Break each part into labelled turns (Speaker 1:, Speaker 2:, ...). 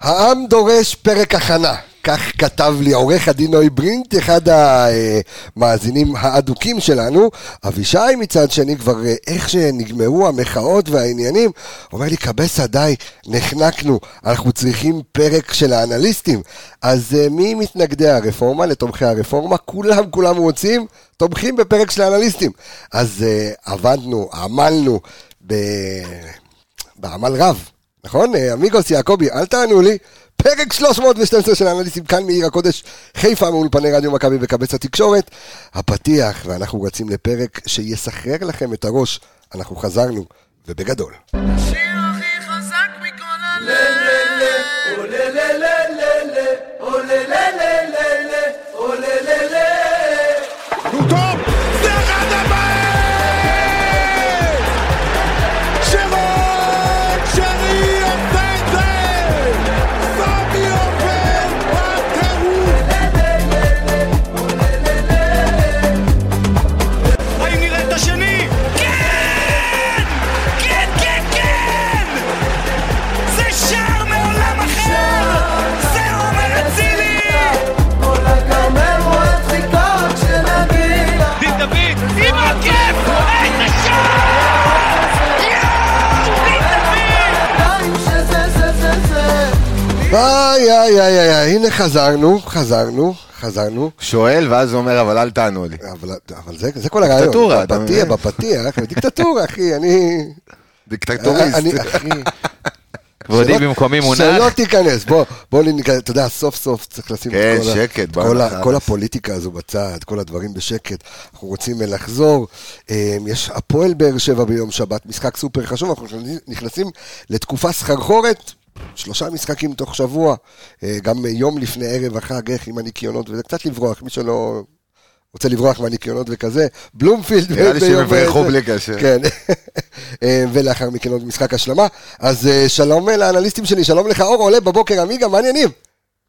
Speaker 1: העם דורש פרק הכנה. כך כתב לי עורך הדין נוי ברינט, אחד המאזינים האדוקים שלנו. אבישי מצד שני, כבר אה, איך שנגמרו המחאות והעניינים, אומר לי, קבסה, די, נחנקנו, אנחנו צריכים פרק של האנליסטים. אז אה, מי מתנגדי הרפורמה, לתומכי הרפורמה? כולם, כולם רוצים, תומכים בפרק של האנליסטים. אז אה, עבדנו, עמלנו, ב... בעמל רב. נכון? אה, אמיגוס יעקבי, אל תענו לי. פרק 312 של האנליסטים כאן מעיר הקודש, חיפה מאולפני רדיו מכבי וקבץ התקשורת. הפתיח, ואנחנו רצים לפרק שיסחרר לכם את הראש. אנחנו חזרנו, ובגדול.
Speaker 2: השיר הכי חזק מכל הלב
Speaker 3: טוב, זה אחד הבעיה! שרון שרי עושה את זה! סמי עופר בטירוף! האם נראה את השני? כן! כן, כן, כן! זה שער מעולם אחר! זה עומר אצילי! דין דוד, עם הכיף! איזה שער! יואו, דין דוד!
Speaker 1: איי, איי, איי, איי, איי, הנה חזרנו, חזרנו, חזרנו.
Speaker 4: שואל, ואז הוא אומר, אבל אל תענו לי.
Speaker 1: אבל, אבל זה, זה כל הרעיון.
Speaker 4: דיקטטורה, אתה
Speaker 1: בפתיח,
Speaker 4: מבין?
Speaker 1: בפתיח, דיקטטורה, אחי, אני...
Speaker 4: דיקטטוריסט.
Speaker 1: אני, אחי...
Speaker 5: כבודי
Speaker 1: שלא-
Speaker 5: במקומי מונח.
Speaker 1: שלא תיכנס, בוא, בוא, ניכנס, אתה יודע, סוף סוף צריך לשים את
Speaker 4: כן,
Speaker 1: כל ה-
Speaker 4: שקט,
Speaker 1: את כל, ה- כל
Speaker 4: בוא, נחלס.
Speaker 1: הפוליטיקה הזו בצד, כל הדברים בשקט. אנחנו רוצים אה, לחזור. אה, יש הפועל באר שבע ביום שבת, משחק סופר חשוב, אנחנו נכנסים לתקופה סחרחורת. שלושה משחקים תוך שבוע, אה, גם יום לפני ערב החג, איך עם הניקיונות, וזה קצת לברוח, מי שלא רוצה לברוח מהניקיונות וכזה, בלומפילד.
Speaker 4: נראה לי
Speaker 1: ביום-
Speaker 4: שהם יברחו
Speaker 1: זה-
Speaker 4: בלי קשר.
Speaker 1: כן, אה, ולאחר מכן עוד משחק השלמה. אז אה, שלום אה, לאנליסטים שלי, שלום לך אור עולה בבוקר, עמיגה, מה העניינים?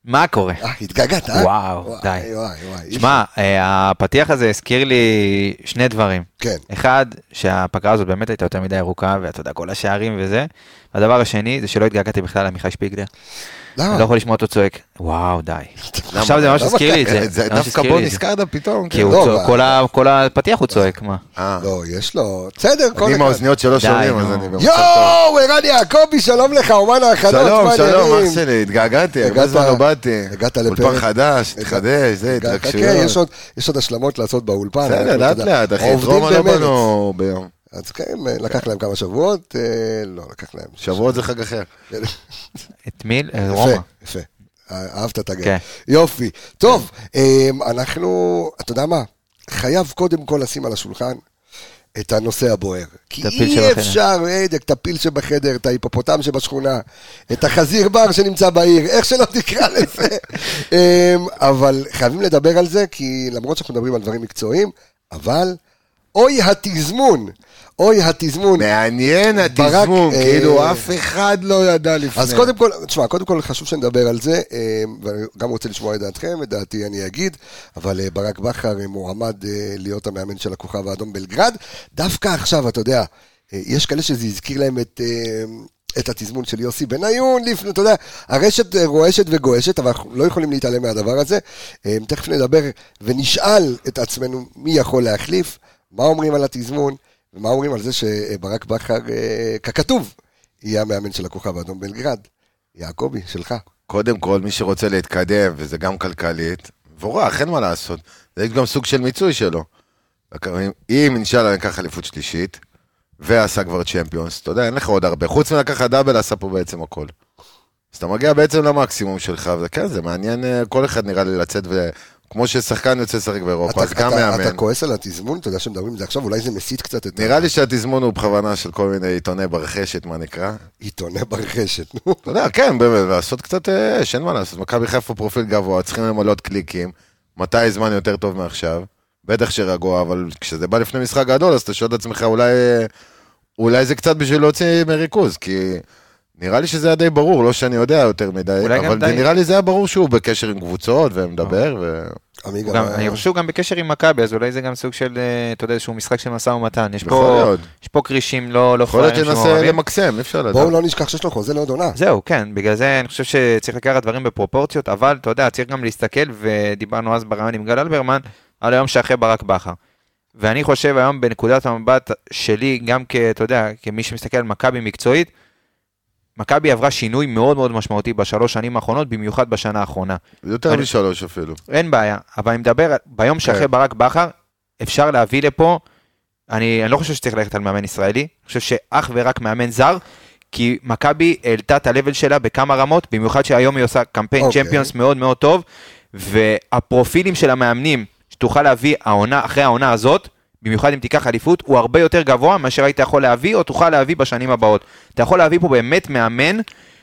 Speaker 5: מה קורה?
Speaker 1: אה, התגעגעת, אה?
Speaker 5: וואו, די.
Speaker 1: וואי, וואי, וואי.
Speaker 5: שמע, אה, הפתיח הזה הזכיר לי שני דברים.
Speaker 1: כן.
Speaker 5: אחד, שהפגרה הזאת באמת הייתה יותר מדי ארוכה, ואתה יודע, כל השערים וזה. הדבר השני, זה שלא התגעגעתי בכלל לעמיחי שפיגלר.
Speaker 1: למה?
Speaker 5: אני לא יכול לשמוע אותו צועק, וואו, די.
Speaker 4: אה. למה?
Speaker 5: עכשיו זה ממש
Speaker 1: למה
Speaker 5: הזכיר לי את
Speaker 4: אה,
Speaker 5: זה. ממש
Speaker 4: דווקא
Speaker 5: הזכיר
Speaker 4: פה
Speaker 5: לי את זה.
Speaker 4: נזכרת פתאום. כן.
Speaker 5: כי הוא
Speaker 1: לא,
Speaker 5: צועק,
Speaker 1: אבל-
Speaker 5: כל ה- כל הפתיח הוא צועק, מה?
Speaker 4: אה,
Speaker 1: לא, יש לו... בסדר, כל
Speaker 4: אני עם
Speaker 1: אחד.
Speaker 4: האוזניות שלא
Speaker 5: די,
Speaker 4: שומעים,
Speaker 5: נו.
Speaker 4: אז אני במצב טוב.
Speaker 1: יואו, ערן יעקבי, שלום לך, אומן ההכנות,
Speaker 4: שלום,
Speaker 1: מה
Speaker 4: שלום,
Speaker 1: העניינים?
Speaker 4: אח שלי, התגעגעתי,
Speaker 1: הגעת-
Speaker 4: הרבה זמן לא באתי.
Speaker 1: הגעת לפרק.
Speaker 4: אולפן חדש, התחדש, זה,
Speaker 1: הגעת- כן, יש
Speaker 4: התרגשויות.
Speaker 1: עוד- יש עוד השלמות לעשות באולפן.
Speaker 4: בסדר,
Speaker 1: אנחנו,
Speaker 4: לאט
Speaker 1: אתה יודע,
Speaker 4: לאט, אחי, את
Speaker 1: עובדים
Speaker 4: רומא לא
Speaker 1: במרץ.
Speaker 4: באנו ביום.
Speaker 1: אז כן, אה, לקח להם כמה שבועות, אה, לא, לקח להם...
Speaker 4: שבועות זה חג אחר.
Speaker 5: את מי? אה, רומא.
Speaker 1: יפה, יפה. אה, אהבת את הגר.
Speaker 5: כן.
Speaker 1: יופי. טוב, אמ, אנחנו, אתה יודע מה? חייב קודם כל לשים על השולחן את הנושא הבוער. כי
Speaker 5: את הפיל
Speaker 1: אי
Speaker 5: שבחדר.
Speaker 1: אפשר, בדיוק, את הפיל שבחדר, את ההיפופוטם שבשכונה, את החזיר בר שנמצא בעיר, איך שלא תקרא לזה. אמ, אבל חייבים לדבר על זה, כי למרות שאנחנו מדברים על דברים מקצועיים, אבל אוי התזמון, אוי התזמון.
Speaker 4: מעניין התזמון,
Speaker 1: אה,
Speaker 4: כאילו אף אחד לא ידע לפני.
Speaker 1: אז קודם כל, תשמע, קודם כל חשוב שנדבר על זה, אה, ואני גם רוצה לשמוע את דעתכם, את דעתי אני אגיד, אבל אה, ברק בכר אה, מועמד אה, להיות המאמן של הכוכב האדום בלגרד. דווקא עכשיו, אתה יודע, אה, יש כאלה שזה הזכיר להם את... אה, את התזמון של יוסי בניון לפני, אתה יודע, הרשת אה, רועשת וגועשת, אבל אנחנו לא יכולים להתעלם מהדבר הזה. אה, תכף נדבר ונשאל את עצמנו מי יכול להחליף, מה אומרים על התזמון, ומה אומרים על זה שברק בכר, אה, ככתוב, יהיה המאמן של הכוכב האדום בלגרד. יעקבי, שלך.
Speaker 4: קודם כל, מי שרוצה להתקדם, וזה גם כלכלית, מבורך, אין מה לעשות. זה גם סוג של מיצוי שלו. אם- אם אינשאללה ניקח אליפות שלישית, ועשה כבר צ'מפיונס, אתה יודע, אין לך עוד הרבה. חוץ מלקחת דאבל, עשה פה בעצם הכל. אז אתה מגיע בעצם למקסימום שלך, וכן, זה מעניין, אה, כל אחד נראה לי לצאת, וכמו ששחקן יוצא לשחק באירופה, אז גם
Speaker 1: אתה,
Speaker 4: מאמן.
Speaker 1: אתה כועס על התזמון, אתה יודע שמדברים על זה עכשיו, אולי זה מסית קצת את
Speaker 4: נראה לי שהתזמון הוא בכוונה של כל מיני עיתוני ברחשת, מה נקרא.
Speaker 1: העיתוני ברשת. נו.
Speaker 4: אתה יודע, כן, באמת, לעשות קצת אה, אש, אין מה לעשות. מכבי חיפה פרופיל גבוה, צריכים למלות קליקים. מתי זמן יותר טוב מעכשיו? בטח שרגוע, אבל כשזה בא לפני משחק גדול, אז אתה שואל את עצמך, אולי, אה, אולי זה קצת בשביל להוציא מריכוז, כי נראה לי שזה היה די ברור, לא שאני יודע יותר מדי,
Speaker 5: אולי גם
Speaker 4: אבל
Speaker 5: די. אה.
Speaker 4: זה נראה לי זה היה ברור שהוא בקשר עם קבוצות, ומדבר, ו...
Speaker 1: עמיגה
Speaker 5: הוא גם-
Speaker 1: לא-
Speaker 5: אני חושב שהוא גם בקשר עם מכבי, אז אולי זה גם סוג של, אה, אתה יודע, איזשהו משחק של משא ומתן. יש
Speaker 4: יכול
Speaker 5: פה-
Speaker 4: להיות.
Speaker 5: יש פה כרישים לא לא
Speaker 4: יכול להיות
Speaker 5: פראיירים
Speaker 4: שננסה
Speaker 5: שמעורבים.
Speaker 4: למקסם, אי אפשר לדעת.
Speaker 1: בואו לא נשכח שיש לו חוזה לעוד עונה.
Speaker 5: זהו, כן, בגלל זה אני חושב שצריך לקחת דברים בפרופורציות, אבל אתה יודע, צריך גם להסתכל, ודיברנו אז ברעיון עם גל אלברמן, על היום שאחרי ברק בכר. ואני חושב היום בנקודת המבט שלי, גם כ... אתה יודע, כמי שמסתכל על מכבי מקצועית, מכבי עברה שינוי מאוד מאוד משמעותי בשלוש שנים האחרונות, במיוחד בשנה האחרונה.
Speaker 4: יותר
Speaker 5: אני-
Speaker 4: משלוש אפילו.
Speaker 5: אין בעיה, אבל אני מדבר, על- ביום שאחרי ברק בכר, אפשר להביא לפה, אני, אני לא חושב שצריך ללכת על מאמן ישראלי, אני חושב שאך ורק מאמן זר, כי מכבי העלתה את ה-level שלה בכמה רמות, במיוחד שהיום היא עושה קמפיין
Speaker 1: אוקיי.
Speaker 5: צ'מפיונס מאוד מאוד טוב, והפרופילים של המאמנים שתוכל להביא העונה, אחרי העונה הזאת, במיוחד אם תיקח אליפות, הוא הרבה יותר גבוה מאשר היית יכול להביא או תוכל להביא בשנים הבאות. אתה יכול להביא פה באמת מאמן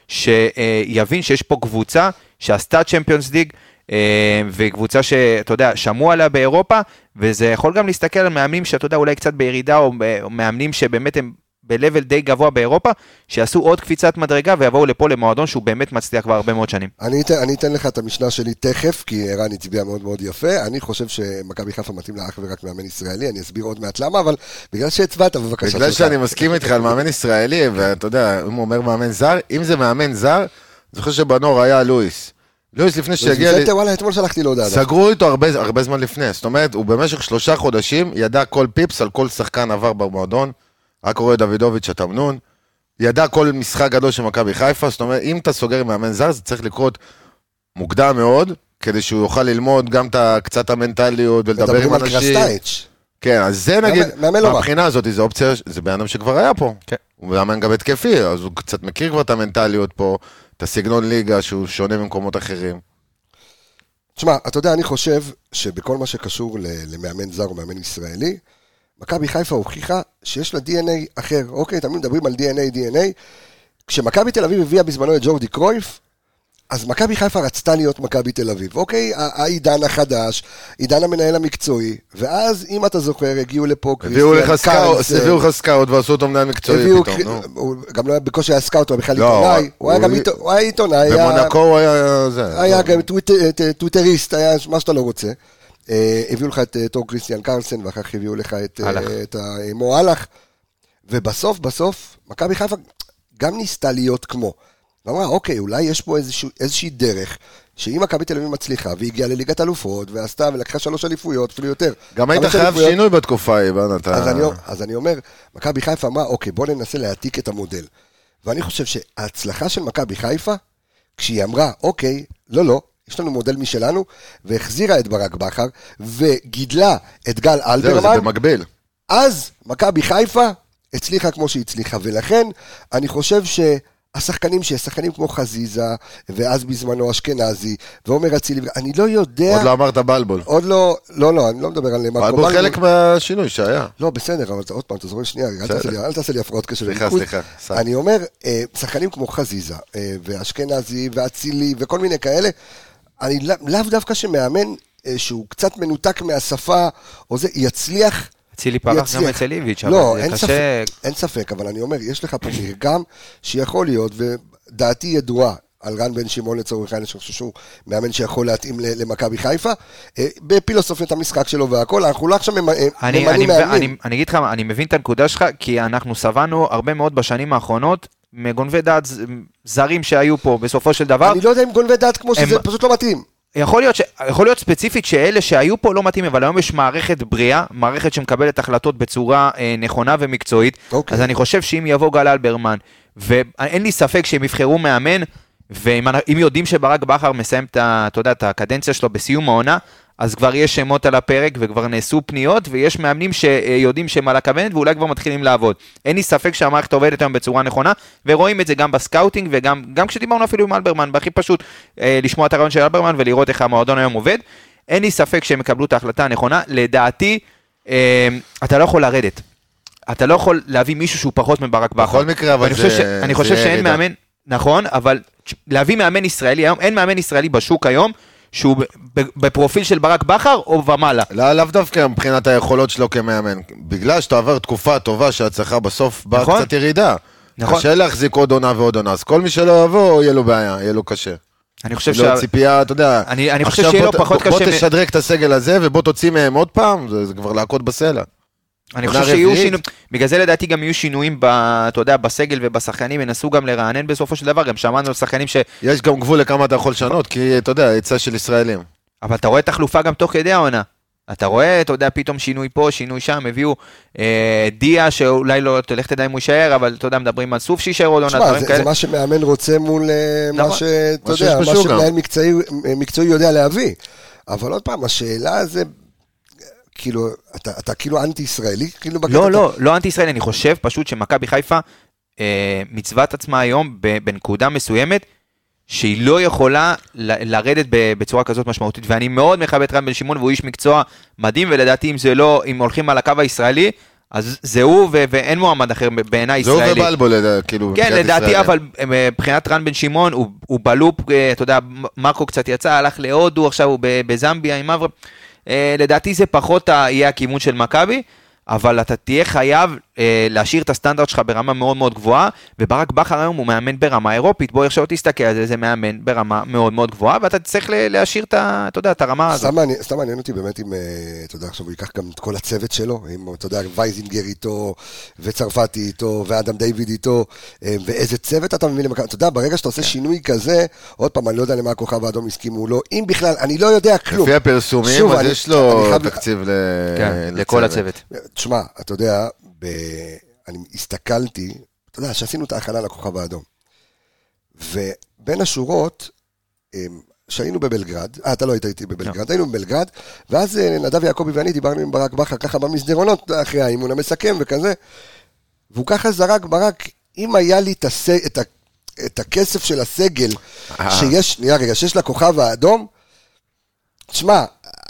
Speaker 5: שיבין שיש פה קבוצה שעשתה צ'מפיונס ליג, אה, וקבוצה שאתה יודע, שמעו עליה באירופה, וזה יכול גם להסתכל על מאמנים שאתה יודע, אולי קצת בירידה, או אה, או מאמנים שבאמת הם ב-level די גבוה באירופה, שיעשו עוד קפיצת מדרגה ויבואו לפה למועדון שהוא באמת מצליח כבר הרבה מאוד שנים.
Speaker 1: אני אתן, אני אתן לך את המשנה שלי תכף, כי ערן הצביע מאוד מאוד יפה. אני חושב שמכבי חיפה מתאים לה אך ורק מאמן ישראלי, אני אסביר עוד מעט למה, אבל בגלל שהצבעת, בבקשה.
Speaker 4: בגלל
Speaker 1: שלך.
Speaker 4: שאני מסכים איתך על מאמן ישראלי, ואתה יודע, אם הוא אומר מאמן זר, אם זה מאמן זר, אני זוכר שבנור היה לואיס. לואיס לפני שהגיע... ל-
Speaker 1: ויזנטה, לא, וואלה, אתמול שלחתי לו הודעה.
Speaker 4: סגרו איתו הרבה, הרבה זמן לפני, זאת אומרת, הוא במשך שלושה חודשים ידע כל פיפס על כל שחקן עבר במועדון, רק רואה דוידוביץ' התמנון, ידע כל משחק גדול של מכבי חיפה, זאת אומרת, אם אתה סוגר עם מאמן זר, זה צריך לקרות מוקדם מאוד, כדי שהוא יוכל ללמוד גם את ה- קצת המנטליות ולדבר
Speaker 1: מדברים
Speaker 4: עם
Speaker 1: על
Speaker 4: אנשים.
Speaker 1: קרסטייץ'.
Speaker 4: כן, אז זה
Speaker 1: מאמן-
Speaker 4: נגיד,
Speaker 1: מאמן לא רע.
Speaker 4: מהבחינה הזאת, זה אופציה, זה בן אדם שכבר היה פה.
Speaker 5: כן.
Speaker 4: הוא מאמן גם התקפי, אז הוא קצת מכיר כבר את המנטליות פה, את הסגנון ליגה שהוא שונה ממקומות אחרים.
Speaker 1: תשמע, אתה יודע, אני חושב שבכל מה שקשור ל- למאמן זר או מאמן ישראלי, מכבי חיפה הוכיחה שיש לה DNA אחר. אוקיי, תמיד מדברים על DNA, DNA. כשמכבי תל אביב הביאה בזמנו את ג'ורדי קרויף, אז מכבי חיפה רצתה להיות מכבי תל אביב. אוקיי, ה- העידן החדש, עידן המנהל המקצועי, ואז, אם אתה זוכר, הגיעו לפה
Speaker 4: הביאו לך סקאוט,
Speaker 1: קרלסן,
Speaker 4: הביאו לך סקאוט ועשו אותו מנהל מקצועי
Speaker 1: אה, הביאו-
Speaker 4: פתאום, נו.
Speaker 1: הוא גם לא היה בקושי היה סקאוט, הוא היה בכלל
Speaker 4: לא,
Speaker 1: עיתונאי,
Speaker 4: הוא
Speaker 1: הוא היה גם
Speaker 4: היה-
Speaker 1: עיתונאי, הוא היה עיתונאי, היה-
Speaker 4: במונקו הוא היה זה.
Speaker 1: היה
Speaker 4: לא.
Speaker 1: גם טוויט- אה, טוויטריסט, היה מה שאתה לא רוצה. אה, הביאו לך את אה, תור קריסטיאן קרלסן, ואחר כך הביאו לך את, אה,
Speaker 5: הלך.
Speaker 1: את ה- אה, מו הלך. ובסוף, בסוף, מכבי חיפה גם ניסתה להיות כמו. ואמרה, אוקיי, אולי יש פה איזשהו, איזושהי דרך, שאם מכבי תל אביב מצליחה, והיא הגיעה לליגת אלופות, ועשתה, ולקחה שלוש אליפויות, אפילו יותר.
Speaker 4: גם היית
Speaker 1: שלוש
Speaker 4: חייב
Speaker 1: אליפויות.
Speaker 4: שינוי בתקופה ההיא, בן,
Speaker 1: אז
Speaker 4: אתה...
Speaker 1: אני, אז אני אומר, מכבי חיפה אמרה, אוקיי, בוא ננסה להעתיק את המודל. ואני חושב שההצלחה של מכבי חיפה, כשהיא אמרה, אוקיי, לא, לא, יש לנו מודל משלנו, והחזירה את ברק בכר, וגידלה את גל
Speaker 4: זהו, זה
Speaker 1: אלברמן,
Speaker 4: במקביל.
Speaker 1: אז מכבי חיפה הצליחה כמו שהיא הצליחה, ולכן אני חושב שהשחקנים, ששחקנים כמו חזיזה, ואז בזמנו אשכנזי, ועומר אצילי, אני לא יודע,
Speaker 4: עוד לא אמרת בלבול.
Speaker 1: עוד לא, לא, לא, אני לא מדבר על מרקו
Speaker 4: בלבול
Speaker 1: בלבול.
Speaker 4: חלק מהשינוי שהיה.
Speaker 1: לא, בסדר, אבל אתה- עוד פעם, אתה זורק שנייה, אל
Speaker 4: בסדר.
Speaker 1: תעשה לי- אל תעשה לי הפרעות קשה.
Speaker 4: סליחה,
Speaker 1: לליכוד.
Speaker 4: סליחה, סליחה.
Speaker 1: אני אומר, אה, שחקנים כמו חזיזה, אה, ואשכנזי, ואצילי, וכל מיני כאלה, אני לא- לאו דווקא שמאמן אה, שהוא קצת מנותק מהשפה, או זה, יצליח...
Speaker 5: אצילי פרח גם
Speaker 1: יצליח.
Speaker 5: אצל איביץ',
Speaker 1: לא,
Speaker 5: אבל זה
Speaker 1: אין
Speaker 5: קשה,
Speaker 1: ספק, אין ספק, אבל אני אומר, יש לך פה מרגם שיכול להיות, ודעתי ידועה. על רן בן שמעון לצורך העניין, שאני חושב שהוא מאמן שיכול להתאים ל- למכבי חיפה. אה, בפילוסופיית המשחק שלו והכל, אנחנו לא עכשיו ממ- אה,
Speaker 5: אני, אני,
Speaker 1: ממנים מאמנים.
Speaker 5: אני, אני, אני אגיד לך, מה, אני מבין את הנקודה שלך, כי אנחנו שבענו הרבה מאוד בשנים האחרונות מגונבי דעת ז- זרים שהיו פה בסופו של דבר.
Speaker 1: אני לא יודע אם גונבי דעת כמו שזה,
Speaker 5: הם-
Speaker 1: פשוט לא מתאים.
Speaker 5: יכול להיות, ש... יכול להיות ספציפית שאלה שהיו פה לא מתאים, אבל היום יש מערכת בריאה, מערכת שמקבלת החלטות בצורה אה, נכונה ומקצועית.
Speaker 1: אוקיי.
Speaker 5: אז אני חושב שאם יבוא גל אלברמן, ואין לי ספק שהם יבחרו מאמן, ואם אנ- אם יודעים שברק בכר מסיים את, ה- אתה יודע, את הקדנציה שלו בסיום העונה, אז כבר יש שמות על הפרק וכבר נעשו פניות, ויש מאמנים שיודעים שהם על הכוונת ואולי כבר מתחילים לעבוד. אין לי ספק שהמערכת עובדת היום בצורה נכונה, ורואים את זה גם בסקאוטינג וגם גם כשדיברנו אפילו עם אלברמן, והכי פשוט אה, לשמוע את הרעיון של אלברמן ולראות איך המועדון היום עובד. אין לי ספק שהם יקבלו את ההחלטה הנכונה. לדעתי, אה, אתה לא יכול לרדת. אתה לא יכול להביא מישהו שהוא פחות מברק בכר.
Speaker 4: בכל מקרה, אבל
Speaker 5: ואני חושב
Speaker 4: זה-
Speaker 5: ש... אני
Speaker 4: זה
Speaker 5: חושב
Speaker 4: יהיה
Speaker 5: שאין
Speaker 4: ירידה.
Speaker 5: מאמן, נכון, אבל תש- להביא מאמן ישראלי היום, אין מאמן ישראלי בשוק היום, שהוא ב- ב- בפרופיל של ברק בכר או ומעלה.
Speaker 4: לא- לאו דווקא מבחינת היכולות שלו כמאמן. בגלל שאתה עובר תקופה טובה שאצלך בסוף באה
Speaker 5: נכון.
Speaker 4: קצת ירידה.
Speaker 5: נכון.
Speaker 4: קשה להחזיק עוד עונה ועוד עונה, אז כל מי שלא יבוא, יהיה לו בעיה, יהיה לו קשה.
Speaker 5: אני חושב
Speaker 4: כאילו
Speaker 5: שה...
Speaker 4: הציפייה, אתה יודע,
Speaker 5: אני- אני חושב
Speaker 4: עכשיו
Speaker 5: שיהיה
Speaker 4: בוא
Speaker 5: לו
Speaker 4: ת-
Speaker 5: פחות
Speaker 4: בוא-
Speaker 5: קשה מ-
Speaker 4: בוא תשדרג את הסגל הזה ובוא תוציא מהם עוד פעם, זה זה כבר להכות בסלע.
Speaker 5: אני
Speaker 4: עונה
Speaker 5: חושב שיהיו
Speaker 4: רביעית.
Speaker 5: שינויים, בגלל זה לדעתי גם יהיו שינויים, ב, אתה יודע, בסגל ובשחקנים, ינסו גם לרענן בסופו של דבר, גם שמענו על שחקנים ש...
Speaker 4: יש גם גבול לכמה אתה יכול לשנות, כי אתה יודע, עצה של ישראלים.
Speaker 5: אבל אתה רואה תחלופה גם תוך כדי העונה. אתה רואה, אתה יודע, פתאום שינוי פה, שינוי שם, הביאו אה, דיה, שאולי לא תלך תדע אם הוא יישאר, אבל אתה יודע, מדברים על סוף שיישאר עוד עונה,
Speaker 1: תשמע,
Speaker 5: דברים
Speaker 1: זה,
Speaker 5: כאלה.
Speaker 1: זה מה שמאמן רוצה מול אה, מה
Speaker 5: נכון.
Speaker 1: שאתה
Speaker 4: מה שיש
Speaker 1: יודע, מה
Speaker 4: בשוק גם.
Speaker 1: שמנהל מקצועי, מקצועי יודע להביא. אבל עוד פעם, השאלה זה, כאילו, אתה, אתה כאילו אנטי-ישראלי? כאילו בקטע
Speaker 5: לא,
Speaker 1: אתה-
Speaker 5: לא, לא אנטי-ישראלי, אני חושב פשוט שמכבי חיפה אה, מצווה את עצמה היום ב- בנקודה מסוימת, שהיא לא יכולה ל- לרדת ב- בצורה כזאת משמעותית, ואני מאוד מכבד את רן בן שמעון, והוא איש מקצוע מדהים, ולדעתי אם זה לא, אם הולכים על הקו הישראלי, אז זה הוא ו- ואין מועמד אחר ב- בעיניי
Speaker 4: זה הוא
Speaker 5: ישראלי.
Speaker 4: ובלבו, לדע- כאילו,
Speaker 5: כן,
Speaker 4: מבחינת
Speaker 5: לדעתי,
Speaker 4: ישראלים.
Speaker 5: אבל אה, מבחינת רן בן שמעון, הוא- הוא בלופ, אה, אתה יודע, מ- מרקו קצת יצא, הלך להודו, עכשיו הוא ב- בזמביה עם אברהם. אה, לדעתי זה פחות ה- יהיה הכיוון של מכבי, אבל אתה תהיה חייב אה, להשאיר את הסטנדרט שלך ברמה מאוד מאוד גבוהה, וברק בכר היום הוא מאמן ברמה אירופית. בואי עכשיו תסתכל על זה, זה מאמן ברמה מאוד מאוד גבוהה, ואתה תצטרך ל- להשאיר את ה- אתה יודע, את הרמה
Speaker 4: אה,
Speaker 5: הזאת.
Speaker 1: סתם מעניין- סתם מעניין אותי באמת אם, אה, אתה יודע, עכשיו הוא ייקח גם את כל הצוות שלו, אם, אתה יודע, וייזינגר איתו, וצרפתי איתו, ואדם דיוויד איתו, אה, ואיזה צוות אתה מביא למכבי, אתה יודע, ברגע שאתה עושה
Speaker 4: כן.
Speaker 1: שינוי כזה, עוד פעם, אני לא יודע למה הכוכב האדום הסכימו או לא, אם בכלל, אני לא יודע כלום.
Speaker 4: לפי הפרסומים,
Speaker 1: שוב,
Speaker 4: אז
Speaker 1: אני-
Speaker 4: יש לו
Speaker 1: אני חייב-
Speaker 4: תקציב ל...
Speaker 5: כן, לכל הצוות.
Speaker 1: תשמע, אתה יודע, ב... אני הסתכלתי, אתה יודע, שעשינו את ההכנה לכוכב האדום. ובין השורות, אמ, שהיינו בבלגרד, אה, אתה לא היית איתי בבלגרד, היינו בבלגרד, ואז אה, נדב יעקבי ואני דיברנו עם ברק בכר ככה במסדרונות, אחרי האימון המסכם וכזה, והוא ככה זרק, ברק, אם היה לי את, הס... את, ה... את הכסף של הסגל,
Speaker 4: אה.
Speaker 1: שיש, שנייה רגע, שיש לכוכב האדום, תשמע,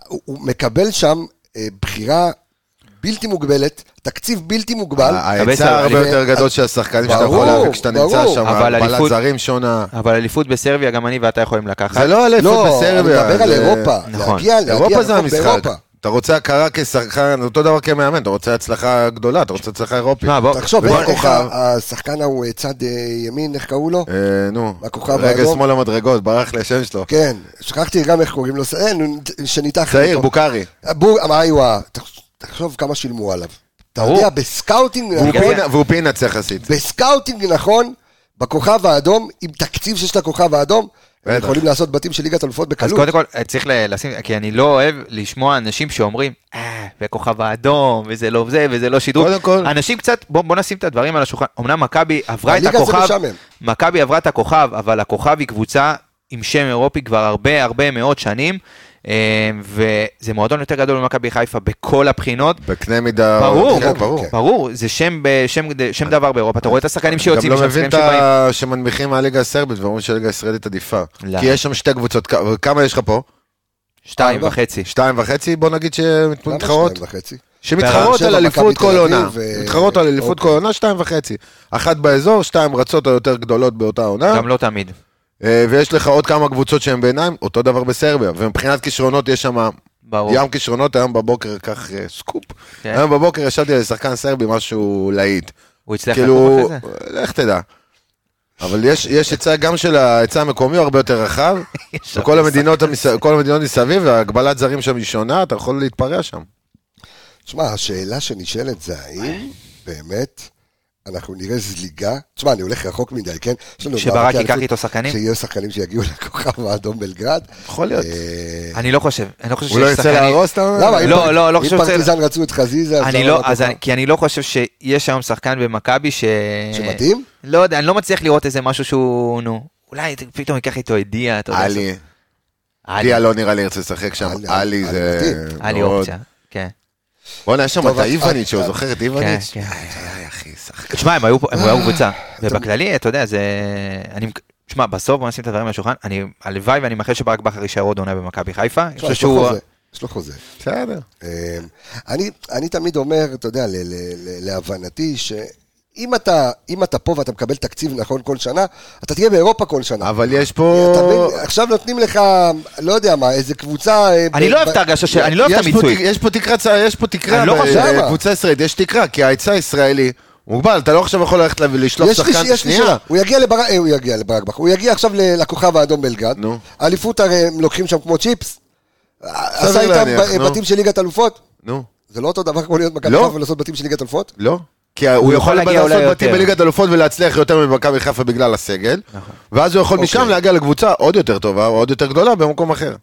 Speaker 1: הוא, הוא מקבל שם אה, בחירה בלתי מוגבלת, תקציב בלתי מוגבל.
Speaker 4: אה,
Speaker 5: הבצע,
Speaker 4: ההיצע הרבה
Speaker 5: אבל-
Speaker 4: יותר גדול של השחקנים שאתה
Speaker 1: ברור,
Speaker 4: יכול להביא כשאתה נמצא
Speaker 1: ברור.
Speaker 4: שם,
Speaker 5: אבל
Speaker 4: הגבלת
Speaker 5: אליפות-
Speaker 4: זרים שונה.
Speaker 5: אבל אליפות בסרביה, גם אני ואתה יכולים לקחת.
Speaker 4: זה לא אליפות
Speaker 1: לא, אני
Speaker 4: בסרביה.
Speaker 1: מדבר על
Speaker 4: זה-
Speaker 1: אירופה.
Speaker 5: נכון.
Speaker 1: להגיע, להגיע
Speaker 4: אירופה זה
Speaker 1: רחוק
Speaker 4: המשחק.
Speaker 1: באירופה.
Speaker 4: אתה רוצה הכרה כשחקן, אותו דבר כמאמן, אתה רוצה הצלחה גדולה, אתה רוצה הצלחה אירופית.
Speaker 5: תשמע, בוא-
Speaker 1: אוקיי. תחשוב,
Speaker 5: בוא-
Speaker 1: איך איך
Speaker 4: כוכב.
Speaker 1: ה- השחקן ההוא אה, צד אה, ימין, איך קראו לו?
Speaker 4: אה, נו,
Speaker 1: הכוכב
Speaker 4: רגע
Speaker 1: האדום.
Speaker 4: שמאל המדרגות, ברח לי השם שלו.
Speaker 1: כן, שכחתי גם איך קוראים לו, אין, הוא שניתח...
Speaker 4: צעיר,
Speaker 1: אותו. אה,
Speaker 4: בוקארי.
Speaker 1: בור, אמר יואה, תחשוב כמה שילמו עליו. אתה
Speaker 5: ברור. כן.
Speaker 1: יודע, בסקאוטינג
Speaker 4: והוא
Speaker 5: בגלל
Speaker 1: נכון,
Speaker 5: זה-
Speaker 4: פינה- והוא פינץ יחסית.
Speaker 1: בסקאוטינג נכון, בכוכב האדום, עם תקציב שיש לכוכב האדום, הם
Speaker 4: בטח.
Speaker 1: יכולים לעשות בתים של ליגת אלופות
Speaker 5: אז
Speaker 1: בקלות.
Speaker 5: קודם כל, אה, צריך ל- לשים, כי אני לא אוהב לשמוע אנשים שאומרים, אה, וכוכב האדום, וזה לא זה, וזה לא שידור.
Speaker 4: קודם כל-
Speaker 5: אנשים קצת, בוא, בוא נשים את הדברים על השולחן. אמנם מכבי עברה את
Speaker 1: הליגה זה
Speaker 5: הכוכב,
Speaker 1: משעמם.
Speaker 5: מכבי עברה את הכוכב, אבל הכוכב היא קבוצה עם שם אירופי כבר הרבה הרבה מאוד שנים, אה, וזה מועדון יותר גדול ממכבי חיפה בכל הבחינות.
Speaker 4: בקנה מידה...
Speaker 5: ברור,
Speaker 4: כן,
Speaker 1: כן.
Speaker 5: ברור, זה שם, ב- שם, שם דבר באירופה, אתה רואה את השחקנים
Speaker 4: גם
Speaker 5: שיוצאים,
Speaker 4: לא
Speaker 5: יש שם
Speaker 4: מבין
Speaker 5: שחקנים
Speaker 4: את
Speaker 5: שבאים. לא.
Speaker 4: ה... שמנמיכים מהליגה הסרבית ואומרים שהליגה הישראלית עדיפה.
Speaker 5: למה?
Speaker 4: כי יש שם שתי קבוצות, כ- כמה יש לך פה?
Speaker 5: שתיים וחצי.
Speaker 4: שתיים וחצי, בוא נגיד
Speaker 1: למה
Speaker 4: שמתחרות?
Speaker 1: שתיים וחצי?
Speaker 4: שמתחרות
Speaker 1: שבע,
Speaker 4: על אליפות
Speaker 1: מכבי תל
Speaker 4: כל
Speaker 1: אביב
Speaker 4: עונה.
Speaker 1: ו-
Speaker 4: מתחרות על אליפות
Speaker 1: אוקיי.
Speaker 4: כל עונה, שתיים וחצי. אחת באזור, שתיים רצות היותר גדולות באותה עונה.
Speaker 5: גם לא תמיד.
Speaker 4: אה, ויש לך עוד כמה קבוצות שהן ביניים, אותו דבר בסרביה. ומבחינת כישרונות יש שם
Speaker 5: ברור.
Speaker 4: ים כישרונות, היום בבוקר, כך אה, סקופ.
Speaker 5: כן.
Speaker 4: היום בבוקר ישבתי על שחקן סרבי, משהו להיט.
Speaker 5: הוא הצליח לעקוב
Speaker 4: כאילו,
Speaker 5: אחרי זה?
Speaker 4: לך תדע. אבל יש יש היצע, גם של ההיצע המקומי הוא הרבה יותר רחב,
Speaker 5: יש
Speaker 4: וכל המדינות המס- כל המדינות מסביב, והגבלת זרים שם היא שונה, אתה יכול להתפרע שם.
Speaker 1: תשמע, השאלה שנשאלת זה האם באמת אנחנו נראה זליגה, תשמע, אני הולך רחוק מדי, כן? יש לנו
Speaker 5: שברק
Speaker 1: מאבקי
Speaker 5: ייקח
Speaker 1: אליפות,
Speaker 5: איתו שחקנים?
Speaker 1: שיהיו שחקנים שיגיעו לכוכב האדום בלגרד.
Speaker 4: יכול להיות.
Speaker 1: אה,
Speaker 5: אני לא חושב, אני לא חושב
Speaker 4: הוא לא
Speaker 5: שיש
Speaker 4: ירצה
Speaker 5: שחקנים...
Speaker 4: להרוס את ה...
Speaker 1: למה? אם
Speaker 5: לא,
Speaker 1: פר-
Speaker 5: לא, לא חושב
Speaker 1: אם
Speaker 5: שזה-
Speaker 1: פרטיזן רצו את חזיזה, אז
Speaker 5: אני
Speaker 1: למה
Speaker 5: לא,
Speaker 1: לכוכב?
Speaker 5: אז אני, כי אני לא חושב שיש היום שחקן במכבי ש...
Speaker 1: שמתאים?
Speaker 5: לא יודע, אני לא מצליח לראות איזה משהו שהוא, נו, אולי פתאום ייקח איתו את דיה, אתה יודע.
Speaker 4: עלי,
Speaker 5: עלי.
Speaker 4: דיה לא נראה לי ירצה לשחק שם,
Speaker 1: עלי,
Speaker 4: עלי
Speaker 1: עלי
Speaker 4: זה...
Speaker 1: מתאים.
Speaker 5: עלי
Speaker 4: מאוד-
Speaker 5: אופציה, כן.
Speaker 4: בואנה, יש שם את
Speaker 1: טוב, אז-
Speaker 4: האיווניץ', שהוא זוכר את איווניץ'?
Speaker 5: כן, כן.
Speaker 4: איי, איי, אחי, שחקן.
Speaker 5: תשמע, הם היו פה- הם היו קבוצה.
Speaker 4: אה,
Speaker 5: ובכללי, אתה יודע, זה... אני... תשמע, בסוף בוא נשים את הדברים על השולחן, אני, הלוואי ואני מאחל שברק בכר יישאר עוד עונה במכבי חיפה. אני
Speaker 1: תשמע,
Speaker 5: חושב
Speaker 1: יש לו
Speaker 5: שהוא...
Speaker 1: חוזה, יש לו חוזה.
Speaker 4: בסדר.
Speaker 1: אה, אני, אני תמיד אומר, אתה יודע, ל, ל, ל, להבנתי, שאם אתה, אם אתה פה ואתה מקבל תקציב נכון כל שנה, אתה תהיה באירופה כל שנה.
Speaker 4: אבל יש
Speaker 1: אתה
Speaker 4: פה...
Speaker 1: מבין? עכשיו נותנים לך, לא יודע מה, איזה קבוצה... אה,
Speaker 5: אני
Speaker 1: ב-
Speaker 5: לא אוהב
Speaker 1: ב-
Speaker 5: את ההרגשה של... אני לא אוהב את
Speaker 4: יש פה
Speaker 5: המיצוי.
Speaker 4: תק- יש פה תקרה, צ- יש פה תקרה,
Speaker 5: אני לא
Speaker 4: ב-
Speaker 1: חושב.
Speaker 4: בקבוצה ישראלית, יש תקרה, כי ההיצע הישראלי הוא מוגבל, אתה לא עכשיו יכול ללכת לה- ולשלוף
Speaker 1: יש לי ש-
Speaker 4: שחקן
Speaker 1: יש לי
Speaker 4: שנייה.
Speaker 1: שאלה, הוא יגיע לברק, אה, הוא יגיע לברק בכר, הוא יגיע עכשיו ל- לכוכב האדום בלגרד,
Speaker 4: נו.
Speaker 1: אליפות הרי הם לוקחים שם כמו צ'יפס, עשה איתם
Speaker 4: להניח,
Speaker 1: ב-
Speaker 4: נו.
Speaker 1: בתים של ליגת אלופות,
Speaker 4: נו,
Speaker 1: זה לא אותו דבר כמו להיות מכבי
Speaker 4: לא.
Speaker 1: חיפה ולעשות בתים של ליגת אלופות?
Speaker 4: לא. כי הוא,
Speaker 5: יכול
Speaker 4: יכול
Speaker 5: להגיע אולי
Speaker 4: לעשות בתים
Speaker 5: יותר. נכון.
Speaker 4: בליגת אלופות ולהצליח יותר ממכבי חיפה בגלל הסגל, ואז הוא יכול משם
Speaker 1: אוקיי.
Speaker 4: להגיע לקבוצה עוד יותר טובה, עוד יותר גדולה במקום אחר.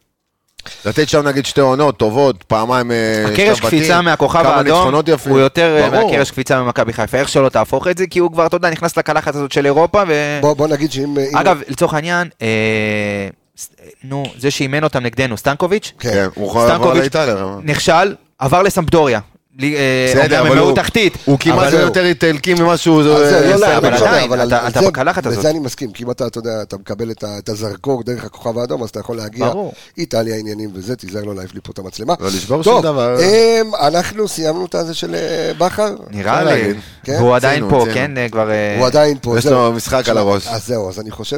Speaker 4: לתת שם נגיד שתי עונות טובות, פעמיים אה, שלב
Speaker 5: הקרש קפיצה
Speaker 4: בתים,
Speaker 5: מהכוכב
Speaker 4: כמה
Speaker 5: האדום,
Speaker 4: ניצחונות יפים.
Speaker 5: הוא יותר אה,
Speaker 4: ברור.
Speaker 5: מהקרש קפיצה ממכבי חיפה, איך שלא תהפוך את זה, כי הוא כבר, אתה יודע, נכנס לקלחת הזאת של אירופה, ו...
Speaker 1: בוא בוא נגיד שאם... אם-
Speaker 5: אגב, לצורך העניין, אה, ס- אה, נו, זה שאימן אותם נגדנו, סטנקוביץ',
Speaker 4: כן,
Speaker 1: כן,
Speaker 4: הוא יכול לעבור
Speaker 5: סטנקוביץ'
Speaker 4: לאיטליה.
Speaker 5: נכשל, עבר לסמפדוריה. לי- אה,
Speaker 4: בסדר,
Speaker 5: אומנם
Speaker 4: אבל
Speaker 5: הם היו
Speaker 4: הוא-
Speaker 5: תחתית.
Speaker 4: הוא כמעט לא
Speaker 5: אבל- אה,
Speaker 1: זהו.
Speaker 4: יותר איטלקי ממה שהוא... אה,
Speaker 1: אז זהו, לא,
Speaker 5: בסדר,
Speaker 1: לא,
Speaker 5: אבל
Speaker 1: אני שומע,
Speaker 5: עדיין,
Speaker 1: אבל
Speaker 5: אתה-
Speaker 1: על
Speaker 5: אתה
Speaker 1: זה-
Speaker 5: בקלחת הזאת.
Speaker 1: בזה אני מסכים, כי אם אתה, אתה יודע, אתה מקבל את ה- את הזרקור דרך הכוכב האדום, אז אתה יכול להגיע.
Speaker 5: ברור.
Speaker 1: איטליה עניינים וזה, תיזהר לא להעיף לי פה את המצלמה.
Speaker 4: לא לשבור
Speaker 1: טוב,
Speaker 4: שום דבר.
Speaker 1: אמ, אנחנו סיימנו את הזה של אה, בכר.
Speaker 5: נראה
Speaker 4: אפשר
Speaker 5: לי,
Speaker 4: להגיד.
Speaker 1: כן,
Speaker 5: והוא עדיין
Speaker 4: ציינו,
Speaker 5: פה,
Speaker 4: ציינו.
Speaker 5: כן, אה, כבר... אה,
Speaker 1: הוא עדיין פה.
Speaker 4: יש
Speaker 1: זהו.
Speaker 4: לו משחק על הראש.
Speaker 1: אז זהו, אז אני חושב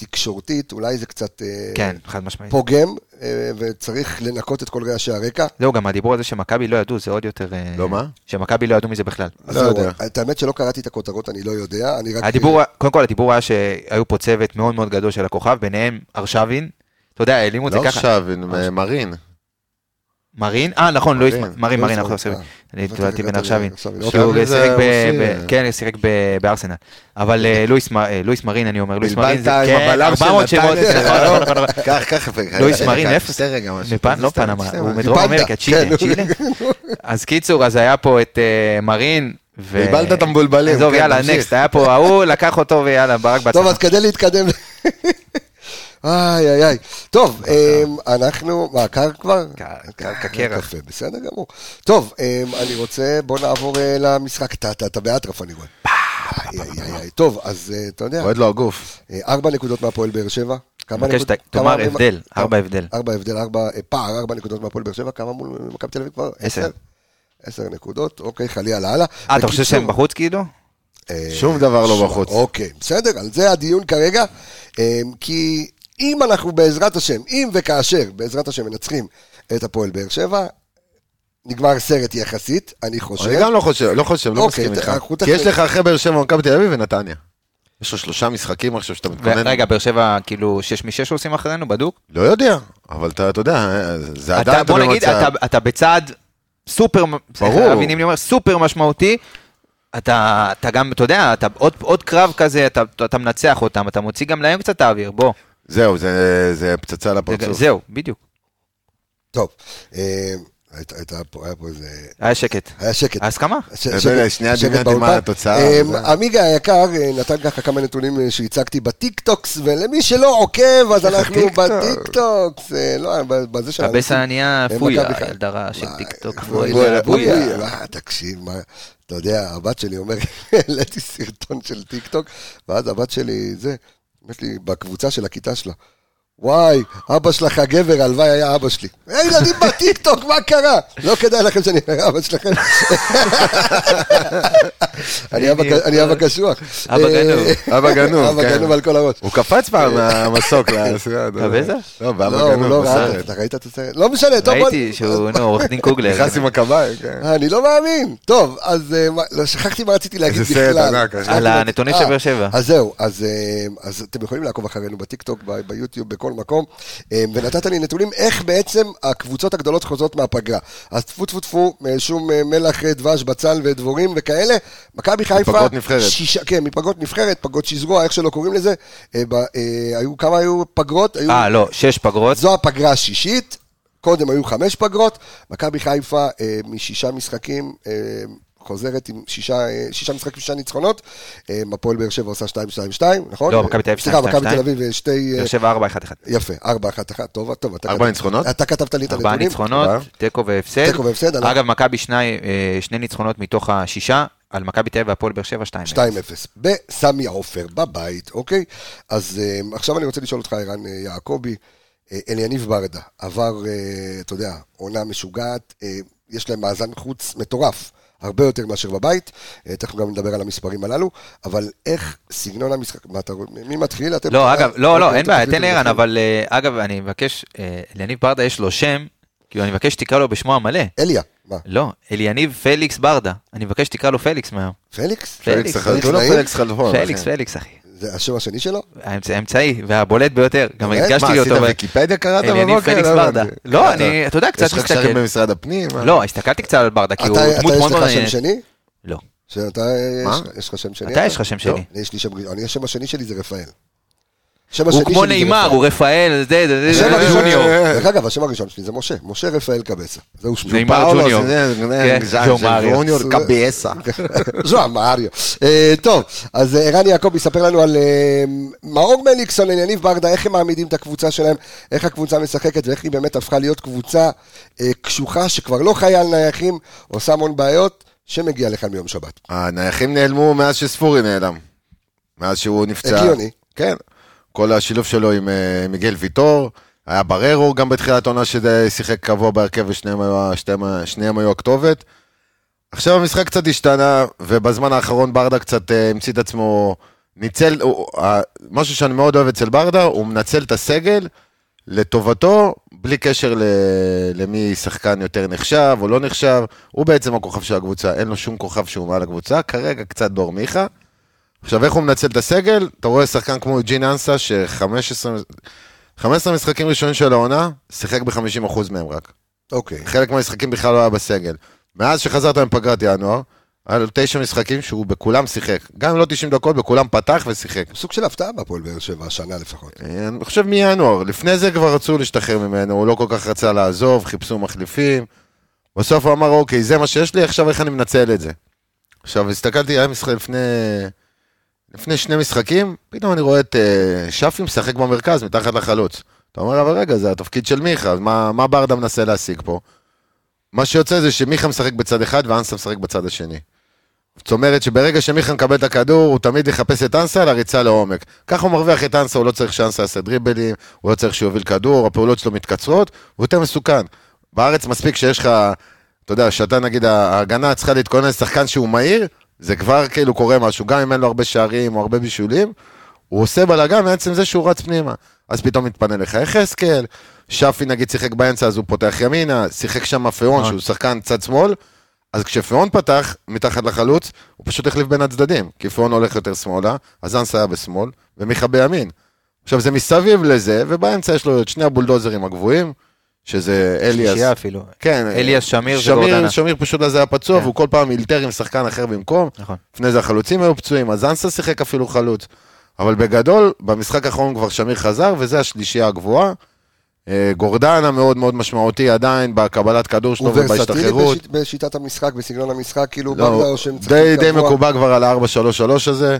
Speaker 1: שתקשורתית, אולי זה קצת אה,
Speaker 5: כן, חד משמעית.
Speaker 1: פוגם, אה, וצריך לנקות את כל רעשי הרקע.
Speaker 5: זהו, גם הדיבור הזה שמכבי לא ידעו, זה עוד יותר... אה,
Speaker 4: לא, מה?
Speaker 5: שמכבי לא ידעו מזה בכלל.
Speaker 1: אז
Speaker 4: לא
Speaker 1: זהו,
Speaker 4: יודע.
Speaker 1: את האמת שלא קראתי את הכותרות, אני לא יודע. אני רק...
Speaker 5: הדיבור, קודם כל הדיבור היה שהיו פה צוות מאוד מאוד גדול של הכוכב, ביניהם ארשבין, אתה יודע, העלימו את זה
Speaker 4: לא
Speaker 5: ככה.
Speaker 4: עכשיו, אה, מרין.
Speaker 5: מרין, אה נכון, לואיס,
Speaker 4: מרין, לא
Speaker 5: מרין, מרין, אנחנו
Speaker 1: לואיס
Speaker 5: עושים,
Speaker 1: מרין.
Speaker 5: אני
Speaker 1: הבנתי,
Speaker 5: התבלבלתי בין
Speaker 1: הבנתי,
Speaker 5: ארשבין,
Speaker 1: ארשבין,
Speaker 5: כי הוא
Speaker 4: ארשבין זה
Speaker 5: שיחק ב-
Speaker 4: רוסי.
Speaker 5: ב- כן, שיחק ב- בארסנל, אבל אה, לואיס מ- אה, לואיס מרין, אני אומר, לואיס מרין,
Speaker 4: בלבלת
Speaker 5: זה
Speaker 4: עם
Speaker 5: כן,
Speaker 4: הבלם של
Speaker 5: 400 שמות,
Speaker 4: נתניה.
Speaker 5: נכון, נכון, נכון, נכון.
Speaker 4: קח, קח.
Speaker 5: לואיס מרין,
Speaker 4: קח,
Speaker 5: אפס.
Speaker 4: שתי רגע משהו.
Speaker 5: מפן, לא
Speaker 4: שתי-
Speaker 5: פנמה,
Speaker 4: שתי-
Speaker 5: הוא
Speaker 4: שתי-
Speaker 5: מדרום
Speaker 1: פנדה,
Speaker 5: אמריקה, צ'ילה,
Speaker 1: כן.
Speaker 5: צ'ילה. אז קיצור, אז היה פה את אה, מרין, ו...
Speaker 4: בלבלת את המבולבלים,
Speaker 5: עזוב,
Speaker 4: כן,
Speaker 5: יאללה,
Speaker 4: תמשיך.
Speaker 5: נקסט, היה פה ההוא, לקח אותו ויאללה, ברק
Speaker 1: טוב,
Speaker 5: בהצלחה.
Speaker 1: אז כדי להתקדם... איי, איי, איי. טוב, אמ, אנחנו... מה, קר כבר?
Speaker 5: קר, קר, כקרח.
Speaker 1: קפה, בסדר גמור. טוב, אמ, אני רוצה... בוא נעבור אה, למשחק. אתה- אתה אתה באטרף, אני רואה. איי, איי, איי, איי. טוב, אז אה, אתה יודע,
Speaker 4: אוהד לו הגוף.
Speaker 1: אה, ארבע נקודות מהפועל באר שבע. כמה
Speaker 5: מבקש
Speaker 1: נקוד-
Speaker 5: שת- תאמר
Speaker 1: כמה- אה,
Speaker 5: הבדל, ארבע הבדל.
Speaker 1: ארבע הבדל, ארבע, אה, פער, ארבע נקודות מהפועל באר שבע, כמה מול מכבי תל אביב כבר?
Speaker 5: עשר.
Speaker 1: עשר נקודות, אוקיי, חלילה לאללה.
Speaker 5: אה, אתה חושב שהם בחוץ כאילו?
Speaker 4: שום דבר לא בחוץ.
Speaker 1: אה, אוקיי, בסדר, על זה הדיון כרגע. אה, כי אם אנחנו בעזרת השם, אם וכאשר בעזרת השם מנצחים את הפועל באר שבע, נגמר סרט יחסית, אני
Speaker 4: אני
Speaker 1: חושב.
Speaker 4: גם לא חושב, לא חושב, לא
Speaker 1: אוקיי,
Speaker 4: מסכים איתך.
Speaker 1: אנחנו תכף-
Speaker 4: כי יש לך אחרי באר שבע, מכבי תל אביב ונתניה. יש לו שלושה משחקים עכשיו שאתה מתכונן.
Speaker 5: רגע, באר שבע, כאילו, שש משש עושים אחרינו, בדוק?
Speaker 4: לא יודע, אבל אתה אתה יודע, אה, זה
Speaker 5: אתה,
Speaker 4: עדיין אתה
Speaker 5: בוא נגיד,
Speaker 4: במצב.
Speaker 5: אתה, אתה בצעד סופר, ברור, מבינים לי, אומר, סופר משמעותי. אתה, אתה גם, אתה יודע, אתה עוד, עוד קרב כזה, אתה, אתה מנצח אותם, אתה מוציא גם להם קצת האוויר, בוא.
Speaker 4: זהו, זה זה פצצה
Speaker 5: זה,
Speaker 4: לפרצוף.
Speaker 5: זהו, בדיוק.
Speaker 1: טוב, אה, הייתה- הייתה פה, היה פה איזה...
Speaker 5: היה שקט.
Speaker 1: היה שקט.
Speaker 5: ההסכמה?
Speaker 1: ש-
Speaker 4: אתה
Speaker 1: שקט-
Speaker 4: יודע, שנייה
Speaker 1: שקט
Speaker 4: דמיינתי מה
Speaker 1: באולפן.
Speaker 4: התוצאה,
Speaker 1: אמ,
Speaker 4: וזה.
Speaker 1: עמיגה היקר אה, נתן ככה כמה נתונים אה, שהצגתי בטיקטוקס, ולמי שלא עוקב, אז אנחנו בטיקטוקס. אה, לא, ב- בזה שלנו.
Speaker 5: הבסה נהיה
Speaker 1: אה,
Speaker 5: פויה,
Speaker 1: מכבי חיפה.
Speaker 5: ילדרה של
Speaker 1: מה,
Speaker 5: טיקטוק,
Speaker 1: פויה,
Speaker 5: פויה,
Speaker 1: פויה.
Speaker 5: פויה.
Speaker 1: מה, תקשיב, מה, אתה יודע, הבת שלי אומרת, העליתי סרטון של טיקטוק, ואז הבת שלי, זה, אומרת לי, בקבוצה של הכיתה שלה. וואי, אבא שלך הגבר, הלוואי היה אבא שלי. היי, ילדים בטיקטוק, מה קרה? לא כדאי לכם שאני אהיה אבא שלכם. אני אבא-
Speaker 5: בדיוק.
Speaker 1: אני אבא קשוח.
Speaker 5: אבא גנוב.
Speaker 1: אה,
Speaker 4: אבא גנוב,
Speaker 1: אבא
Speaker 4: כן.
Speaker 1: גנוב על כל הראש.
Speaker 4: הוא קפץ פעם
Speaker 5: אה,
Speaker 4: מהמסוק. לסרט.
Speaker 5: בזה?
Speaker 4: לא, באבא
Speaker 1: לא, הוא
Speaker 4: גנוב,
Speaker 1: לא ראה,
Speaker 4: בסרט.
Speaker 1: אתה ראית את הסרט? לא משנה, טוב, בוא...
Speaker 5: ראיתי שהוא, נו, עורך דין קוגלר.
Speaker 4: נכנס עם הכבאי, כן.
Speaker 1: אני לא מאמין. טוב, אז אה, מה- לא, שכחתי מה רציתי להגיד
Speaker 4: איזה
Speaker 1: בכלל.
Speaker 4: סרט ענק, אחי.
Speaker 5: על
Speaker 1: אה,
Speaker 5: הנתונים של באר שבע.
Speaker 1: אז זהו, אז, אה, אז אתם יכולים לעקוב אחרינו בטיקטוק, ב- ביוטיוב, בכל מקום. אה, ונתת לי נתונים איך בעצם הקבוצות הגדולות חוזרות מהפגרה. אז טפו טפו טפו, אה, שום אה, מלח, אה, דבש, בצל ודבורים וכאלה. מכבי חיפה...
Speaker 4: מפגרות נבחרת.
Speaker 1: שישה, כן, מפגרות נבחרת, פגרות שזרוע, איך שלא קוראים לזה. אה, ב- אה, היו, כמה היו פגרות? היו-
Speaker 5: אה, לא, שש פגרות.
Speaker 1: זו הפגרה השישית, קודם היו חמש פגרות, מכבי חיפה אה, משישה משחקים אה, חוזרת עם שישה, אה, שישה משחקים, שישה ניצחונות, אה, הפועל באר שבע עושה 2-2-2, נכון?
Speaker 5: לא, מכבי תל אביב
Speaker 1: סליחה,
Speaker 5: 2-2-2.
Speaker 1: מכבי תל אביב אה, שתי... אה,
Speaker 5: באר שבע ארבע, אחד, אחד.
Speaker 1: יפה, 4-1-1, טוב, טוב. אתה
Speaker 4: ארבע
Speaker 1: כתבת-
Speaker 4: ניצחונות?
Speaker 1: אתה כתבת לי את הנתונים. אה,
Speaker 5: ארבעה ניצחונות,
Speaker 4: ארבעה.
Speaker 5: תיקו והפסד.
Speaker 1: אוקיי. תיקו והפסד, אנחנו-
Speaker 5: אגב, מכבי שני- אה, שני ניצחונות מתוך השישה, על מכבי תל אביב והפועל באר שבע 2
Speaker 1: 2-0 בסמי עופר, בבית, אוקיי? אז אה, עכשיו אני רוצה לשאול אותך, ערן אה, יעקבי, אה, אליניב ברדה, עבר, אה, אתה יודע, עונה משוגעת, אה, יש להם מאזן חוץ מטורף, הרבה יותר מאשר בבית, אה, תכף גם נדבר על המספרים הללו, אבל איך סגנון המשחק, מה אתה, רואה? מי מתחיל? אתם-
Speaker 5: לא, אגב, לא, לא,
Speaker 1: אוקיי,
Speaker 5: אין
Speaker 1: אתם
Speaker 5: בעיה,
Speaker 1: תחליטו
Speaker 5: תן לערן,
Speaker 1: מי מתחיל.
Speaker 5: אבל אה, אגב, אני מבקש, אה, ליניב ברדה יש לו שם, כאילו, אני מבקש שתקרא לו בשמו המלא.
Speaker 1: אליה, מה?
Speaker 5: לא, אליניב פליקס ברדה. אני מבקש שתקרא לו פליקס מהיום.
Speaker 1: פליקס?
Speaker 5: פליקס,
Speaker 4: פליקס חלפון,
Speaker 1: נעים.
Speaker 4: פליקס חלפון.
Speaker 5: פליקס,
Speaker 4: נכון,
Speaker 5: אה,
Speaker 4: אחי.
Speaker 5: פליקס, אחי.
Speaker 1: זה השם השני שלו?
Speaker 5: האמצע- האמצעי, והבולט ביותר. גם
Speaker 1: באמת?
Speaker 5: הדגשתי
Speaker 4: אה, מה,
Speaker 5: לי אותו.
Speaker 4: עשית
Speaker 5: ב-
Speaker 4: ויקיפדיה קראת
Speaker 5: אליניב
Speaker 4: בבוקר?
Speaker 5: פליקס
Speaker 4: לא
Speaker 5: ברדה.
Speaker 4: הבנתי.
Speaker 5: לא, אני, אתה יודע, קצת
Speaker 4: יש לך
Speaker 5: מסתכל.
Speaker 4: קשרים במשרד הפנים? מה?
Speaker 5: לא, הסתכלתי קצת על ברדה, כי
Speaker 1: אתה,
Speaker 5: הוא
Speaker 1: אתה
Speaker 5: דמות
Speaker 1: יש
Speaker 5: מאוד
Speaker 1: לך
Speaker 5: מאוד
Speaker 1: שם
Speaker 5: מעניינת.
Speaker 1: שני?
Speaker 5: לא.
Speaker 1: שאתה,
Speaker 4: מה?
Speaker 1: יש, יש לך שם שני?
Speaker 5: אתה יש לך שם
Speaker 1: לא,
Speaker 5: שני.
Speaker 1: אני, יש לי שם, אני, השם השני שלי זה רפאל. שם השני
Speaker 5: הוא כמו
Speaker 1: שלי זה
Speaker 5: נאמר,
Speaker 1: רפאל.
Speaker 5: הוא אה, רפאל, זה, זה, זה,
Speaker 1: השם
Speaker 5: זה,
Speaker 1: הראשון,
Speaker 5: ג'וניור.
Speaker 1: דרך אגב, השם הראשון שלי זה משה, משה רפאל קבסה, זהו שמי.
Speaker 5: נאמר
Speaker 4: פאולו,
Speaker 5: ג'וניור.
Speaker 4: זה- זה-
Speaker 5: כן,
Speaker 4: זה- זה-
Speaker 5: ג'ו
Speaker 4: זה-
Speaker 5: מריו.
Speaker 4: ג'וניור קבסה.
Speaker 1: זו אמריו. טוב, אז אה, ערן יעקב יספר לנו על אה, מאור מליקסון, אליניב ברדה, איך הם מעמידים את הקבוצה שלהם, איך הקבוצה משחקת ואיך היא באמת הפכה להיות קבוצה אה, קשוחה, שכבר לא חיה על נייחים, עושה המון בעיות, שמגיע לכאן ביום שבת.
Speaker 4: הנייחים נעלמו מאז שספורי נעלם. מאז שהוא נפצע.
Speaker 1: הגיוני.
Speaker 4: כן. כל השילוב שלו עם אה, מיגל ויטור, היה בררו גם בתחילת עונה ששיחק קבוע בהרכב ושניהם היו, ה- שתיהם ה- שניהם היו הכתובת. עכשיו המשחק קצת השתנה, ובזמן האחרון ברדה קצת אה, המציא את עצמו, ניצל, הוא, ה- משהו שאני מאוד אוהב אצל ברדה, הוא מנצל את הסגל לטובתו, בלי קשר ל, למי שחקן יותר נחשב או לא נחשב, הוא בעצם הכוכב של הקבוצה, אין לו שום כוכב שהוא מעל הקבוצה, כרגע קצת דור מיכה. עכשיו, איך הוא מנצל את הסגל? אתה רואה שחקן כמו ג'ין אנסה, ש-15 משחקים ראשונים של העונה, שיחק ב-50% מהם רק.
Speaker 1: אוקיי.
Speaker 4: חלק מהמשחקים בכלל לא היה בסגל. מאז שחזרת מפגרת ינואר, היה לו תשע משחקים שהוא בכולם שיחק. גם אם לא 90 דקות, בכולם פתח ושיחק.
Speaker 1: סוג של הפתעה בהפועל באר שבע, השנה לפחות.
Speaker 4: אה, אני חושב מינואר, לפני זה כבר רצו להשתחרר ממנו, הוא לא כל כך רצה לעזוב, חיפשו מחליפים. בסוף הוא אמר, אוקיי, זה מה שיש לי, עכשיו איך אני מנצל את זה? עכשיו, הסתכלתי, היה משחק לפני, לפני שני משחקים, פתאום אני רואה את אה, שפי משחק במרכז, מתחת לחלוץ. אתה אומר, אבל רגע, זה התפקיד של מיכה, אז מה, מה ברדה מנסה להשיג פה? מה שיוצא זה שמיכה משחק בצד אחד ואנסה משחק בצד השני. זאת אומרת שברגע שמיכה מקבל את הכדור, הוא תמיד יחפש את אנסה על הריצה לעומק. ככה הוא מרוויח את אנסה, הוא לא צריך שאנסה יעשה דריבלים, הוא לא צריך שהוא יוביל כדור, הפעולות שלו מתקצרות, הוא יותר מסוכן. בארץ מספיק שיש לך, אתה יודע, שאתה נגיד, ההגנה צריכה להתכונן לשחקן שהוא מהיר, זה כבר כאילו קורה משהו, גם אם אין לו הרבה שערים או הרבה בישולים, הוא עושה בלאגן מעצם זה שהוא רץ פנימה. אז פתאום מתפנה לך יחזקאל, שפי נגיד שיחק באמצע אז הוא פותח ימינה, שיחק שם
Speaker 5: נכון.
Speaker 4: פיון שהוא שחקן צד שמאל, אז כשפיון פתח מתחת לחלוץ, הוא פשוט החליף בין הצדדים, כי פיון הולך יותר שמאלה, אז אנס היה בשמאל, ומיכה בימין. עכשיו זה מסביב לזה, ובאמצע יש לו את שני הבולדוזרים הגבוהים, שזה אליאס.
Speaker 5: שלישייה אפילו.
Speaker 4: כן,
Speaker 5: אליאס שמיר
Speaker 4: שמיר,
Speaker 5: וגורדנה.
Speaker 4: שמיר פשוט אז היה פצוע,
Speaker 5: כן.
Speaker 4: והוא כל פעם אילתר עם שחקן אחר במקום.
Speaker 5: נכון.
Speaker 4: לפני זה החלוצים היו פצועים, אז אנסה שיחק אפילו חלוץ. אבל בגדול, במשחק האחרון כבר שמיר חזר, וזה השלישייה הגבוהה. אה, גורדנה מאוד מאוד משמעותי עדיין בקבלת כדור
Speaker 1: הוא
Speaker 4: שלו
Speaker 1: ורסטילי
Speaker 4: ובהשתחררות.
Speaker 1: בשיט- בשיטת המשחק, בסגנון המשחק, כאילו
Speaker 4: לא,
Speaker 1: ברדה או שהם
Speaker 4: די,
Speaker 1: משחקים
Speaker 4: די
Speaker 1: קבוע.
Speaker 4: מקובע כבר על ה-4-3-3 הזה.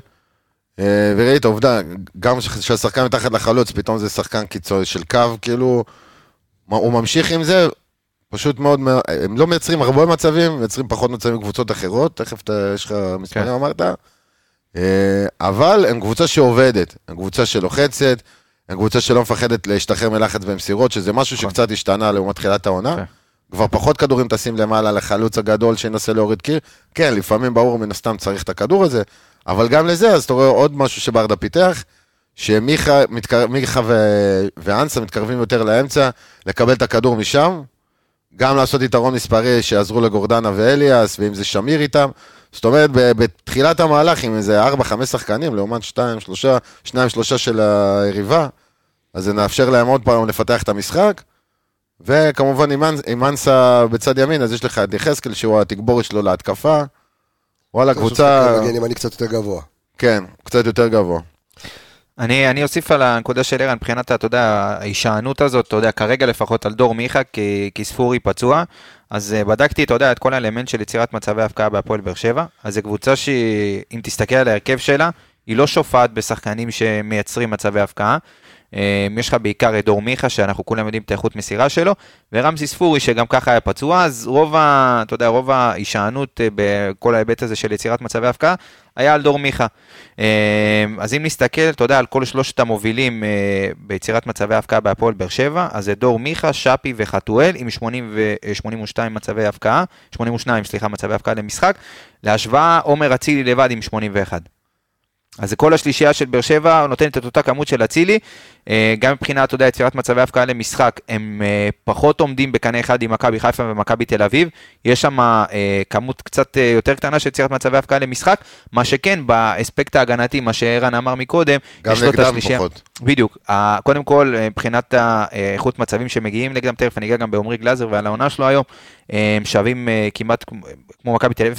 Speaker 4: אה, וראית, עובדה, גם ש- שהשחקן מתחת לחלוץ, פתאום זה שחקן קיצוני של קו, כאילו, מה, הוא ממשיך עם זה, פשוט מאוד, מאוד- הם לא מייצרים הרבה מצבים, מייצרים פחות מצבים מקבוצות אחרות, תכף אתה, יש לך מספרים
Speaker 5: כן.
Speaker 4: אמרת, אה, אבל הם קבוצה שעובדת, הם קבוצה שלוחצת, הם קבוצה שלא מפחדת להשתחרר מלחץ ומסירות, שזה משהו שקצת השתנה לעומת תחילת העונה.
Speaker 5: נכון. כן.
Speaker 4: כבר פחות כדורים טסים למעלה לחלוץ הגדול שינסה להוריד קיר. כן, לפעמים ברור מן הסתם צריך את הכדור הזה, אבל גם לזה, אז אתה רואה עוד משהו שברדה פיתח, שמיכה מתקר... מיכה ו... ואנסה מתקרבים יותר לאמצע, לקבל את הכדור משם, גם לעשות יתרון מספרי שיעזרו לגורדנה ואליאס, ואם זה שמיר איתם. זאת אומרת, ב- בתחילת המהלך, עם איזה 4-5 שחקנים, לעומת 2-3 של היריבה, אז זה מאפשר להם עוד פעם לפתח את המשחק. וכמובן עם אנס- עם אנסה בצד ימין, אז יש לך את יחזקאל שהוא התגבורת שלו להתקפה. וואלה,
Speaker 1: אני חושב שזה
Speaker 4: קבוצה,
Speaker 1: מגן ימני קצת יותר גבוה.
Speaker 4: כן, קצת יותר גבוה.
Speaker 5: אני, אני אוסיף על הנקודה של ערן, מבחינת, אתה יודע, ההישענות הזאת, אתה יודע, כרגע לפחות על דור מיכה, כי, כי ספורי פצוע, אז אה, בדקתי, אתה יודע, את כל האלמנט של יצירת מצבי הפקעה בהפועל באר שבע, אז זו קבוצה שהיא, אם תסתכל על ההרכב שלה, היא לא שופעת בשחקנים שמייצרים מצבי הפקעה. אה, יש לך בעיקר את דור מיכה, שאנחנו כולם יודעים את האיכות מסירה שלו, ורמזי ספורי, שגם ככה היה פצוע, אז רוב, ה, אתה יודע, רוב ההישענות אה, בכל ההיבט הזה של יצירת מצבי הפקעה, היה על דור מיכה. אה, אז אם נסתכל, אתה יודע, על כל שלושת המובילים אה, ביצירת מצבי הפקעה בהפועל באר שבע, אז זה דור מיכה, שפי וחתואל עם 80 ו- אה, 82 מצבי הפקעה, 82, סליחה, מצבי הפקעה למשחק. להשוואה, עומר אצילי לבד עם 81. אז זה כל השלישייה של באר שבע נותנת את אותה כמות של אצילי, אה, גם מבחינת, אתה יודע, יצירת מצבי הפקעה למשחק, הם אה, פחות עומדים בקנה אחד עם מכבי חיפה ומכבי תל אביב, יש שם אה, כמות קצת אה, יותר קטנה של יצירת מצבי הפקעה למשחק, מה שכן, באספקט ההגנתי, מה שערן אמר מקודם,
Speaker 4: גם
Speaker 5: יש לו את
Speaker 4: נגדם
Speaker 5: השלישייה...
Speaker 4: פחות.
Speaker 5: בדיוק. ה- קודם כל, אה, מבחינת האיכות מצבים שמגיעים נגדם, תכף אני אגע גם בעומרי גלאזר ועל העונה שלו היום, אה, הם שווים אה, כמעט כמו- כמו מכבי תל אביב,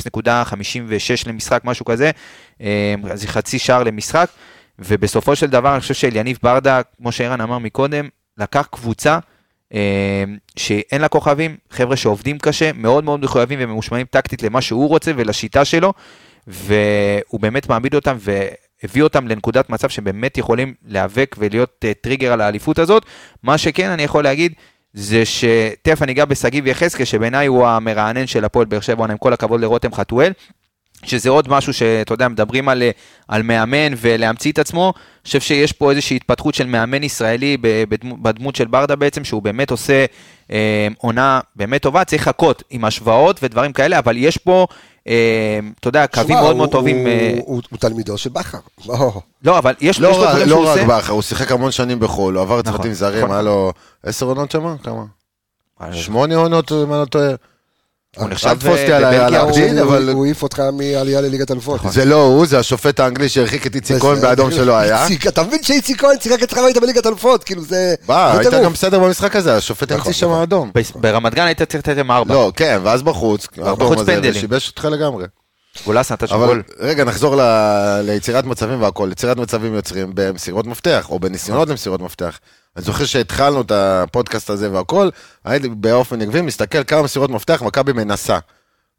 Speaker 5: 0.56 למשחק, משהו כזה, אה, אז זה חצי שער למשחק, ובסופו של דבר אני חושב שאליניב ברדה, כמו שערן אמר מקודם, לקח קבוצה אה, שאין לה כוכבים, חבר'ה שעובדים קשה, מאוד מאוד מחויבים וממושמעים טקטית למה שהוא רוצה ולשיטה שלו, והוא באמת מעמיד אותם והביא אותם לנקודת מצב שבאמת יכולים להיאבק ולהיות אה, טריגר על האליפות הזאת. מה שכן אני יכול להגיד זה שתכף אני אגע בשגיב יחזקאל, שבעיניי הוא המרענן של הפועל באר שבע, עם כל הכבוד לרותם חתואל. שזה עוד משהו שאתה יודע, מדברים על, על מאמן ולהמציא את עצמו, אני חושב שיש פה איזושהי התפתחות של מאמן ישראלי ב- בדמו- בדמות של ברדה בעצם, שהוא באמת עושה אה, עונה באמת טובה, צריך לחכות עם השוואות ודברים כאלה, אבל יש פה, אה, אתה יודע, קווים
Speaker 1: שמע,
Speaker 5: מאוד
Speaker 1: הוא-
Speaker 5: מאוד טובים.
Speaker 1: הוא-
Speaker 5: אה,
Speaker 1: הוא הוא תלמידו של בכר. בוא.
Speaker 5: לא, אבל יש יש לו
Speaker 4: לא רק-
Speaker 5: דברים שהוא
Speaker 4: לא רק
Speaker 5: עושה.
Speaker 4: בכר, הוא שיחק המון שנים בחו"ל, הוא עבר
Speaker 5: נכון,
Speaker 4: צוותים זרים,
Speaker 5: נכון.
Speaker 4: היה לו עשר עונות שמה? כמה?
Speaker 5: אה,
Speaker 4: שמונה עונות, אם אני לא טועה. אה,
Speaker 5: הוא נחשב
Speaker 4: אל תפוס אותי
Speaker 5: ב-
Speaker 4: על ה-
Speaker 5: בבלגיה,
Speaker 4: על
Speaker 5: הוא- נכון.
Speaker 4: העתיד,
Speaker 1: הוא-
Speaker 4: אבל
Speaker 1: הוא העיף אותך מעלייה לליגת אלפות.
Speaker 4: זה לא הוא, זה השופט האנגלי שהרחיק את איציק כהן באדום שלא היה.
Speaker 1: איציק, אתה מבין שאיציק כהן שיחק אצלך והיית בליגת אלפות, כאילו זה...
Speaker 4: בא,
Speaker 1: זה
Speaker 4: היית
Speaker 1: טירוף.
Speaker 4: גם בסדר במשחק הזה, השופט
Speaker 1: נכון,
Speaker 4: המציא שם
Speaker 1: נכון.
Speaker 4: אדום.
Speaker 5: ב- ברמת גן היית צריך לתת להם ארבע.
Speaker 4: לא, כן, ואז בחוץ, האדום הזה,
Speaker 5: נכון. פנדלים.
Speaker 4: ושיבש אותך לגמרי.
Speaker 5: גולס נתן שם
Speaker 4: אבל
Speaker 5: גול.
Speaker 4: רגע, נחזור ל- ליצירת מצבים והכל. יצירת מצבים יוצרים במסירות מפתח, או בניסיונות למסירות מפתח. אני זוכר שהתחלנו את הפודקאסט הזה והכל, הייתי באופן עקבי מסתכל כמה מסירות מפתח מכבי מנסה.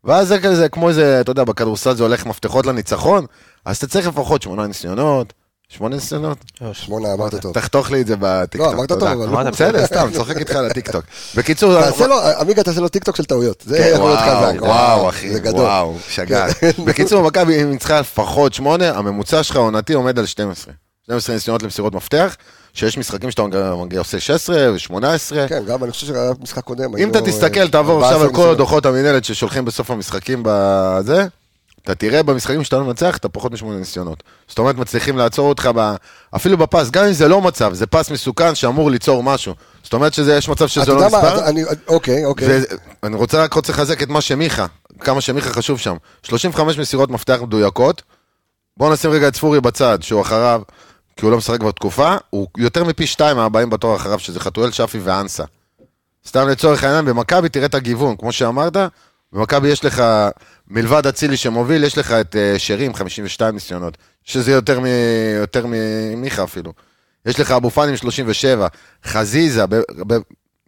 Speaker 4: ואז זה כזה, כמו איזה, אתה יודע, בכדורסל זה הולך מפתחות לניצחון, אז אתה צריך לפחות שמונה ניסיונות, שמונה ניסיונות.
Speaker 1: שמונה, אמרת טוב.
Speaker 4: תחתוך לי את זה בטיקטוק.
Speaker 1: לא, אמרת
Speaker 4: תודה.
Speaker 1: טוב, אבל
Speaker 5: אמרת
Speaker 4: בסדר,
Speaker 5: בסדר.
Speaker 4: סתם, צוחק איתך על הטיקטוק. בקיצור,
Speaker 1: תעשה לו, עמיגה תעשה לו טיקטוק של טעויות. זה
Speaker 4: כן,
Speaker 1: יכול להיות
Speaker 4: וואו,
Speaker 1: חזק.
Speaker 4: וואו, אחי,
Speaker 1: זה גדול.
Speaker 4: וואו, שגעת.
Speaker 1: כן.
Speaker 4: בקיצור, מכבי אם ניצחה לפחות 8, הממוצע שלך העונתי עומד על 12. 12 ניסיונות למסירות מפתח, שיש משחקים שאתה מגיע עושה 16 ו-18.
Speaker 1: כן, גם אני חושב שהיה משחק קודם.
Speaker 4: אם
Speaker 1: היינו,
Speaker 4: אתה
Speaker 1: אה,
Speaker 4: תסתכל, תעבור
Speaker 1: 14
Speaker 4: עכשיו על כל
Speaker 1: ניסיונות.
Speaker 4: הדוחות המינהלת ששולחים בסוף המשחקים בזה, אתה תראה במשחקים שאתה לא מנצח, אתה פחות משמונה ניסיונות. זאת אומרת, מצליחים לעצור אותך ב... אפילו בפס, גם אם זה לא מצב, זה פס מסוכן שאמור ליצור משהו. זאת אומרת שיש מצב
Speaker 1: אתה
Speaker 4: שזה לא
Speaker 1: יודע
Speaker 4: נספר.
Speaker 1: מה, אני- אוקיי, אוקיי.
Speaker 4: ואני רוצה רק רוצה לחזק את מה שמיכה, כמה שמיכה חשוב שם. 35 מסירות מפתח מדויקות. בואו נשים רגע את ספורי בצד, שהוא אחריו, כי הוא לא משחק כבר תקופה. הוא יותר מפי שתיים מהבאים בתואר אחריו, שזה חתואל, שפי ואנסה. סתם לצורך העניין, במכבי תראה את הגיוון, כמו שאמרת, במכבי יש לך, מלבד אצילי שמוביל, יש לך את אה, שרי עם 52 ניסיונות, שזה יותר, מ, יותר ממיכה אפילו. יש לך אבו פאני עם 37, חזיזה, ב, ב,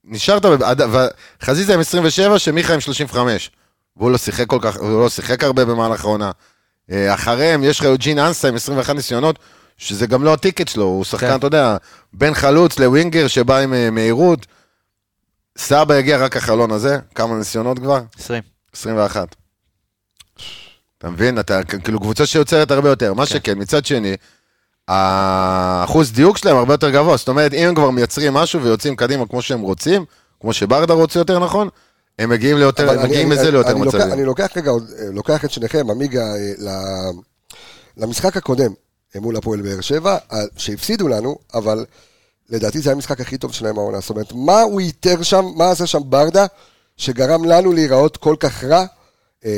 Speaker 4: נשארת, ב- עד- ו- חזיזה עם 27, שמיכה עם 35. והוא לא שיחק כל כך, הוא לא שיחק הרבה במהלך העונה. אה, אחריהם יש לך יוג'ין אנסה עם 21 ניסיונות, שזה גם לא הטיקט שלו, הוא שחקן,
Speaker 5: כן.
Speaker 4: אתה יודע, בין חלוץ לווינגר שבא עם אה, מהירות. סבא יגיע רק החלון הזה, כמה ניסיונות כבר?
Speaker 5: 20.
Speaker 4: 21. אתה מבין? אתה כ- כאילו קבוצה שיוצרת הרבה יותר.
Speaker 1: כן.
Speaker 4: מה שכן, מצד שני, האחוז דיוק שלהם הרבה יותר גבוה. זאת אומרת, אם הם כבר מייצרים משהו ויוצאים קדימה כמו שהם רוצים, כמו שברדה רוצה יותר נכון, הם מגיעים ליותר,
Speaker 1: אבל
Speaker 4: הם
Speaker 1: אני-
Speaker 4: מגיעים
Speaker 1: אני-
Speaker 4: לזה ליותר
Speaker 1: אני לוקח- אני
Speaker 4: מצבים.
Speaker 1: לוקח רגע, עוד, אה, לוקח את שניכם, עמיגה, אה, ל- למשחק הקודם אה, מול הפועל באר שבע, אה, שהפסידו לנו, אבל לדעתי זה היה המשחק הכי טוב שלהם העונה. זאת אומרת, מה הוא איתר שם, מה עשה שם ברדה, שגרם לנו להיראות כל כך רע? אה,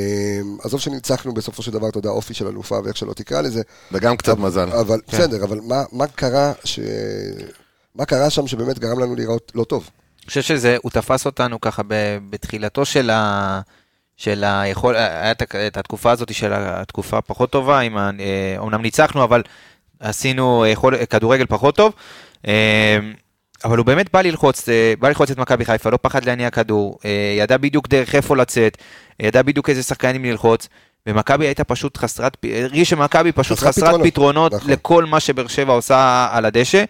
Speaker 1: עזוב שניצחנו בסופו של דבר, אתה יודע, אופי של אלופה ואיך שלא תקרא לזה,
Speaker 4: וגם קצת מזל.
Speaker 1: אבל בסדר, אבל מה- מה קרה ש... מה קרה שם שבאמת גרם לנו להיראות לא טוב?
Speaker 5: אני חושב שזה, הוא תפס אותנו ככה ב- בתחילתו של ה... של היכול... היה את ה- את התקופה הזאת של התקופה הפחות טובה, עם ה... אה, אומנם ניצחנו, אבל עשינו יכול... כדורגל פחות טוב. אה, אבל הוא באמת בא ללחוץ, אה, בא ללחוץ את מכבי חיפה, לא פחד להניע כדור, אה, ידע בדיוק דרך איפה לצאת, ידע בדיוק איזה שחקנים ללחוץ, ומכבי הייתה פשוט חסרת, פ- הרגיש שמכבי פשוט
Speaker 1: חסרת
Speaker 5: חסרת, פתרונות,
Speaker 1: פתרונות, נכון.
Speaker 5: לכל מה שבאר שבע עושה על הדשא,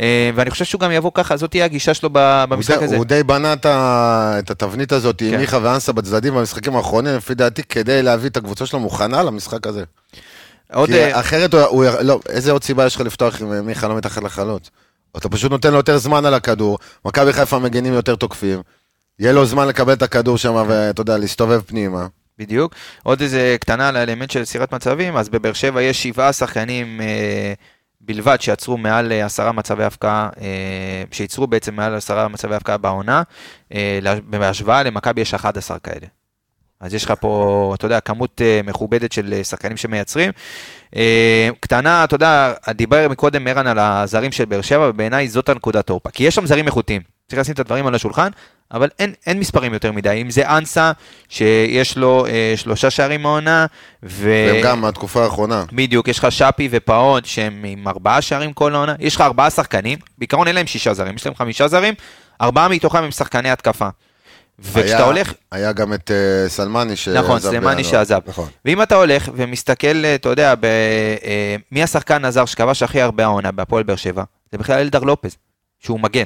Speaker 5: אה, ואני חושב שהוא גם יבוא ככה, זאת תהיה הגישה שלו ב-
Speaker 4: הוא די-
Speaker 5: במשחק הזה.
Speaker 4: הוא די בנה את ה- את התבנית הזאת עם
Speaker 5: כן.
Speaker 4: מיכה ואנסה בצדדים במשחקים האחרונים, לפי דעתי, כדי להביא את הקבוצה שלו מוכנה למשחק הזה.
Speaker 5: עוד,
Speaker 4: כי
Speaker 5: אה,
Speaker 4: אחרת הוא, הוא, לא, איזה עוד סיבה יש לך לפתוח עם מיכה לא מתחת לחלוץ? אתה פשוט נותן לו יותר זמן על הכדור,
Speaker 5: אה,
Speaker 4: מכבי חיפה מגנים יותר תוקפים, יהיה לו זמן לקבל את הכדור שם ואתה יודע, להסתובב פנימה.
Speaker 5: בדיוק. עוד איזה קטנה על האלמנט של יצירת מצבים, אז בבאר שבע יש שבעה שחקנים אה, בלבד שיצרו מעל אה, עשרה מצבי הפקעה, אה, שייצרו בעצם מעל עשרה מצבי הפקעה בעונה. אה, לה- בהשוואה למכבי יש 11 כאלה. אז יש לך פה, אתה יודע, כמות אה, מכובדת של אה, שחקנים שמייצרים. אה, קטנה, אתה יודע, דיבר מקודם ערן על הזרים של באר שבע, ובעיניי זאת הנקודת תורפה. כי יש שם זרים איכותיים, צריך לשים את הדברים על השולחן, אבל אין, אין מספרים יותר מדי. אם זה אנסה, שיש לו אה, שלושה שערים מהעונה, ו...
Speaker 4: והם גם מהתקופה האחרונה.
Speaker 5: בדיוק, יש לך שפי ופאון שהם עם ארבעה שערים כל העונה, יש לך ארבעה שחקנים, בעיקרון אין להם שישה זרים, יש להם חמישה זרים, ארבעה מתוכם הם שחקני התקפה. וכשאתה
Speaker 4: היה-
Speaker 5: הולך,
Speaker 4: היה גם את אה, סלמני שעזב.
Speaker 5: נכון, סלימני
Speaker 4: בינואר.
Speaker 5: שעזב.
Speaker 1: נכון.
Speaker 5: ואם אתה הולך ומסתכל, אתה יודע, ב, אה, מי השחקן הזר שכבש הכי הרבה העונה בהפועל באר שבע? זה בכלל אלדר לופז, שהוא מגן.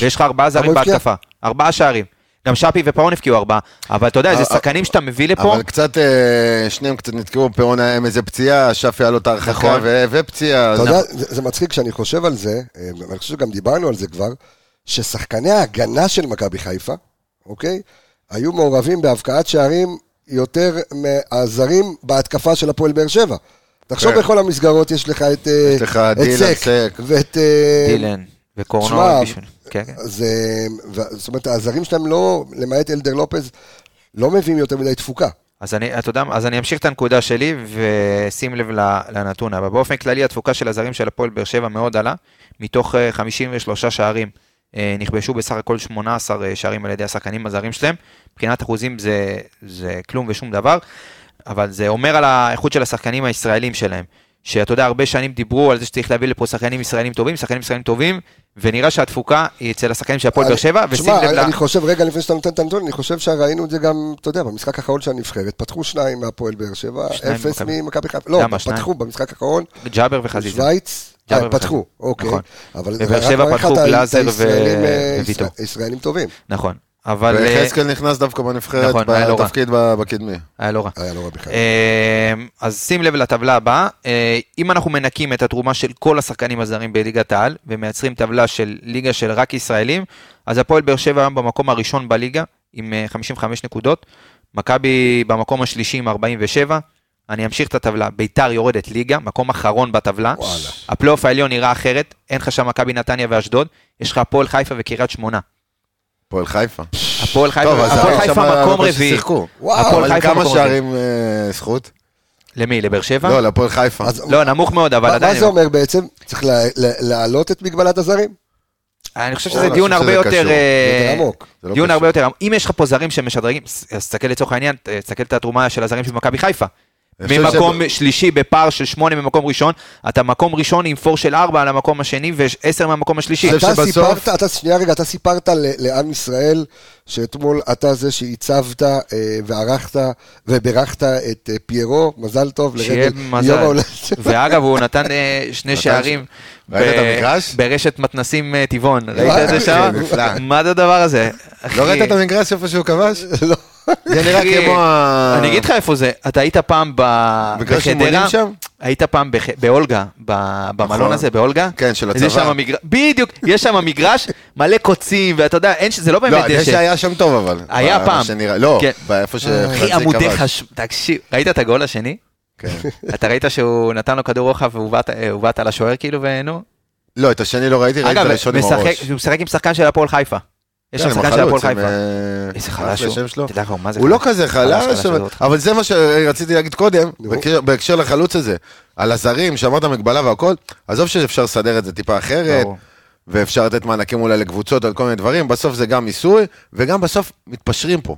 Speaker 5: ויש לך ארבעה זרים
Speaker 1: הבקיע?
Speaker 5: בהתקפה, ארבעה שערים. גם שפי ופאון הבקיעו ארבעה, אבל אתה יודע, זה
Speaker 4: אבל-
Speaker 5: שחקנים שאתה מביא לפה,
Speaker 4: אבל קצת, אה, שניהם קצת נתקעו, פירון היה עם איזה פציעה, שפי היה לו את ההרחקה
Speaker 5: נכון.
Speaker 4: ו- ופציעה.
Speaker 1: אתה יודע, זה זה מצחיק כשאני חושב על זה, אה, אני חושב שגם דיברנו על זה כבר, ששחקני ההגנה של מכבי חיפה, אוקיי? היו מעורבים בהבקעת שערים יותר מהזרים בהתקפה של הפועל באר שבע. תחשוב
Speaker 4: כן.
Speaker 1: בכל המסגרות יש לך את אה,
Speaker 4: יש לך דילן,
Speaker 1: את
Speaker 4: סק.
Speaker 1: ואת... אה,
Speaker 5: דילן וקורנו,
Speaker 1: תשמע,
Speaker 5: בשביל- כן, כן.
Speaker 1: אז, אה, ו- זאת אומרת, הזרים שלהם לא, למעט אלדר לופז, לא מביאים יותר מדי תפוקה.
Speaker 5: אז אני, אתה יודע, מה, אז אני אמשיך את הנקודה שלי ושים לב ל- לנתון, אבל באופן כללי התפוקה של הזרים של הפועל באר שבע מאוד עלה, מתוך אה, 53 שערים אה, נכבשו בסך הכל 18 אה, שערים על ידי השחקנים הזרים שלהם, מבחינת אחוזים זה, זה כלום ושום דבר, אבל זה אומר על האיכות של השחקנים הישראלים שלהם, שאתה יודע, הרבה שנים דיברו על זה שצריך להביא לפה שחקנים ישראלים טובים, שחקנים ישראלים טובים, ונראה שהתפוקה היא אצל השחקנים של הפועל באר שבע,
Speaker 1: אני-
Speaker 5: ושים לב
Speaker 1: תשמע,
Speaker 5: ל...
Speaker 1: אני חושב, רגע לפני שאתה נותן את הנתון, אני חושב שראינו את זה גם, אתה יודע, במשחק האחרון של הנבחרת, פתחו שניים מהפועל באר שבע,
Speaker 5: שניים
Speaker 1: אפס
Speaker 5: ממכבי.
Speaker 1: ממכבי חיפה, לא,
Speaker 5: למה, שניים?
Speaker 1: פתחו במשחק האחרון,
Speaker 5: ג'אבר וחזיזה.
Speaker 1: שווייץ,
Speaker 5: גם
Speaker 1: אה,
Speaker 5: במכבי.
Speaker 1: פתחו, אוקיי,
Speaker 5: נכון.
Speaker 1: אבל
Speaker 5: בבאר
Speaker 1: רק לא
Speaker 5: שבע
Speaker 1: מראה לך
Speaker 5: פתחו
Speaker 1: את ה- את
Speaker 5: גלאזר ו-
Speaker 1: הישראלים, אה,
Speaker 5: וויטור.
Speaker 1: ישראל- ישראלים טובים,
Speaker 5: נכון, אבל... אה,
Speaker 4: ויחזקאל נכנס דווקא בנבחרת,
Speaker 5: נכון, היה לא רע.
Speaker 4: בתפקיד ב- בקדמי.
Speaker 5: היה לא רע.
Speaker 1: היה לא רע בכלל.
Speaker 5: אמ, אז שים לב לטבלה הבאה, אה, אם אנחנו מנקים את התרומה של כל השחקנים הזרים בליגת העל ומייצרים טבלה של ליגה של רק ישראלים, אז הפועל באר שבע היום במקום הראשון בליגה עם אה, 55 נקודות, מכבי במקום השלישי עם 47, אני אמשיך את הטבלה, ביתר יורדת ליגה, מקום אחרון בטבלה,
Speaker 1: וואלה.
Speaker 5: הפלייאוף העליון נראה אחרת, אין לך שם מכבי נתניה ואשדוד, יש לך הפועל חיפה וקריית שמונה,
Speaker 4: הפועל חיפה.
Speaker 5: הפועל חיפה,
Speaker 4: אז
Speaker 5: הפועל
Speaker 4: עכשיו
Speaker 5: חיפה מקום
Speaker 4: הבקושי
Speaker 5: רביעי,
Speaker 4: שיחקו.
Speaker 1: וואו,
Speaker 5: הפועל
Speaker 4: אה, אבל
Speaker 5: חיפה
Speaker 4: כמה
Speaker 5: מקום
Speaker 4: שערים אה, זכות?
Speaker 5: למי? לבאר שבע?
Speaker 4: לא, להפועל חיפה.
Speaker 1: אז
Speaker 5: לא, נמוך מאוד, אבל
Speaker 1: מה-
Speaker 5: עדיין...
Speaker 1: מה זה אומר בעצם? צריך לה- לה- להעלות את מגבלת הזרים?
Speaker 5: אני חושב
Speaker 4: אני
Speaker 5: שזה
Speaker 4: חושב
Speaker 5: דיון
Speaker 4: שזה
Speaker 5: הרבה יותר...
Speaker 4: קשור.
Speaker 5: אה,
Speaker 1: יותר עמוק.
Speaker 4: זה לא
Speaker 5: דיון
Speaker 4: קשור.
Speaker 5: הרבה יותר עמוק. אם יש לך פה זרים שמשדרגים, ס- אז תסתכל לצורך העניין, ת- תסתכל את התרומה של הזרים של מכבי חיפה.
Speaker 4: אני חושב
Speaker 5: ממקום
Speaker 4: שזה-
Speaker 5: שלישי בפער של שמונה ממקום ראשון, אתה מקום ראשון עם פור של ארבע על המקום השני ועשר מהמקום השלישי.
Speaker 4: אני חושב
Speaker 1: אתה
Speaker 4: שבסוף-
Speaker 1: סיפרת, אתה, שנייה רגע, אתה סיפרת ל- לעם ישראל שאתמול אתה זה שעיצבת אה, וערכת ובירכת את אה, פיירו, מזל טוב
Speaker 5: שיהיה
Speaker 1: לרגל
Speaker 5: מזל.
Speaker 1: ההולדת שלו.
Speaker 5: ואגב, הוא נתן אה, שני שערים.
Speaker 4: ראית את
Speaker 5: ב-
Speaker 4: המגרש? כן,
Speaker 5: ברשת מתנסים אה, טבעון, ראית את זה
Speaker 1: אחי,
Speaker 5: שם?
Speaker 4: נפלא.
Speaker 5: מה זה הדבר הזה? אחי,
Speaker 4: לא ראית את המגרש איפה שהוא כבש?
Speaker 1: לא.
Speaker 4: זה נראה
Speaker 5: אחי,
Speaker 4: כמו ה...
Speaker 5: אני אגיד לך איפה זה, אתה היית פעם ב-
Speaker 4: מגרש אימונים
Speaker 5: בחדרה,
Speaker 4: שם?
Speaker 5: היית פעם בח- באולגה, ב- במלון
Speaker 4: נכון.
Speaker 5: הזה, באולגה?
Speaker 4: כן, של
Speaker 5: אז
Speaker 4: הצבא.
Speaker 5: יש שם מגרש, בדיוק, יש שם מגרש מלא קוצים, ואתה יודע, אין ש- זה לא
Speaker 4: לא,
Speaker 5: באמת
Speaker 4: זה
Speaker 5: דשא.
Speaker 4: שהיה שם טוב אבל.
Speaker 5: היה
Speaker 4: מה
Speaker 5: פעם.
Speaker 4: שנראה- לא,
Speaker 5: כן.
Speaker 4: באיפה ש...
Speaker 5: אחי, עמודי חשמל, תקשיב, ראית את הגול השני?
Speaker 4: כן.
Speaker 5: אתה ראית שהוא נתן לו כדור רוחב והוא בעט- אה, הוא בעט על השוער כאילו, ונו?
Speaker 4: לא, את השני לא ראיתי, ראיתי את
Speaker 5: אגב,
Speaker 4: הראשון עם
Speaker 5: משחק-
Speaker 4: הראש.
Speaker 5: הוא משחק עם שחקן של הפועל חיפה. יש שם
Speaker 4: כן, עם
Speaker 5: שחקן של הפועל
Speaker 4: החלוץ, עם,
Speaker 5: חיפה.
Speaker 4: אה,
Speaker 5: איזה
Speaker 4: מה
Speaker 5: חלש
Speaker 4: זה השם שלו?
Speaker 5: הוא, תדע לך, הוא מה זה
Speaker 4: הוא לא כזה חלש,
Speaker 5: הזה
Speaker 4: אבל-
Speaker 5: הוא-
Speaker 4: אבל זה מה שרציתי להגיד קודם,
Speaker 1: נו.
Speaker 4: בהקשר- בהקשר לחלוץ הזה. על הזרים, שאמרת מגבלה והכל, עזוב שאפשר לסדר את זה טיפה אחרת,
Speaker 5: ברור.
Speaker 4: ואפשר לתת מענקים אולי לקבוצות על כל מיני דברים, בסוף זה גם מיסוי, וגם בסוף מתפשרים פה.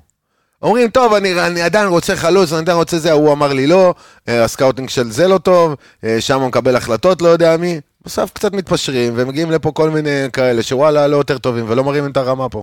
Speaker 4: אומרים, טוב, אני, אני עדיין רוצה חלוץ, אני עדיין רוצה זה, הוא אמר לי לא, אה, הסקאוטינג של זה לא טוב, אה, שם הוא מקבל החלטות, לא יודע מי. בסוף קצת מתפשרים, ומגיעים לפה כל מיני כאלה שוואלה, לא יותר טובים, ולא מראים את הרמה פה.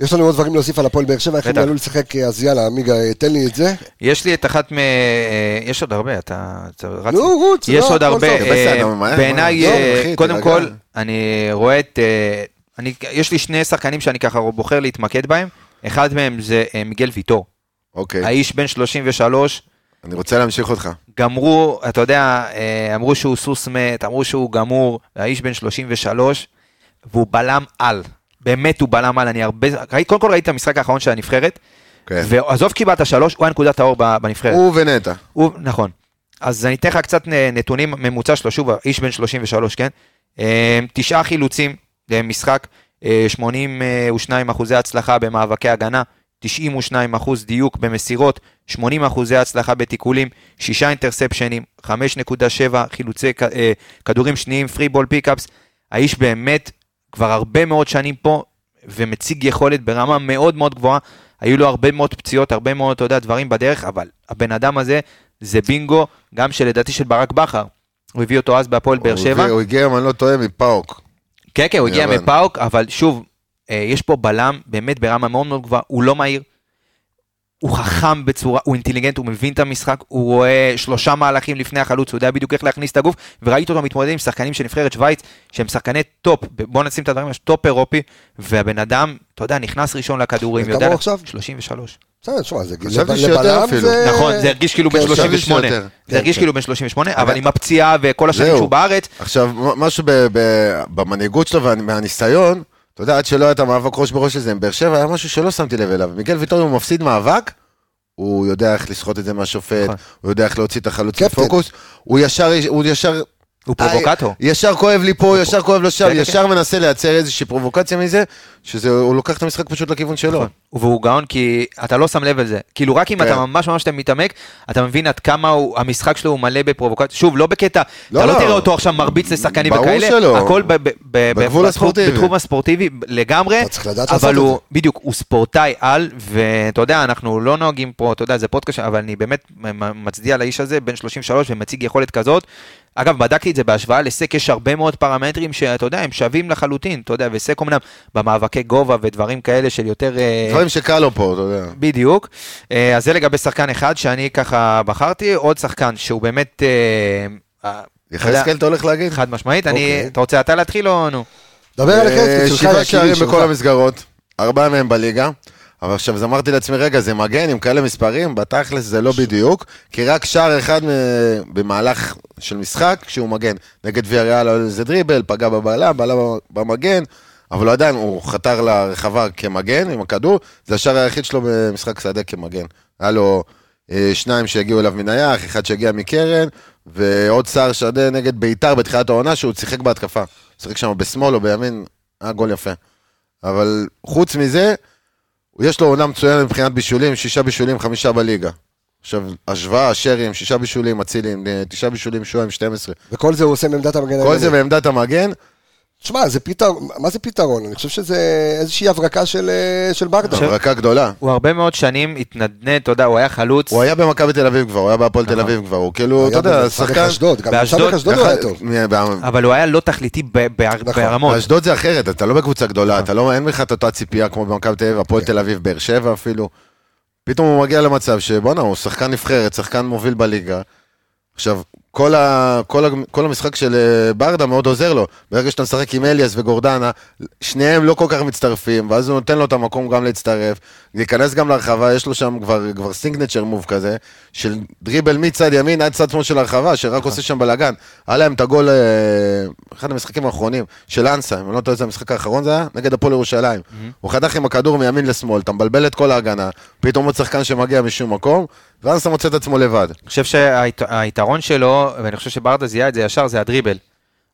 Speaker 1: יש לנו עוד דברים להוסיף על הפועל באר שבע, איך הם
Speaker 5: בטח.
Speaker 1: יעלו לשחק, אה, אז יאללה, עמיגה, אה, תן לי את זה.
Speaker 5: יש לי את אחת מ... אה, יש עוד הרבה, אתה אתה רץ.
Speaker 1: נו, רוץ,
Speaker 5: יש
Speaker 1: לא,
Speaker 5: עוד
Speaker 1: הכל
Speaker 5: הרבה.
Speaker 1: טוב, לא,
Speaker 5: אה,
Speaker 4: בסדר, מה, מה,
Speaker 5: בעיניי,
Speaker 4: עזוב,
Speaker 5: אה,
Speaker 4: אחי,
Speaker 5: קודם
Speaker 4: תירגע.
Speaker 5: כל, אני רואה את... אה, אני- יש לי שני שחקנים שאני ככה בוחר להתמקד בהם. אחד מהם זה אה, מיגל ויטור.
Speaker 4: אוקיי,
Speaker 5: האיש בן 33,
Speaker 4: אני רוצה להמשיך אותך.
Speaker 5: גמרו, אתה יודע, אה, אמרו שהוא סוס מת, אמרו שהוא גמור, האיש בן 33, והוא בלם על. באמת הוא בלם על, אני הרבה... ראי- קודם כל ראיתי את המשחק האחרון של הנבחרת,
Speaker 4: כן.
Speaker 5: ועזוב קיבלת שלוש, הוא היה נקודת האור ב- בנבחרת.
Speaker 4: הוא ונטע.
Speaker 5: הוא, נכון. אז אני אתן לך קצת נ- נתונים, ממוצע שלו, שוב, איש בן 33, כן? אה, תשעה חילוצים למשחק, אה, 82 אחוזי הצלחה במאבקי הגנה, 92 אחוז דיוק במסירות, 80 אחוזי הצלחה בתיקולים, שישה אינטרספשנים, 5.7 חילוצי כ- אה, כדורים שניים, פרי בול פיקאפס. האיש באמת כבר הרבה מאוד שנים פה, ומציג יכולת ברמה מאוד מאוד גבוהה. היו לו הרבה מאוד פציעות, הרבה מאוד, אתה יודע, דברים בדרך, אבל הבן אדם הזה, זה בינגו, גם שלדעתי של ברק בכר. הוא הביא אותו אז בהפועל באר
Speaker 4: הוא
Speaker 5: שבע.
Speaker 4: הביא- הוא הגיע, אם אני לא טועה, מפאוק.
Speaker 5: כן, כן, הוא הגיע
Speaker 4: יוון.
Speaker 5: מפאוק, אבל שוב, אה, יש פה בלם באמת ברמה מאוד מאוד גבוהה, הוא לא מהיר, הוא חכם בצורה, הוא אינטליגנט, הוא מבין את המשחק, הוא רואה שלושה מהלכים לפני החלוץ, הוא יודע בדיוק איך להכניס את הגוף, וראיתי אותו מתמודד עם שחקנים של נבחרת שווייץ, שהם שחקני טופ, ב- בוא נשים את הדברים, האלה, טופ אירופי, והבן אדם, אתה יודע, נכנס ראשון לכדורים,
Speaker 1: וכמה
Speaker 5: יודע...
Speaker 1: הוא
Speaker 5: לה-
Speaker 1: עכשיו?
Speaker 5: 33.
Speaker 1: בסדר, תשמע, זה גיל
Speaker 4: חשבתי שיותר
Speaker 1: לבלם
Speaker 4: אפילו.
Speaker 1: זה...
Speaker 5: נכון, זה הרגיש כאילו בן
Speaker 1: כן,
Speaker 4: אה, שלושים
Speaker 5: 38.
Speaker 4: יותר.
Speaker 5: זה הרגיש
Speaker 1: כן.
Speaker 5: כאילו בן 38, אבל
Speaker 4: אבל-
Speaker 5: עם הפציעה וכל השנים
Speaker 4: זהו.
Speaker 5: שהוא בארץ,
Speaker 4: עכשיו, מ- משהו ב- ב- במנהיגות שלו ומהניסיון, אתה יודע, עד שלא היה את המאבק ראש בראש הזה עם באר שבע, היה משהו שלא שמתי לב אליו. מיגל ויטור, אם הוא מפסיד מאבק, הוא יודע איך לסחוט את זה מהשופט,
Speaker 5: נכון.
Speaker 4: הוא יודע איך להוציא את החלוץ
Speaker 1: קפטן.
Speaker 4: מפוקוס, הוא ישר, הוא ישר
Speaker 5: הוא פרובוקטור.
Speaker 4: אה, ישר כואב לי פה, ישר כואב לו שם,
Speaker 5: כן, כן.
Speaker 4: ישר מנסה לייצר איזושהי פרובוקציה מזה, שזה, הוא לוקח את המשחק פשוט לכיוון שלו.
Speaker 5: נכון. והוא גאון כי אתה לא שם לב לזה. כאילו רק אם
Speaker 4: כן.
Speaker 5: אתה ממש ממש מתעמק, אתה מבין עד כמה הוא- המשחק שלו הוא מלא בפרובוקציה. שוב, לא בקטע,
Speaker 4: לא,
Speaker 5: אתה לא
Speaker 4: לא.
Speaker 5: תראה אותו עכשיו מרביץ לשחקנים
Speaker 4: ברור
Speaker 5: וכאלה.
Speaker 4: שלא.
Speaker 5: הכל ב- ב- ב-
Speaker 4: בגבול
Speaker 5: בתחום-
Speaker 4: הספורטיבי.
Speaker 5: בתחום הספורטיבי לגמרי.
Speaker 1: אתה צריך לדעת לעשות
Speaker 5: אבל
Speaker 1: את
Speaker 5: הוא, בדיוק, הוא ספורטאי על, ואתה יודע, אנחנו לא נוהגים פה, אתה יודע, זה פודקאסט, אבל אני באמת מ- מצדיע לאיש הזה, בן 33 ומציג יכולת כזאת. אגב, בדקתי את זה בהשוואה לסק, יש הרבה מאוד פרמטרים שאתה יודע, הם שווים לחלוטין, אתה יודע, וסק אמנם במאבקי גובה ודברים כאלה של יותר... אה,
Speaker 4: דברים שקל לו פה, אתה יודע.
Speaker 5: בדיוק. אה, אז זה לגבי שחקן אחד שאני ככה בחרתי, עוד שחקן שהוא באמת... אה, אה, אתה
Speaker 4: יחזקאל
Speaker 5: יודע,
Speaker 4: אתה הולך להגיד?
Speaker 5: חד משמעית, אני...
Speaker 1: אוקיי.
Speaker 5: אתה רוצה אתה להתחיל או נו?
Speaker 1: דבר על
Speaker 4: אה,
Speaker 1: החזקאל שלך,
Speaker 4: שבעה שערים
Speaker 1: שלך.
Speaker 4: בכל המסגרות, ארבעה מהם בליגה. אבל עכשיו, אז אמרתי לעצמי, רגע, זה מגן עם כאלה מספרים? בתכלס זה לא בדיוק, כי רק שער אחד מ- במהלך של משחק שהוא מגן. נגד ויאריאל היה לו איזה דריבל, פגע בבלם, בלם במגן, אבל הוא עדיין, הוא חתר לרחבה כמגן עם הכדור, זה השער היחיד שלו במשחק שדה כמגן. היה לו אה, שניים שהגיעו אליו מנייח, אחד שהגיע מקרן, ועוד שער שדה נגד ביתר בתחילת העונה, שהוא שיחק בהתקפה. שיחק שם בשמאל או בימין, היה גול יפה. אבל חוץ מזה, יש לו עונה מצוינת מבחינת בישולים, שישה בישולים, חמישה בליגה. עכשיו, השוואה, שרי עם שישה בישולים, אצילי עם אה, תשעה בישולים, שואה עם 12.
Speaker 1: וכל זה הוא עושה מעמדת המגן
Speaker 4: כל זה
Speaker 1: הימני.
Speaker 4: בעמדת המגן,
Speaker 1: תשמע, זה פתרון, מה זה פתרון? אני חושב שזה איזושהי הברקה של, אה, של ברדה.
Speaker 5: עכשיו-
Speaker 4: הברקה גדולה.
Speaker 5: הוא הרבה מאוד שנים התנדנד, אתה יודע, הוא היה חלוץ.
Speaker 4: הוא היה במכבי תל אביב כבר, הוא היה בהפועל תל
Speaker 5: נכון.
Speaker 4: אביב כבר, הוא כאילו, אתה יודע, נכון, שחקן...
Speaker 1: אשדוד, גם
Speaker 5: באשדוד-
Speaker 1: עכשיו אשדוד הוא היה טוב.
Speaker 4: מ- ב-
Speaker 5: אבל הוא היה לא תכליתי ב- ב- ברמות.
Speaker 4: באשדוד זה אחרת, אתה לא בקבוצה
Speaker 1: אה.
Speaker 4: גדולה, אתה לא, אין לך את אותה ציפייה כמו במכבי תל אביב,
Speaker 1: כן.
Speaker 4: הפועל תל אביב, באר שבע אפילו. פתאום הוא מגיע למצב שבואנה, הוא שחקן נבחרת, שחקן מוביל בליגה. עכשיו, כל, ה, כל, ה, כל המשחק של אה, ברדה מאוד עוזר לו. ברגע שאתה משחק עם אליאס וגורדנה, שניהם לא כל כך מצטרפים, ואז הוא נותן לו את המקום גם להצטרף, להיכנס גם להרחבה, יש לו שם כבר, כבר סינגנצ'ר מוב כזה, של דריבל מצד ימין עד צד שמאל של הרחבה, שרק עושה שם בלאגן. היה להם את הגול, אה, אחד המשחקים האחרונים, של אנסה, אם אני לא טועה, זה המשחק האחרון זה היה, נגד הפועל ירושלים. הוא חתך עם הכדור מימין לשמאל, אתה מבלבל את כל ההגנה, פתאום עוד שחקן שמגיע משום מקום, ואנסה מוצא את עצמו לבד.
Speaker 5: אני חושב שהיתרון שלו, ואני חושב שברדה זיהה את זה ישר, זה הדריבל.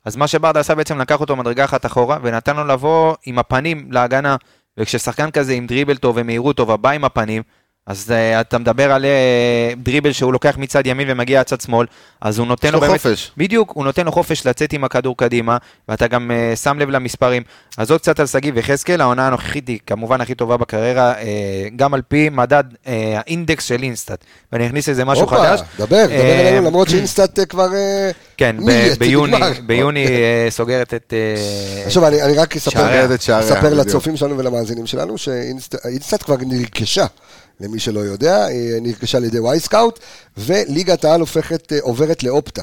Speaker 5: אז מה שברדה עשה בעצם, לקח אותו מדרגה אחת אחורה, ונתן לו לבוא עם הפנים להגנה. וכששחקן כזה עם דריבל טוב ומהירות טובה בא עם הפנים, אז uh, אתה מדבר על uh, דריבל שהוא לוקח מצד ימין ומגיע לצד שמאל, אז הוא נותן
Speaker 4: יש לו
Speaker 5: לו באמת...
Speaker 4: חופש.
Speaker 5: בדיוק, הוא נותן לו חופש לצאת עם הכדור קדימה, ואתה גם uh, שם לב למספרים. אז עוד קצת על שגיב יחזקאל, העונה הנוכחית היא כמובן הכי טובה בקריירה, uh, גם על פי מדד uh, האינדקס של אינסטאט. ואני אכניס איזה משהו חדש.
Speaker 1: דבר, דבר
Speaker 5: אה,
Speaker 1: אלינו, למרות שאינסטאט אה, כבר... אה,
Speaker 5: כן, ב-
Speaker 1: מי? זה
Speaker 5: ביוני,
Speaker 1: נגמר.
Speaker 5: ביוני אה, סוגרת את... אה,
Speaker 1: עכשיו, אני, אני רק
Speaker 5: שעריה.
Speaker 1: אספר,
Speaker 4: סוגרת את שעריה,
Speaker 1: אספר
Speaker 4: בדיוק.
Speaker 1: לצופים שלנו ולמאזינים שלנו שאינסטאט כבר נרכשה, למי שלא יודע, היא נרכשה על ידי וייסקאוט, וליגת העל הופכת, אה, עוברת לאופטה.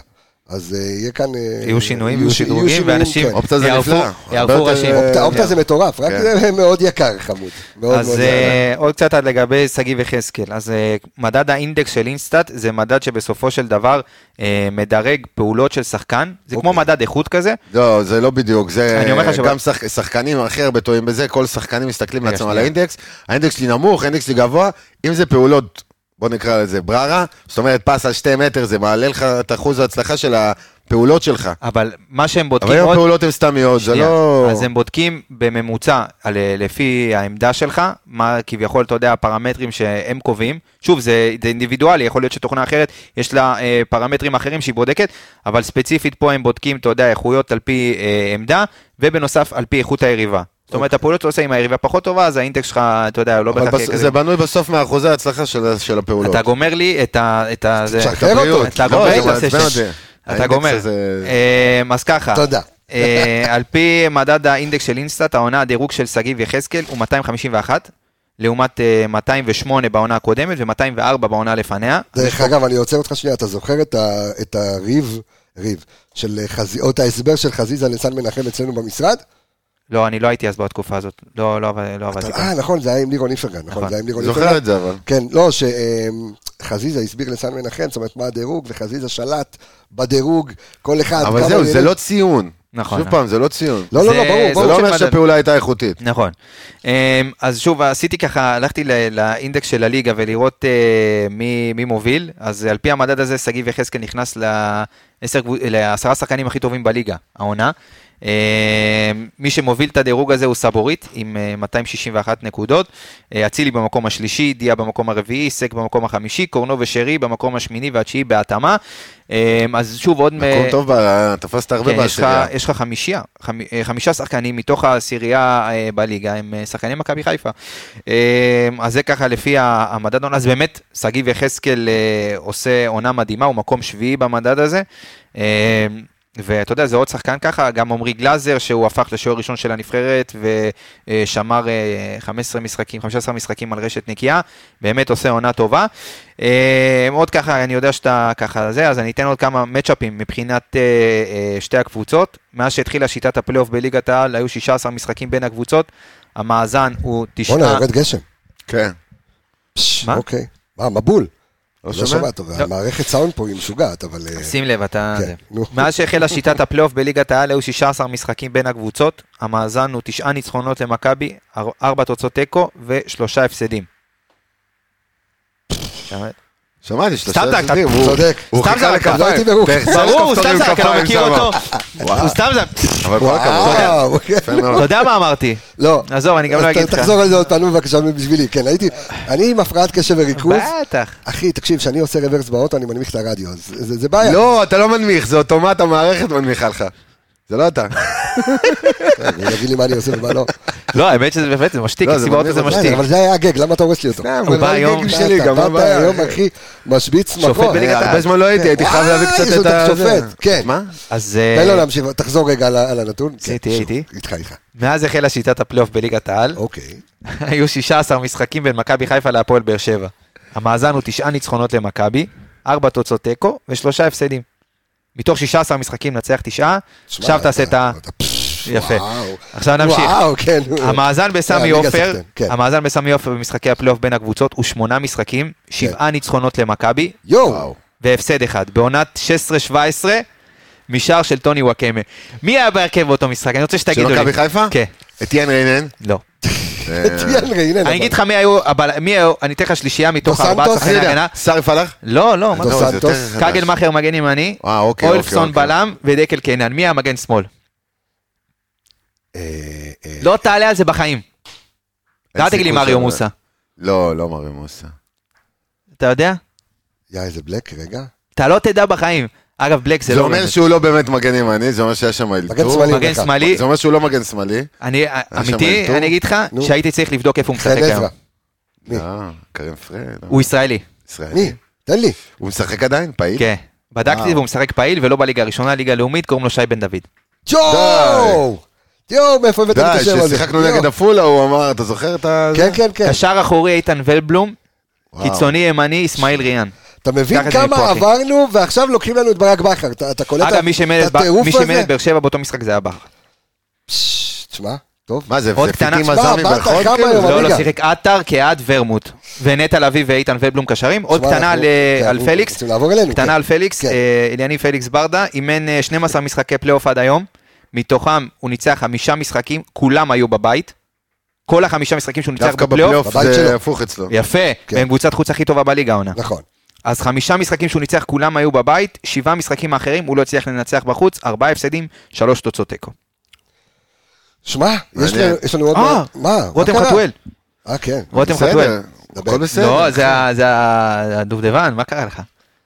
Speaker 1: אז אה, יהיה כאן... אה,
Speaker 5: יהיו שינויים, יהיו
Speaker 1: ש-
Speaker 5: שדרוגים,
Speaker 1: שינויים,
Speaker 5: ואנשים
Speaker 1: כן.
Speaker 4: אופציה זה
Speaker 5: יערפו-
Speaker 4: נפלא. הרבה
Speaker 5: יערפו
Speaker 4: יותר-
Speaker 5: ראשים.
Speaker 4: אה,
Speaker 1: אופטה, אופטה זה מטורף, רק
Speaker 4: כן.
Speaker 1: זה מאוד יקר, חמוד. מאוד מאוד
Speaker 5: אז
Speaker 1: יקר.
Speaker 5: אה, עוד קצת עד לגבי שגיב יחזקאל. אז אה, מדד האינדקס של אינסטאט זה מדד שבסופו של דבר אה, מדרג פעולות של שחקן. זה
Speaker 1: אוקיי.
Speaker 5: כמו מדד איכות כזה.
Speaker 4: לא, זה לא בדיוק, זה
Speaker 5: אני אומר לך שבא-
Speaker 4: גם שחק- שחקנים הכי הרבה טועים בזה, כל שחקנים מסתכלים
Speaker 5: רגע,
Speaker 4: לעצמם על
Speaker 5: שנייה.
Speaker 4: האינדקס, האינדקס שלי נמוך, האינדקס שלי גבוה, אם זה פעולות, בוא נקרא לזה בררה, זאת אומרת פס על שתי מטר, זה מעלה לך את אחוז ההצלחה של הפעולות שלך.
Speaker 5: אבל מה שהם
Speaker 4: אבל
Speaker 5: בודקים
Speaker 4: אם
Speaker 5: אה, עוד...
Speaker 4: הפעולות הן סתמיות, זה
Speaker 5: שנייה.
Speaker 4: לא...
Speaker 5: אז הם בודקים בממוצע על, אה, לפי העמדה שלך, מה כביכול, אתה יודע, הפרמטרים שהם קובעים. שוב, זה, זה אינדיבידואלי, יכול להיות שתוכנה אחרת, יש לה אה, פרמטרים אחרים שהיא בודקת, אבל ספציפית פה הם בודקים, אתה יודע, איכויות על פי אה, עמדה, ובנוסף, על פי איכות היריבה. זאת אומרת, הפעולות שאתה עושה עם היריבה פחות טובה, אז האינטקס שלך, אתה יודע, לא
Speaker 4: אוקיי. אבל
Speaker 5: בהכרח יהיה
Speaker 4: בס-
Speaker 5: כזה.
Speaker 4: זה בנוי בסוף מאחוזי ההצלחה של ה- של הפעולות.
Speaker 5: אתה גומר לי את ה... את ה... זה-
Speaker 1: תשחרר אותו.
Speaker 5: הבריאות. אתה
Speaker 4: לא,
Speaker 5: גומר לי
Speaker 4: זה
Speaker 5: את
Speaker 4: מעצבן
Speaker 5: הסשן.
Speaker 4: אותי.
Speaker 5: אתה
Speaker 4: האינדקס
Speaker 5: גומר.
Speaker 4: הזה-
Speaker 5: אה, אז ככה.
Speaker 1: תודה.
Speaker 5: אה, על פי מדד האינדקס של אינסטאט, העונה הדירוג של שגיב יחזקאל הוא 251, לעומת אה, 208 בעונה הקודמת ו-204 בעונה לפניה.
Speaker 1: דרך אגב, אני עוצר אותך שנייה, אתה זוכר את ה- את הריב, ריב, של חזי, או את ההסבר של חזיזה לסן מנחם אצלנו במשרד?
Speaker 5: לא, אני לא הייתי אז בתקופה הזאת. לא, לא, עבד- לא עבדתי.
Speaker 1: אה, נכון, זה היה עם לירון איפרגן, נכון,
Speaker 5: נכון.
Speaker 1: זה היה עם לירון איפרגן.
Speaker 4: זוכר את זה אבל.
Speaker 1: כן, לא, שחזיזה הסביר לסן מנחם, זאת אומרת, מה הדירוג, וחזיזה שלט בדירוג, כל אחד...
Speaker 4: אבל
Speaker 1: כמה
Speaker 4: זהו,
Speaker 1: ילד-
Speaker 4: זה לא ציון.
Speaker 5: נכון.
Speaker 4: שוב פעם, זה לא ציון.
Speaker 1: לא, לא, לא,
Speaker 5: זה-
Speaker 1: ברור,
Speaker 5: זה
Speaker 4: זה
Speaker 1: ברור.
Speaker 4: לא
Speaker 5: של
Speaker 4: אומר
Speaker 5: מדד.
Speaker 4: שהפעולה הייתה איכותית.
Speaker 5: נכון. אמ, אז שוב, עשיתי ככה, הלכתי ל- לאינדקס של הליגה ולראות אה, מי, מי מוביל. אז על פי המדד הזה, שגיב יחזקאל נכנס לעשר קבו- לעשרה שחקנים הכי טובים בליגה, העונה. אמ, מי שמוביל את הדירוג הזה הוא סבורית, עם אה, 261 נקודות. אה, אצילי במקום השלישי, דיה במקום הרביעי, סק במקום החמישי, קורנו ושרי במקום השמיני והתשיעי בהתאמה. אמ, אז שוב, עוד... מ-
Speaker 4: מקום טוב, ב- תפסת הרבה
Speaker 5: כן, יש לך-
Speaker 4: בעשירייה.
Speaker 5: יש לך חמישיה, חמ- אה, חמישה שחקנים מתוך העשירייה אה, בליגה, הם אה, שחקני מכבי חיפה. אה, אז זה ככה לפי ה- המדד עונה, אז באמת, שגיב יחזקאל אה, עושה עונה מדהימה, הוא מקום שביעי במדד הזה. אה, ואתה יודע, זה עוד שחקן ככה, גם עמרי גלאזר, שהוא הפך לשוער ראשון של הנבחרת ושמר אה, 15 משחקים, 15 משחקים על רשת נקייה, באמת עושה עונה טובה. אה, עוד ככה, אני יודע שאתה ככה זה, אז אני אתן עוד כמה מצ'אפים מבחינת אה, אה, שתי הקבוצות. מאז שהתחילה שיטת הפלייאוף בליגת העל, היו 16 משחקים בין הקבוצות, המאזן הוא
Speaker 4: אה.
Speaker 5: תשעה...
Speaker 1: בואנה, יורד גשם.
Speaker 4: כן.
Speaker 1: פש,
Speaker 5: מה?
Speaker 1: אוקיי. מה, מבול.
Speaker 4: לא
Speaker 1: לא
Speaker 4: שומע?
Speaker 1: שומע טוב, המערכת סאונד פה היא משוגעת, אבל... אה,
Speaker 5: שים לב, אתה...
Speaker 1: כן,
Speaker 5: זה.
Speaker 1: נו.
Speaker 5: מאז שהחלה שיטת הפלייאוף בליגת העל, היו 16 משחקים בין הקבוצות, המאזן הוא 9 ניצחונות למכבי, 4 תוצאות תיקו ושלושה הפסדים.
Speaker 4: שמעתי שאתה
Speaker 5: סתם
Speaker 4: שואל
Speaker 5: אתה-
Speaker 4: את זה,
Speaker 5: אתה-
Speaker 4: הוא-
Speaker 1: צודק.
Speaker 4: הוא
Speaker 5: סתם
Speaker 4: חיכה
Speaker 5: זרקת.
Speaker 4: לכפיים.
Speaker 1: לא הייתי ברור.
Speaker 4: והחזיר
Speaker 5: ברור, הוא
Speaker 4: לכפתורים
Speaker 5: סתם זרק, אתה
Speaker 4: כפיים
Speaker 5: מכיר
Speaker 4: שמה.
Speaker 5: אותו. הוא סתם זרק.
Speaker 4: אבל כל הכבוד.
Speaker 1: וואו, אוקיי.
Speaker 4: יפה מאוד.
Speaker 5: אתה יודע מה אמרתי?
Speaker 1: לא.
Speaker 5: עזוב, אני גם
Speaker 1: אז
Speaker 5: לא
Speaker 1: ת-
Speaker 5: אגיד לך.
Speaker 1: תחזור על זה עוד פעם בבקשה בשבילי, כן, הייתי, אני עם הפרעת קשב וריכוז,
Speaker 5: בטח.
Speaker 1: אחי, תקשיב, כשאני עושה רוורס באוטו, אני מנמיך את הרדיו, אז זה זה בעיה.
Speaker 4: לא, אתה לא מנמיך, זה אוטומט המערכת מנמיכה לך. זה לא אתה.
Speaker 1: תגיד לי מה אני עושה ומה לא.
Speaker 5: לא, האמת שזה באמת, זה משתיק,
Speaker 4: לא, זה
Speaker 5: הסיבה זה
Speaker 4: מגניב,
Speaker 5: משתיק.
Speaker 1: אבל זה היה הגג, למה אתה הורס לי אותו?
Speaker 4: סתם,
Speaker 5: הוא
Speaker 4: אבל
Speaker 5: בא
Speaker 4: לא
Speaker 5: היום-
Speaker 4: הגג שלי, גם מה
Speaker 1: אתה
Speaker 4: הבעיה? כן.
Speaker 1: היום, אחי, משביץ מקום.
Speaker 5: שופט בליגת
Speaker 4: הרבה זמן לא הייתי, הייתי חייב להביא
Speaker 1: וואי,
Speaker 4: קצת
Speaker 1: יש
Speaker 4: את
Speaker 1: עוד
Speaker 4: ה...
Speaker 1: השופט,
Speaker 4: זה.
Speaker 1: כן.
Speaker 4: מה?
Speaker 5: אז
Speaker 1: תן לו
Speaker 5: אה,
Speaker 1: להמשיך, תחזור רגע על ה- על הנתון. כן,
Speaker 5: הייתי,
Speaker 1: שוב,
Speaker 5: הייתי.
Speaker 1: איתך, איתך.
Speaker 5: מאז החלה שיטת הפלייאוף בליגת העל,
Speaker 1: אוקיי.
Speaker 5: היו 16 משחקים בין מכבי חיפה להפועל באר שבע. המאזן הוא 9 ניצחונות למכבי, 4 תוצאות תיקו ושלושה הפסדים. מתוך 16 משחקים נצח 9,
Speaker 1: שמע, אה,
Speaker 5: עכשיו
Speaker 1: אתה-
Speaker 5: תעשה את ה...
Speaker 1: אתה- פש,
Speaker 5: יפה.
Speaker 1: וואו.
Speaker 5: עכשיו נמשיך.
Speaker 1: וואו, כן.
Speaker 5: המאזן בסמי
Speaker 1: הליגה
Speaker 5: עופר,
Speaker 1: סחטן, כן.
Speaker 5: המאזן בסמי עופר במשחקי הפלייאוף בין הקבוצות הוא 8 משחקים,
Speaker 1: כן.
Speaker 5: 7 ניצחונות למכבי
Speaker 1: יואו.
Speaker 5: והפסד אחד. בעונת 16-17 משער של טוני וואקמה. מי היה בהרכב באותו משחק? אני רוצה שתגידו
Speaker 4: של
Speaker 5: לי.
Speaker 4: מכבי חיפה?
Speaker 5: כן,
Speaker 4: אתיין ריינן.
Speaker 5: לא.
Speaker 1: מצוין, הנה,
Speaker 5: אני
Speaker 1: אבל-
Speaker 5: אגיד לך מי היו, אבל מי היו, אני אתן לך שלישייה מתוך
Speaker 1: דו
Speaker 5: ארבעה
Speaker 1: סנטוס?
Speaker 5: שחקני
Speaker 1: אני יודע.
Speaker 5: הגנה.
Speaker 4: סארי פלאח?
Speaker 5: לא, לא, מה
Speaker 1: דו
Speaker 5: אתה
Speaker 4: לא,
Speaker 5: רוצה?
Speaker 4: זה יותר
Speaker 1: סנטוס,
Speaker 4: חדש.
Speaker 5: קגל מאכר מגן ימני,
Speaker 4: אה, אוקיי, אוקיי,
Speaker 5: אולפסון
Speaker 4: אוקיי.
Speaker 5: בלם ודקל קינן. מי המגן שמאל?
Speaker 1: אה, אה,
Speaker 5: לא תעלה על זה בחיים.
Speaker 4: אין
Speaker 5: אל תגיד לי
Speaker 4: סיכוי
Speaker 5: מריו
Speaker 4: שזה-
Speaker 5: מוסה.
Speaker 4: לא, לא מריו מוסה.
Speaker 5: אתה יודע?
Speaker 1: יא, איזה בלק, רגע.
Speaker 5: אתה לא תדע בחיים. אגב, בלק זה
Speaker 4: זה
Speaker 5: לא...
Speaker 4: אומר
Speaker 5: באמת.
Speaker 4: שהוא לא באמת מגן ימני, זה אומר שהיה שם
Speaker 1: מגן
Speaker 4: אלתור.
Speaker 1: שמאלי.
Speaker 5: מגן
Speaker 1: דקה.
Speaker 5: שמאלי,
Speaker 4: זה אומר שהוא לא מגן שמאלי.
Speaker 5: אני אה, אמיתי,
Speaker 4: אלתור?
Speaker 5: אני אגיד לך
Speaker 1: נו.
Speaker 5: שהייתי צריך לבדוק איפה הוא משחק
Speaker 1: חן
Speaker 5: היום.
Speaker 1: עזרא. מי?
Speaker 4: אה, קרים פרד.
Speaker 5: הוא ישראלי,
Speaker 4: ישראלי.
Speaker 1: מי? תן לי.
Speaker 4: הוא משחק עדיין? פעיל?
Speaker 5: כן. בדקתי והוא משחק פעיל ולא בליגה הראשונה, ליגה לאומית, קוראים לו שי בן דוד.
Speaker 1: ג'ו! יואו, מאיפה הבאתם את
Speaker 4: די,
Speaker 1: השם הזה?
Speaker 4: כששיחקנו
Speaker 1: יואו.
Speaker 4: נגד עפולה, הוא אמר, אתה זוכר את ה...
Speaker 1: לא. כן, כן, כן.
Speaker 5: קשר אחורי איתן ולבלום,
Speaker 4: וואו.
Speaker 5: קיצוני ימני אסמאעיל ריאן.
Speaker 1: אתה מבין
Speaker 5: ככה זה
Speaker 1: כמה
Speaker 5: מפה, אחי.
Speaker 1: עברנו, ועכשיו לוקחים לנו את ברק בכר. אתה אתה קולט
Speaker 5: אגב, מי שמימן את
Speaker 1: את
Speaker 5: ב- מי
Speaker 1: הטירוף
Speaker 5: שמימן
Speaker 1: הזה?
Speaker 5: את באר שבע באותו משחק זה היה בכר.
Speaker 1: פשש, תשמע, טוב.
Speaker 4: מה זה,
Speaker 5: עוד
Speaker 4: זה
Speaker 5: קטנה.
Speaker 4: פיקים
Speaker 5: שמע,
Speaker 4: עזמי
Speaker 1: באת
Speaker 4: ברחוב?
Speaker 1: כמה
Speaker 4: כאילו?
Speaker 1: היום,
Speaker 4: זה
Speaker 5: לא,
Speaker 1: בליגה.
Speaker 5: לא שיחק עטר כעד ורמוט. ונטע לביא ואיתן ובלום קשרים. עוד
Speaker 1: תשמע,
Speaker 5: קטנה
Speaker 1: אנחנו-
Speaker 5: על,
Speaker 1: כן,
Speaker 5: על
Speaker 1: אנחנו
Speaker 5: פליקס.
Speaker 1: רוצים לעבור אלינו, כן.
Speaker 5: קטנה על פליקס.
Speaker 1: כן.
Speaker 5: אה, אליניב פליקס ברדה אימן אה, 12 משחקי פלייאוף עד היום. מתוכם הוא ניצח חמישה משחקים, כולם היו בבית. כל החמישה משחקים שהוא ניצח
Speaker 4: דווקא
Speaker 5: בפלייאוף.
Speaker 4: בפלייאוף
Speaker 1: בבית שלו.
Speaker 4: זה הפוך אצלו.
Speaker 5: יפה,
Speaker 1: כן.
Speaker 5: והם קבוצת חוץ הכי טובה בליגה העונה.
Speaker 1: נכון.
Speaker 5: אז חמישה משחקים שהוא ניצח כולם היו בבית, שבעה משחקים האחרים הוא לא הצליח לנצח בחוץ, ארבעה הפסדים, שלוש תוצאות תיקו.
Speaker 1: שמע, יש
Speaker 4: מעניין.
Speaker 1: לנו- יש לנו עוד...
Speaker 5: אה,
Speaker 1: מה? מה
Speaker 5: רותם
Speaker 1: קרה?
Speaker 5: חתואל.
Speaker 1: אה, כן.
Speaker 5: רותם
Speaker 4: בסדר,
Speaker 5: חתואל.
Speaker 4: הכל בסדר.
Speaker 5: לא, זה ה- זה ה- הדובדבן, מה קרה לך?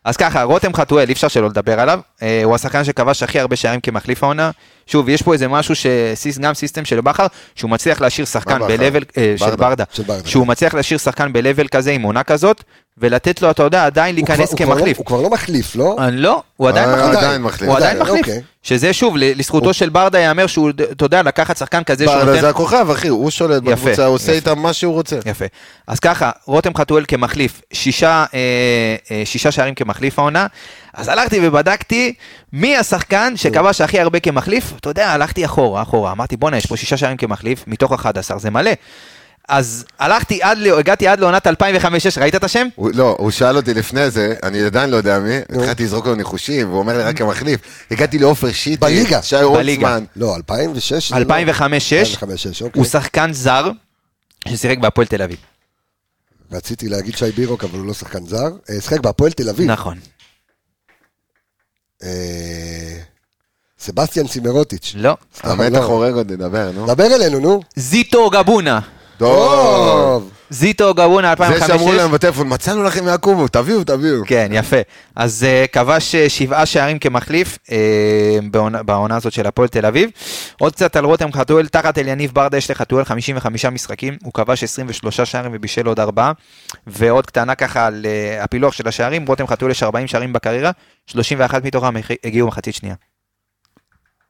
Speaker 5: אז ככה, רותם חתואל, אי אפשר שלא לדבר עליו. אה, הוא השחקן שכבש הכי הרבה שערים כמחליף העונה. שוב, יש פה איזה משהו שסיס, גם סיסטם של בכר, שהוא מצליח להשאיר שחקן
Speaker 4: בכר?
Speaker 5: ב-level, אה, של
Speaker 4: ברדה.
Speaker 5: ברדה,
Speaker 1: של ברדה.
Speaker 5: שהוא מצליח להשאיר שחקן ב-level כזה עם עונה כזאת, ולתת לו, אתה יודע, עדיין
Speaker 1: הוא כבר-
Speaker 5: להיכנס
Speaker 1: הוא כבר לא-
Speaker 5: כמחליף.
Speaker 1: הוא כבר לא מחליף, לא?
Speaker 5: אה, לא, הוא עדיין
Speaker 4: אה,
Speaker 5: מחליף.
Speaker 4: עדיין מחליף.
Speaker 5: הוא עדיין
Speaker 1: עדיין,
Speaker 5: מחליף.
Speaker 1: אוקיי.
Speaker 5: שזה שוב, ל- לזכותו של ברדה ייאמר שהוא, אתה יודע, לקחת שחקן כזה שהוא
Speaker 4: ברדה
Speaker 5: נותן...
Speaker 4: זה הכוכב, אחי, הוא שולט
Speaker 5: יפה,
Speaker 4: בקבוצה, הוא עושה
Speaker 5: יפה.
Speaker 4: איתם מה שהוא רוצה.
Speaker 5: יפה. אז ככה, רותם חתואל כמחליף, שישה, אה, אה, שישה שערים כמחליף העונה. אז הלכתי ובדקתי מי השחקן שכבש הכי הרבה כמחליף. אתה יודע, הלכתי אחורה, אחורה. אמרתי, בואנה, יש פה שישה שערים כמחליף, מתוך 11, זה מלא. אז הלכתי עד, ל- הגעתי עד לעונת 2005-2006, ראית את השם?
Speaker 4: הוא- לא, הוא שאל אותי לפני זה, אני עדיין לא יודע מי, התחלתי לזרוק לו ניחושים, והוא אומר לי רק כמחליף. הגעתי לעופר שיטי,
Speaker 1: בליגה.
Speaker 4: שי
Speaker 5: בליגה.
Speaker 4: רוטמן.
Speaker 1: לא, 2006?
Speaker 5: 2005-2006,
Speaker 1: זה לא- 2005-2006, אוקיי.
Speaker 5: הוא שחקן זר ששיחק בהפועל תל אביב.
Speaker 1: רציתי להגיד שי בירוק, אבל הוא לא שחקן זר. אה, שחק בהפועל תל אביב.
Speaker 5: נכון.
Speaker 1: אה, סבסטיאן סימרוטיץ'.
Speaker 5: לא.
Speaker 1: סתם,
Speaker 4: המתח
Speaker 1: לא.
Speaker 4: הורג עוד נדבר, נו.
Speaker 1: דבר אלינו, נו.
Speaker 5: זיטו גבונה.
Speaker 4: טוב.
Speaker 5: זיטו גבונה 2005-2006.
Speaker 4: זה שאמרו להם בטלפון, מצאנו לכם יעקובו, תביאו, תביאו.
Speaker 5: כן, יפה. אז אה, כבש אה, שבעה שערים כמחליף אה, בעונה- בעונה הזאת של הפועל תל אביב. עוד קצת על רותם חתואל, תחת אליניב ברדה יש לחתואל 55 משחקים, הוא כבש 23 שערים ובישל עוד ארבעה. ועוד קטנה ככה על אה, הפילוח של השערים, רותם חתואל יש 40 שערים בקריירה, 31 מתוכם הח- הגיעו מחצית שנייה.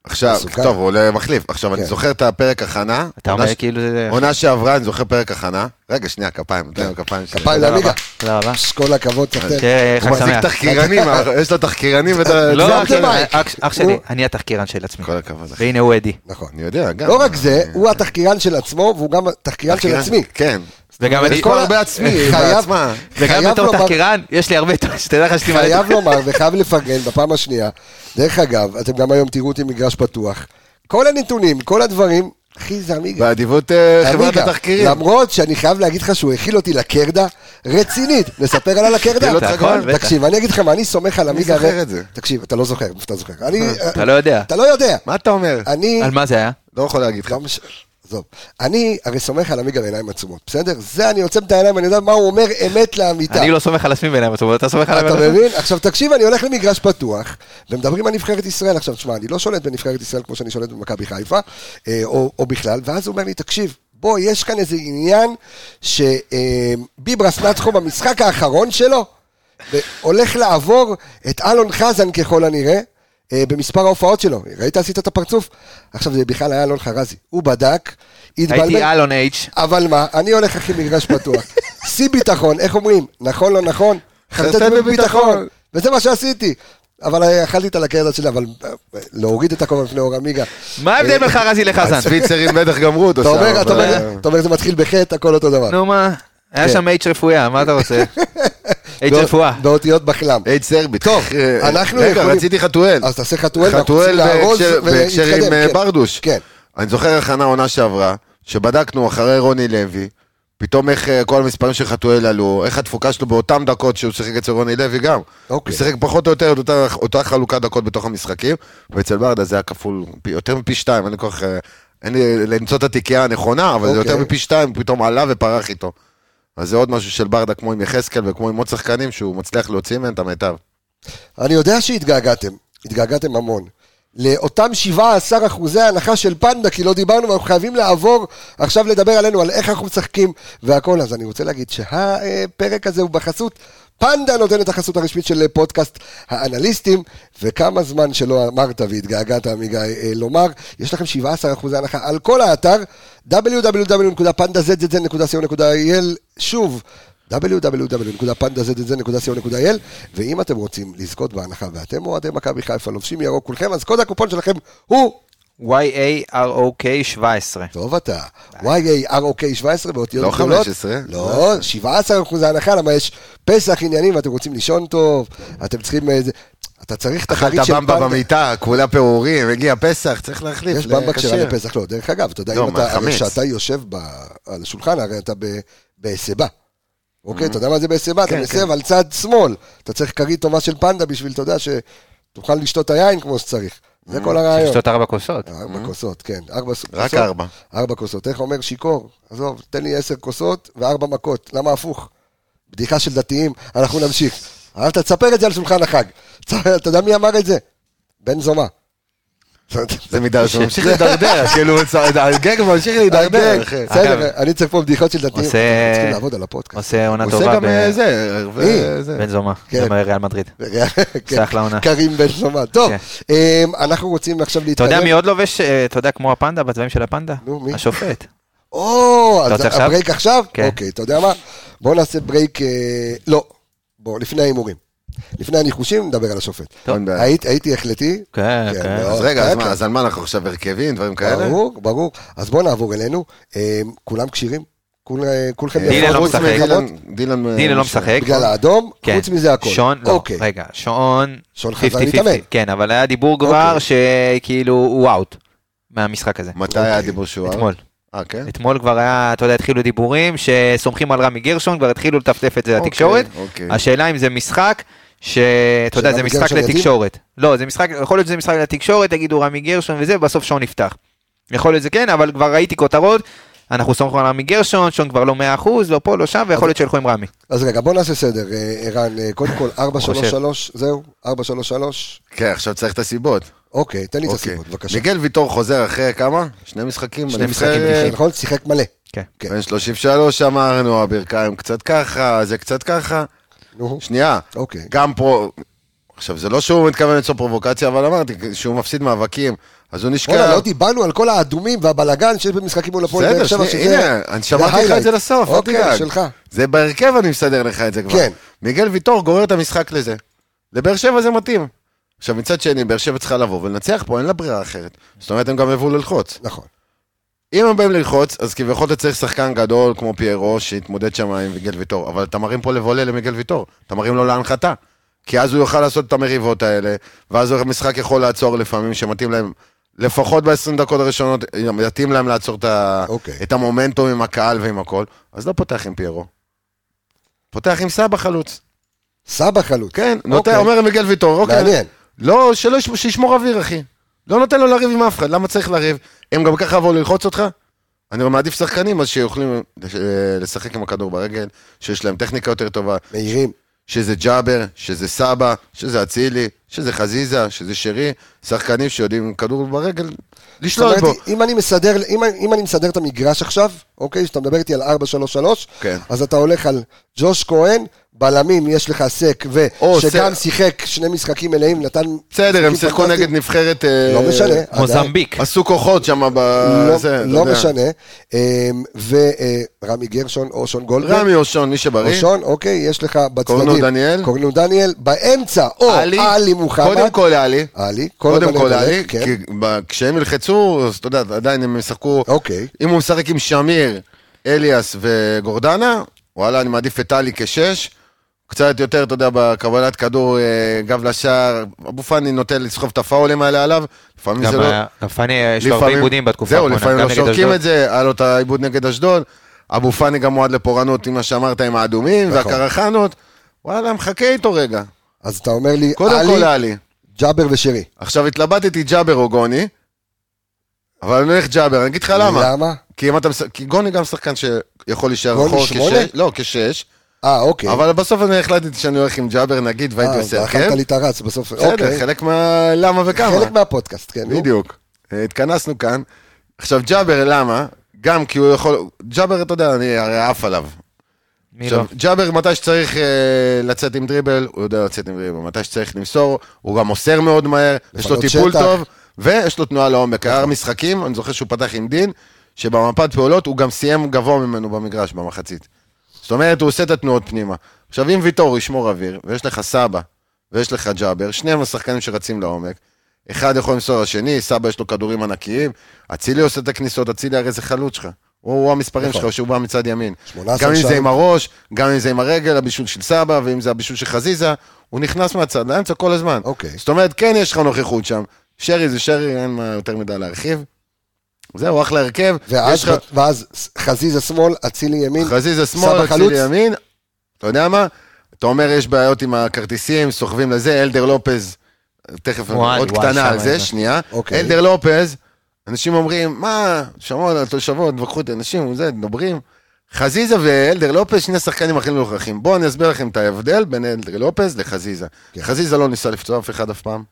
Speaker 4: עכשיו,
Speaker 1: מסוכן.
Speaker 4: טוב, הוא עולה מחליף. עכשיו, אני
Speaker 1: כן.
Speaker 4: זוכר את הפרק הכנה.
Speaker 5: אתה
Speaker 4: עונה
Speaker 5: אומר
Speaker 4: ש-
Speaker 5: כאילו זה...
Speaker 4: עונה שעברה, אני זוכר פרק הכנה. רגע, שנייה, כפיים, נותן לו כפיים. שלי.
Speaker 1: כן. כפיים
Speaker 5: תודה
Speaker 1: לליגה.
Speaker 5: רבה, תודה רבה.
Speaker 1: פש, כל הכבוד, סחטיין.
Speaker 5: שיהיה
Speaker 4: הוא
Speaker 5: חג
Speaker 4: מחזיק
Speaker 5: שמח.
Speaker 4: תחקירנים, אה, יש לו תחקירנים ואת ה...
Speaker 5: לא,
Speaker 1: זה
Speaker 5: אח שלי,
Speaker 1: הבית.
Speaker 5: אח- אח שלי, אני התחקירן של עצמי.
Speaker 4: כל הכבוד, אחי.
Speaker 5: והנה הוא אדי.
Speaker 1: נכון.
Speaker 4: אני יודע, גם. אה,
Speaker 1: לא רק זה, הוא התחקירן של עצמו, והוא גם התחקירן של
Speaker 4: תחקירן-
Speaker 1: עצמי.
Speaker 4: כן.
Speaker 5: וגם אני...
Speaker 4: יש פה הרבה עצמי,
Speaker 1: חייב-
Speaker 4: בעצמה.
Speaker 5: וגם
Speaker 1: חייב
Speaker 5: בתור
Speaker 1: לומר-
Speaker 5: תחקירן, יש לי הרבה, שתדע לך שאתה
Speaker 1: חייב לומר וחייב לפרגן בפעם השנייה. דרך אגב, אתם גם היום תראו אותי במגרש פתוח. כל הנתונים, כל הדברים, אחי, זה עמיגה.
Speaker 4: באדיבות אה, חברת
Speaker 1: עמיגה.
Speaker 4: התחקירים.
Speaker 1: למרות שאני חייב להגיד לך שהוא הכיל אותי לקרדה רצינית. נספר על הלקרדה?
Speaker 4: הכיל אותך
Speaker 5: אתה יכול,
Speaker 4: גם?
Speaker 5: בטח.
Speaker 1: תקשיב, אני אגיד לך מה, אני סומך על עמיגה.
Speaker 4: לא זוכר
Speaker 1: ר-
Speaker 4: את זה.
Speaker 1: תקשיב, אתה לא זוכר, אתה זוכר. אני...
Speaker 5: אתה לא יודע.
Speaker 1: אתה לא יודע.
Speaker 4: מה אתה אומר?
Speaker 1: אני...
Speaker 5: על מה זה היה?
Speaker 4: לא יכול להגיד לך.
Speaker 1: לא מש... עזוב. אני הרי סומך על עמיגה בעיניים עצומות, בסדר? זה, אני עוצם את העיניים, אני יודע מה הוא אומר אמת לאמיתה.
Speaker 5: אני לא סומך על עצמי בעיניים עצומות, אתה סומך על
Speaker 1: אתה
Speaker 5: עצמי?
Speaker 1: מבין? עכשיו תקשיב, אני הולך למגרש פתוח, ומדברים על נבחרת ישראל. עכשיו, תשמע, אני לא שולט בנבחרת ישראל כמו שאני שולט במכבי חיפה, אה, או, או בכלל, ואז הוא אומר לי, תקשיב, בוא, יש כאן איזה עניין שביברס נצחו במשחק האחרון שלו, הולך לעבור את אלון חזן ככל הנראה. אה, במספר ההופעות שלו, ראית עשית את הפרצוף? עכשיו זה בכלל היה אלון חרזי, הוא בדק,
Speaker 5: הייתי אלון אייץ'.
Speaker 1: אבל מה, אני הולך אחי מגרש פתוח. שיא ביטחון, איך אומרים? נכון לא נכון? חרטט בביטחון. וזה מה שעשיתי. אבל אה, אכלתי את הלקרדה שלי, אבל אה, להוריד את הכובע בפני אור עמיגה.
Speaker 5: מה ההבדל בין חרזי
Speaker 4: אה,
Speaker 5: לחזן?
Speaker 4: הצוויצרים בטח גמרו אותו
Speaker 1: אתה
Speaker 4: שם.
Speaker 1: אומר, אתה
Speaker 4: אבל- אה,
Speaker 1: אומר, אתה אומר, זה מתחיל בחטא, הכל אותו דבר.
Speaker 5: נו מה? היה
Speaker 1: כן.
Speaker 5: שם אייץ' רפויה, מה אתה רוצה? אייץ'
Speaker 1: בא-
Speaker 5: רפואה.
Speaker 1: באותיות בחלם.
Speaker 4: אייד סרביט.
Speaker 1: טוב,
Speaker 4: אה,
Speaker 1: אנחנו
Speaker 4: רגע,
Speaker 1: יכולים-
Speaker 4: רציתי חתואל.
Speaker 1: אז תעשה חתואל, אנחנו
Speaker 4: חתואל
Speaker 1: רוצים לארוז
Speaker 4: בהקשר- בהקשר עם
Speaker 1: ולהתקדם,
Speaker 4: אה,
Speaker 1: כן.
Speaker 4: ברדוש.
Speaker 1: כן.
Speaker 4: אני זוכר הכנה עונה שעברה, שבדקנו אחרי רוני לוי, פתאום איך אה, כל המספרים של חתואל עלו, איך התפוקה שלו באותם דקות שהוא שיחק אצל רוני לוי גם.
Speaker 1: אוקיי.
Speaker 4: הוא שיחק פחות או יותר את אותה, אותה חלוקת דקות בתוך המשחקים, ואצל ברדה זה היה כפול, פי- יותר מפי שתיים, אין לי כל כך... אה, אין לי למצוא את התיקייה הנכונה, אבל זה
Speaker 1: אוקיי.
Speaker 4: יותר מפי שתיים, הוא פתאום עלה ופרח איתו. אז זה עוד משהו של ברדה, כמו עם יחזקאל וכמו עם עוד שחקנים, שהוא מצליח להוציא מהם את המיטב.
Speaker 1: אני יודע שהתגעגעתם, התגעגעתם המון. לאותם 17 אחוזי הנחה של פנדה, כי לא דיברנו, ואנחנו חייבים לעבור עכשיו לדבר עלינו, על איך אנחנו משחקים והכל. אז אני רוצה להגיד שהפרק הזה הוא בחסות. פנדה נותן את החסות הרשמית של פודקאסט האנליסטים, וכמה זמן שלא אמרת והתגעגעת, עמיגה, אה, לומר, יש לכם 17 אחוזי הנחה על כל האתר, www.pandazz.co.il, שוב, www.pandazz.co.il ואם אתם רוצים לזכות בהנחה ואתם אוהדי מכבי חיפה לובשים ירוק כולכם, אז קוד הקופון שלכם הוא...
Speaker 5: Y-A-R-O-K 17.
Speaker 1: טוב אתה, YAROK17 באותיות
Speaker 4: לא
Speaker 1: גדולות.
Speaker 4: 15.
Speaker 1: לא, 17 אחוז ההנחה, למה יש פסח עניינים ואתם רוצים לישון טוב, אתם צריכים איזה... אתה צריך את
Speaker 4: אכלת
Speaker 1: החריץ של
Speaker 4: במבה
Speaker 1: פנדה.
Speaker 4: במיטה, כולה פירורים, הגיע פסח, צריך להחליף.
Speaker 1: יש במבה כשרה
Speaker 4: לכשר.
Speaker 1: לפסח, לא, דרך אגב, אתה יודע,
Speaker 4: לא,
Speaker 1: אם אתה, הרי
Speaker 4: מהחמץ.
Speaker 1: כשאתה יושב ב, על השולחן, הרי אתה ב- בהסבה. אוקיי, אתה יודע מה זה בהסבה? אתה
Speaker 4: כן,
Speaker 1: מסב על צד שמאל. אתה צריך כרית טובה של פנדה בשביל, אתה יודע, שתוכל לשתות היין כמו שצריך.
Speaker 4: Mm.
Speaker 1: זה כל הרעיון.
Speaker 5: שתות ארבע כוסות.
Speaker 1: ארבע כוסות, כן. ארבע ס-
Speaker 4: רק
Speaker 1: כוסות.
Speaker 4: ארבע.
Speaker 1: ארבע כוסות. איך אומר שיכור? עזוב, תן לי עשר כוסות וארבע מכות. למה הפוך? בדיחה של דתיים, אנחנו נמשיך. אבל אתה תספר את זה על שולחן החג. אתה יודע מי אמר את זה? בן זומא.
Speaker 4: זה מידר שהוא ממשיך להידרדר, כאילו, הגג ממשיך
Speaker 1: כן,
Speaker 4: להידרדר. אחי.
Speaker 1: בסדר,
Speaker 5: אגב,
Speaker 1: אני צריך פה בדיחות של דתיים.
Speaker 5: עושה-
Speaker 1: אנחנו צריכים לעבוד על הפודקאסט.
Speaker 5: עושה עונה
Speaker 4: הוא עושה
Speaker 5: טובה
Speaker 4: גם אה,
Speaker 5: ב- אה,
Speaker 4: זה, אה,
Speaker 1: מי?
Speaker 4: זה.
Speaker 5: בן זומא.
Speaker 1: כן.
Speaker 5: זה ריאל מדריד.
Speaker 1: כן,
Speaker 5: אחלה עונה.
Speaker 1: קרים בן זומא. טוב,
Speaker 5: כן.
Speaker 1: אמ, אנחנו רוצים עכשיו
Speaker 5: אתה
Speaker 1: להתקדם.
Speaker 5: יודע מי עוד לובש, אה, אתה יודע, כמו הפנדה, בצבעים של הפנדה?
Speaker 1: נו, מי?
Speaker 5: השופט.
Speaker 1: או, אז
Speaker 5: רוצה עכשיו?
Speaker 1: הברייק עכשיו?
Speaker 5: כן.
Speaker 1: אוקיי, אתה יודע מה? בואו נעשה ברייק... אה, לא, בואו, לפני ההימורים. לפני הניחושים, נדבר על השופט.
Speaker 5: טוב.
Speaker 4: אין בעיה.
Speaker 1: היית- הייתי החלטי?
Speaker 5: כן,
Speaker 1: כן,
Speaker 5: כן.
Speaker 1: מאוד.
Speaker 4: אז רגע, אז
Speaker 1: כן.
Speaker 4: מה, אז על מה אנחנו עכשיו הרכבים, דברים כאלה?
Speaker 1: ברור, ברור. אז בואו נעבור אלינו. אמ, כולם כשירים? כול- אה, כולכם
Speaker 5: דילן
Speaker 1: יפות?
Speaker 5: לא
Speaker 4: חוץ
Speaker 5: משחק.
Speaker 4: מדילן- דילן אה,
Speaker 5: דילן לא משחק.
Speaker 1: בגלל האדום?
Speaker 5: כן.
Speaker 1: חוץ מזה הכל.
Speaker 5: שון, לא,
Speaker 1: אוקיי.
Speaker 5: רגע, שון,
Speaker 1: שון
Speaker 5: 50-50,
Speaker 1: חזר להתאמן.
Speaker 5: כן, אבל היה דיבור כבר
Speaker 4: אוקיי.
Speaker 5: שכאילו הוא אאוט מהמשחק הזה.
Speaker 4: מתי היה הדיבור שהוא אהב?
Speaker 5: אוקיי. אתמול.
Speaker 4: אה, כן?
Speaker 5: אתמול כבר היה, אתה יודע, התחילו דיבורים שסומכים על רמי גרשון, כבר התחילו לטפטף את זה
Speaker 4: אוקיי,
Speaker 5: לתקשורת.
Speaker 4: אוקיי.
Speaker 5: השאלה אם זה משחק, שאתה יודע, זה
Speaker 1: שרמי
Speaker 5: משחק
Speaker 1: גרשון יגיב?
Speaker 5: לתקשורת. לא, זה משחק, יכול להיות שזה משחק לתקשורת, יגידו רמי גרשון וזה, בסוף שון יפתח. יכול להיות זה כן, אבל כבר ראיתי כותרות, אנחנו סומכים על רמי גרשון, שון כבר לא 100%, לא פה, לא שם, ויכול להיות שילכו עם רמי.
Speaker 1: אז רגע, בוא נעשה סדר, אה, ערן, אה, קודם כל 433, זהו, 433,
Speaker 4: כן, עכשיו צריך את הסיבות.
Speaker 1: אוקיי, תן לי את
Speaker 4: אוקיי.
Speaker 1: הסיבות, בבקשה.
Speaker 4: מיגל ויטור חוזר אחרי כמה? שני משחקים?
Speaker 5: שני
Speaker 4: בנבחרת?
Speaker 5: משחקים
Speaker 1: אה, נכון? שיחק מלא.
Speaker 5: כן.
Speaker 1: כן.
Speaker 4: בן 33 אמרנו, הברכיים קצת ככה, זה קצת ככה.
Speaker 1: נו,
Speaker 4: שנייה,
Speaker 1: אוקיי.
Speaker 4: גם פה... עכשיו, זה לא שהוא מתכוון למצוא פרובוקציה, אבל אמרתי, שהוא מפסיד מאבקים, אז הוא נשכח.
Speaker 1: וואלה, לא דיברנו על כל האדומים והבלאגן שיש במשחקים מול הפועל באר
Speaker 4: בסדר,
Speaker 1: שבע,
Speaker 4: שנייה,
Speaker 1: שזה...
Speaker 4: הנה, אני שמרתי לך
Speaker 1: highlight.
Speaker 4: את זה לסוף, אל
Speaker 1: אוקיי,
Speaker 4: תדאג.
Speaker 1: שלך.
Speaker 4: זה בהרכב אני מסדר לך את זה כבר.
Speaker 1: כן.
Speaker 4: מיגל ויטור גורר את המשחק לזה. לבאר שבע זה מתאים. עכשיו, מצד שני, באר שבע צריכה לבוא ולנצח פה, אין לה ברירה אחרת. זאת אומרת, הם גם יבואו ללחוץ.
Speaker 1: נכון.
Speaker 4: אם הם באים ללחוץ, אז כביכול אתה צריך שחקן גדול כמו פיירו, שיתמודד שם עם מיגל ויטור, אבל אתה מרים פה לבולה למיגל ויטור, אתה מרים לו להנחתה. כי אז הוא יוכל לעשות את המריבות האלה, ואז המשחק יכול לעצור לפעמים, שמתאים להם, לפחות ב-20 דקות הראשונות, יתאים להם לעצור את, ה...
Speaker 1: אוקיי.
Speaker 4: את המומנטום עם הקהל ועם הכל, אז לא פותח עם פיירו. פותח עם סבא חלוץ.
Speaker 1: סבא חלוץ.
Speaker 4: כן,
Speaker 1: אוקיי.
Speaker 4: נותן, אומר מיגל ויטור, אוקיי.
Speaker 1: מעניין.
Speaker 4: לא, שלא יש- שישמור אוויר, אחי. לא נותן לו לריב עם אף אחד, למה צריך לריב? הם גם ככה יבואו ללחוץ אותך? אני מעדיף שחקנים אז שיכולים לש- אה, לשחק עם הכדור ברגל, שיש להם טכניקה יותר טובה,
Speaker 1: מהירים.
Speaker 4: שזה ג'אבר, שזה סבא, שזה אצילי, שזה חזיזה, שזה שרי, שחקנים שיודעים עם כדור ברגל
Speaker 1: זאת
Speaker 4: לשלוט בו.
Speaker 1: אומרת, אם אני מסדר, אם, אם אני מסדר את המגרש עכשיו, אוקיי, שאתה מדבר איתי על 433,
Speaker 4: כן.
Speaker 1: אז אתה הולך על ג'וש כהן, בלמים יש לך סק, ו-
Speaker 4: או,
Speaker 1: שגם
Speaker 4: סק.
Speaker 1: שיחק שני משחקים מלאים, נתן...
Speaker 4: בסדר, הם
Speaker 1: משחקים
Speaker 4: שיחקו
Speaker 1: פנטסטיים.
Speaker 4: נגד נבחרת... אה,
Speaker 1: לא משנה. עדיין.
Speaker 5: מוזמביק.
Speaker 4: עשו כוחות שם ב...
Speaker 1: לא,
Speaker 4: אה, זה, אתה
Speaker 1: לא
Speaker 4: יודע.
Speaker 1: משנה. אמ, ורמי גרשון או שון גולדברג.
Speaker 4: רמי או שון, מי שבריא.
Speaker 1: או שון, אוקיי, יש לך בצדדים.
Speaker 4: קורנו דניאל.
Speaker 1: קורנו דניאל. באמצע, או
Speaker 4: עלי.
Speaker 1: לא, עלי מוחמד.
Speaker 4: קודם כל עלי.
Speaker 1: עלי. כל
Speaker 4: קודם
Speaker 1: הזמן
Speaker 4: כל
Speaker 1: אני
Speaker 4: עלי,
Speaker 1: בודק, כן.
Speaker 4: כי ב- כשהם ילחצו, אז אתה יודע, עדיין הם ישחקו,
Speaker 1: אוקיי.
Speaker 4: אם הוא משחק עם שמיר, אליאס וגורדנה, וואלה, אני מעדיף את עלי כשש, קצת יותר, אתה יודע, בקבלת כדור, אה, גב לשער, אבו פאני נוטה לסחוב את הפאולים האלה עליו, לפעמים זה
Speaker 5: גם
Speaker 4: לא...
Speaker 5: היה- גם פאני, יש לו הרבה
Speaker 4: לפעמים-
Speaker 5: עיבודים בתקופה
Speaker 4: זהו,
Speaker 5: האחרונה.
Speaker 4: לפעמים
Speaker 5: גם
Speaker 4: לא
Speaker 5: נגד
Speaker 4: שורקים
Speaker 5: אשדוד.
Speaker 4: את זה, היה לו את העיבוד נגד אשדוד, אבו פאני גם מועד לפורענות, עם מה שאמרת, עם האדומים
Speaker 1: נכון.
Speaker 4: והקרחנות, וואלה, מחכה איתו רגע.
Speaker 1: אז אתה אומר לי,
Speaker 4: קודם כל
Speaker 1: עלי,
Speaker 4: עלי.
Speaker 1: ג'אבר ושרי.
Speaker 4: עכשיו התלבטתי ג'אבר או גוני, אבל אני הולך ג'אבר, אני אגיד לך למה.
Speaker 1: למה?
Speaker 4: כי אם אתה מס... כי גוני גם שחקן שיכול להישאר
Speaker 1: גוני
Speaker 4: אחורה
Speaker 1: שמונה?
Speaker 4: כשש, לא, כשש,
Speaker 1: אה, אוקיי.
Speaker 4: אבל בסוף אני החלטתי שאני הולך עם ג'אבר נגיד והייתי
Speaker 1: אה,
Speaker 4: עושה הרכב.
Speaker 1: ואכלת לי את הרץ בסוף.
Speaker 4: כן. בסדר,
Speaker 1: אוקיי.
Speaker 4: חלק מה... למה וכמה.
Speaker 1: חלק מהפודקאסט, כן. נו.
Speaker 4: בדיוק. אה, התכנסנו כאן. עכשיו ג'אבר למה? גם כי הוא יכול, ג'אבר אתה יודע, אני הרי עף עליו.
Speaker 5: מי לא?
Speaker 4: עכשיו, ג'אבר מתי שצריך אה, לצאת עם דריבל, הוא יודע לצאת עם דריבל, מתי שצריך למסור, הוא גם מוסר מאוד מהר, יש לו
Speaker 1: לפנות
Speaker 4: טיפול
Speaker 1: שטח.
Speaker 4: טוב, ויש לו תנועה לעומק. היה משחקים, אני זוכר שהוא פתח עם דין, שבמפת פעולות הוא גם סיים גבוה ממנו במגרש במחצית. זאת זאת אומרת, הוא עושה את התנועות פנימה. עכשיו, אם ויטור ישמור אוויר, ויש לך סבא, ויש לך ג'אבר, שניהם השחקנים שרצים לעומק, אחד יכול למסור לשני, סבא יש לו כדורים ענקיים, אצילי עושה את הכניסות, אצילי הרי זה חלוץ שלך. הוא, הוא המספרים
Speaker 1: נכון.
Speaker 4: שלך, שהוא בא מצד ימין.
Speaker 1: 18
Speaker 4: גם אם זה
Speaker 1: שערים.
Speaker 4: עם הראש, גם אם זה עם הרגל, הבישול של סבא, ואם זה הבישול של חזיזה, הוא נכנס מהצד לאמצע כל הזמן.
Speaker 1: אוקיי.
Speaker 4: זאת אומרת, כן יש לך נוכחות שם. שרי זה שרי, אין מה יותר מדי להרחיב. זהו, אחלה הרכב.
Speaker 1: ואז,
Speaker 4: יש לך-
Speaker 1: ואז חזיזה שמאל, אצילי ימין.
Speaker 4: חזיזה
Speaker 1: סבא
Speaker 4: שמאל,
Speaker 1: חלוץ?
Speaker 4: אצילי ימין. אתה יודע מה? אתה אומר, יש בעיות עם הכרטיסים, סוחבים לזה, אלדר לופז, תכף
Speaker 5: וואי,
Speaker 4: עוד
Speaker 5: וואי, שם
Speaker 4: קטנה על
Speaker 5: איזה-
Speaker 4: זה, שנייה.
Speaker 1: אוקיי.
Speaker 4: אלדר לופז, אנשים אומרים, מה, שמות, תושבות, וקחו את האנשים, זה, מדברים. חזיזה ואלדר לופז, שני השחקנים הכי מלוכלכים. בואו אני אסביר לכם את ההבדל בין אלדר לופז לחזיזה.
Speaker 1: כן.
Speaker 4: חזיזה לא ניסה לפצוע אף אחד אף פעם.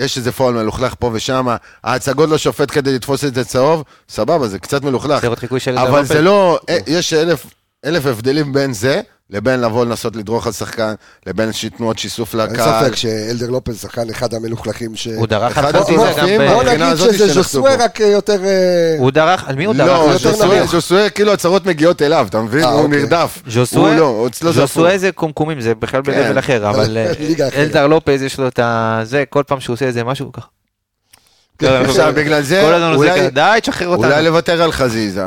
Speaker 4: יש איזה פועל מלוכלך פה ושם, ההצגות לשופט כדי לתפוס את הצהוב, סבבה, זה קצת מלוכלך.
Speaker 5: סרט חיקוי של
Speaker 4: אבל זה
Speaker 5: לופז.
Speaker 4: לא, אה, יש אלף, אלף הבדלים בין זה לבין לבוא לנסות לדרוך על שחקן, לבין ש- תנועות שיסוף
Speaker 1: אין
Speaker 4: לקהל.
Speaker 1: ספק שאלדר לופז שחקן אחד המלוכלכים ש...
Speaker 5: הוא דרך על
Speaker 4: לא- אחד
Speaker 5: חזיזה
Speaker 1: בוא-
Speaker 5: גם
Speaker 4: המופיעים
Speaker 5: ב...
Speaker 1: בוא
Speaker 4: מהבחינה
Speaker 1: נגיד
Speaker 4: הזאת
Speaker 1: שזה
Speaker 4: שנחצו
Speaker 1: ז'וסווה
Speaker 4: פה.
Speaker 1: רק אה, יותר... אה,
Speaker 5: הוא דרך, על מי הוא דרך?
Speaker 4: לא,
Speaker 5: על
Speaker 1: יותר
Speaker 4: ז'וסואל-
Speaker 1: נמוך.
Speaker 4: ז'וסואל, כאילו הצהרות מגיעות אליו, אתה מבין?
Speaker 1: אה,
Speaker 4: הוא
Speaker 1: אוקיי.
Speaker 4: נרדף. הוא
Speaker 5: ז'וסואל?
Speaker 4: לא, אצלו זה הפוך.
Speaker 5: ז'וסואה זה קומקומים, זה בכלל
Speaker 4: כן.
Speaker 5: בלבל אחר, אבל אה,
Speaker 1: ליגה
Speaker 4: לא.
Speaker 1: אחרת.
Speaker 5: אלדר לופז יש לו את ה... זה, כל פעם שהוא עושה איזה משהו, הוא ככה.
Speaker 4: כן, עכשיו, בגלל זה,
Speaker 5: כל הזמן הוא זה
Speaker 4: אולי-
Speaker 5: כזה, די, תשחרר אותנו.
Speaker 4: אולי לוותר על חזיזה.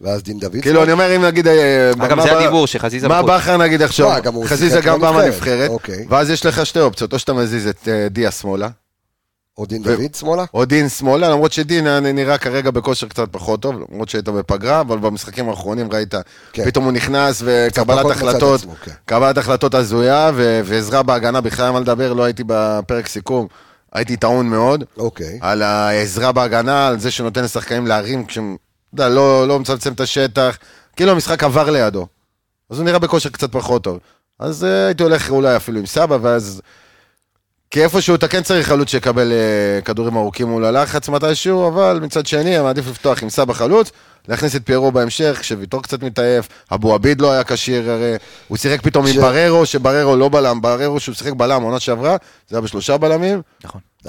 Speaker 1: ואז דין דוד.
Speaker 4: כאילו, אני אומר, אם נגיד... אה,
Speaker 5: אגב,
Speaker 4: מה
Speaker 5: זה
Speaker 4: בא-
Speaker 5: הדיבור, שחזיזה
Speaker 4: מה
Speaker 5: בחוץ.
Speaker 4: בכר נגיד
Speaker 1: אה,
Speaker 4: עכשיו?
Speaker 1: גם הוא
Speaker 4: חזיזה
Speaker 1: שיחק
Speaker 4: גם בא
Speaker 1: בנבחרת.
Speaker 4: מהנבחרת,
Speaker 1: אוקיי.
Speaker 4: ואז יש לך שתי אופציות, או שאתה מזיז את אה, דיה שמאלה,
Speaker 1: או דין
Speaker 4: ו-
Speaker 1: דוד שמאלה?
Speaker 4: או דין שמאלה, למרות שדין היה נראה כרגע בכושר קצת פחות טוב, למרות שהיית בפגרה, אבל במשחקים האחרונים ראית,
Speaker 1: כן.
Speaker 4: פתאום הוא נכנס
Speaker 1: פחות
Speaker 4: וקבלת
Speaker 1: מצא את
Speaker 4: החלטות,
Speaker 1: עצמו, כן.
Speaker 4: קבלת החלטות הזויה ו- ועזרה בהגנה, בכלל מה לדבר, לא הייתי בפרק סיכום, הייתי טעון מאוד,
Speaker 1: אוקיי.
Speaker 4: על העזרה בהגנה, על זה שנותן לשחקנים להרים כשהם, אתה יודע, לא, לא מצמצם את השטח, כאילו המשחק עבר לידו. אז הוא נראה בכושר קצת פחות טוב. אז אה, הייתי הולך אולי אפילו עם סבא, ואז... כי איפשהו אתה כן צריך חלוץ שיקבל אה, כדורים ארוכים מול הלחץ מתישהו, אבל מצד שני, אני מעדיף לפתוח עם סבא חלוץ, להכניס את פיירו בהמשך, כשוויטור קצת מתעייף, אבו עביד לא היה כשיר הרי, הוא שיחק פתאום
Speaker 1: ש-
Speaker 4: עם בררו, שבררו לא בלם, בררו שהוא שיחק בלם עונה שעברה, זה היה בשלושה בלמים,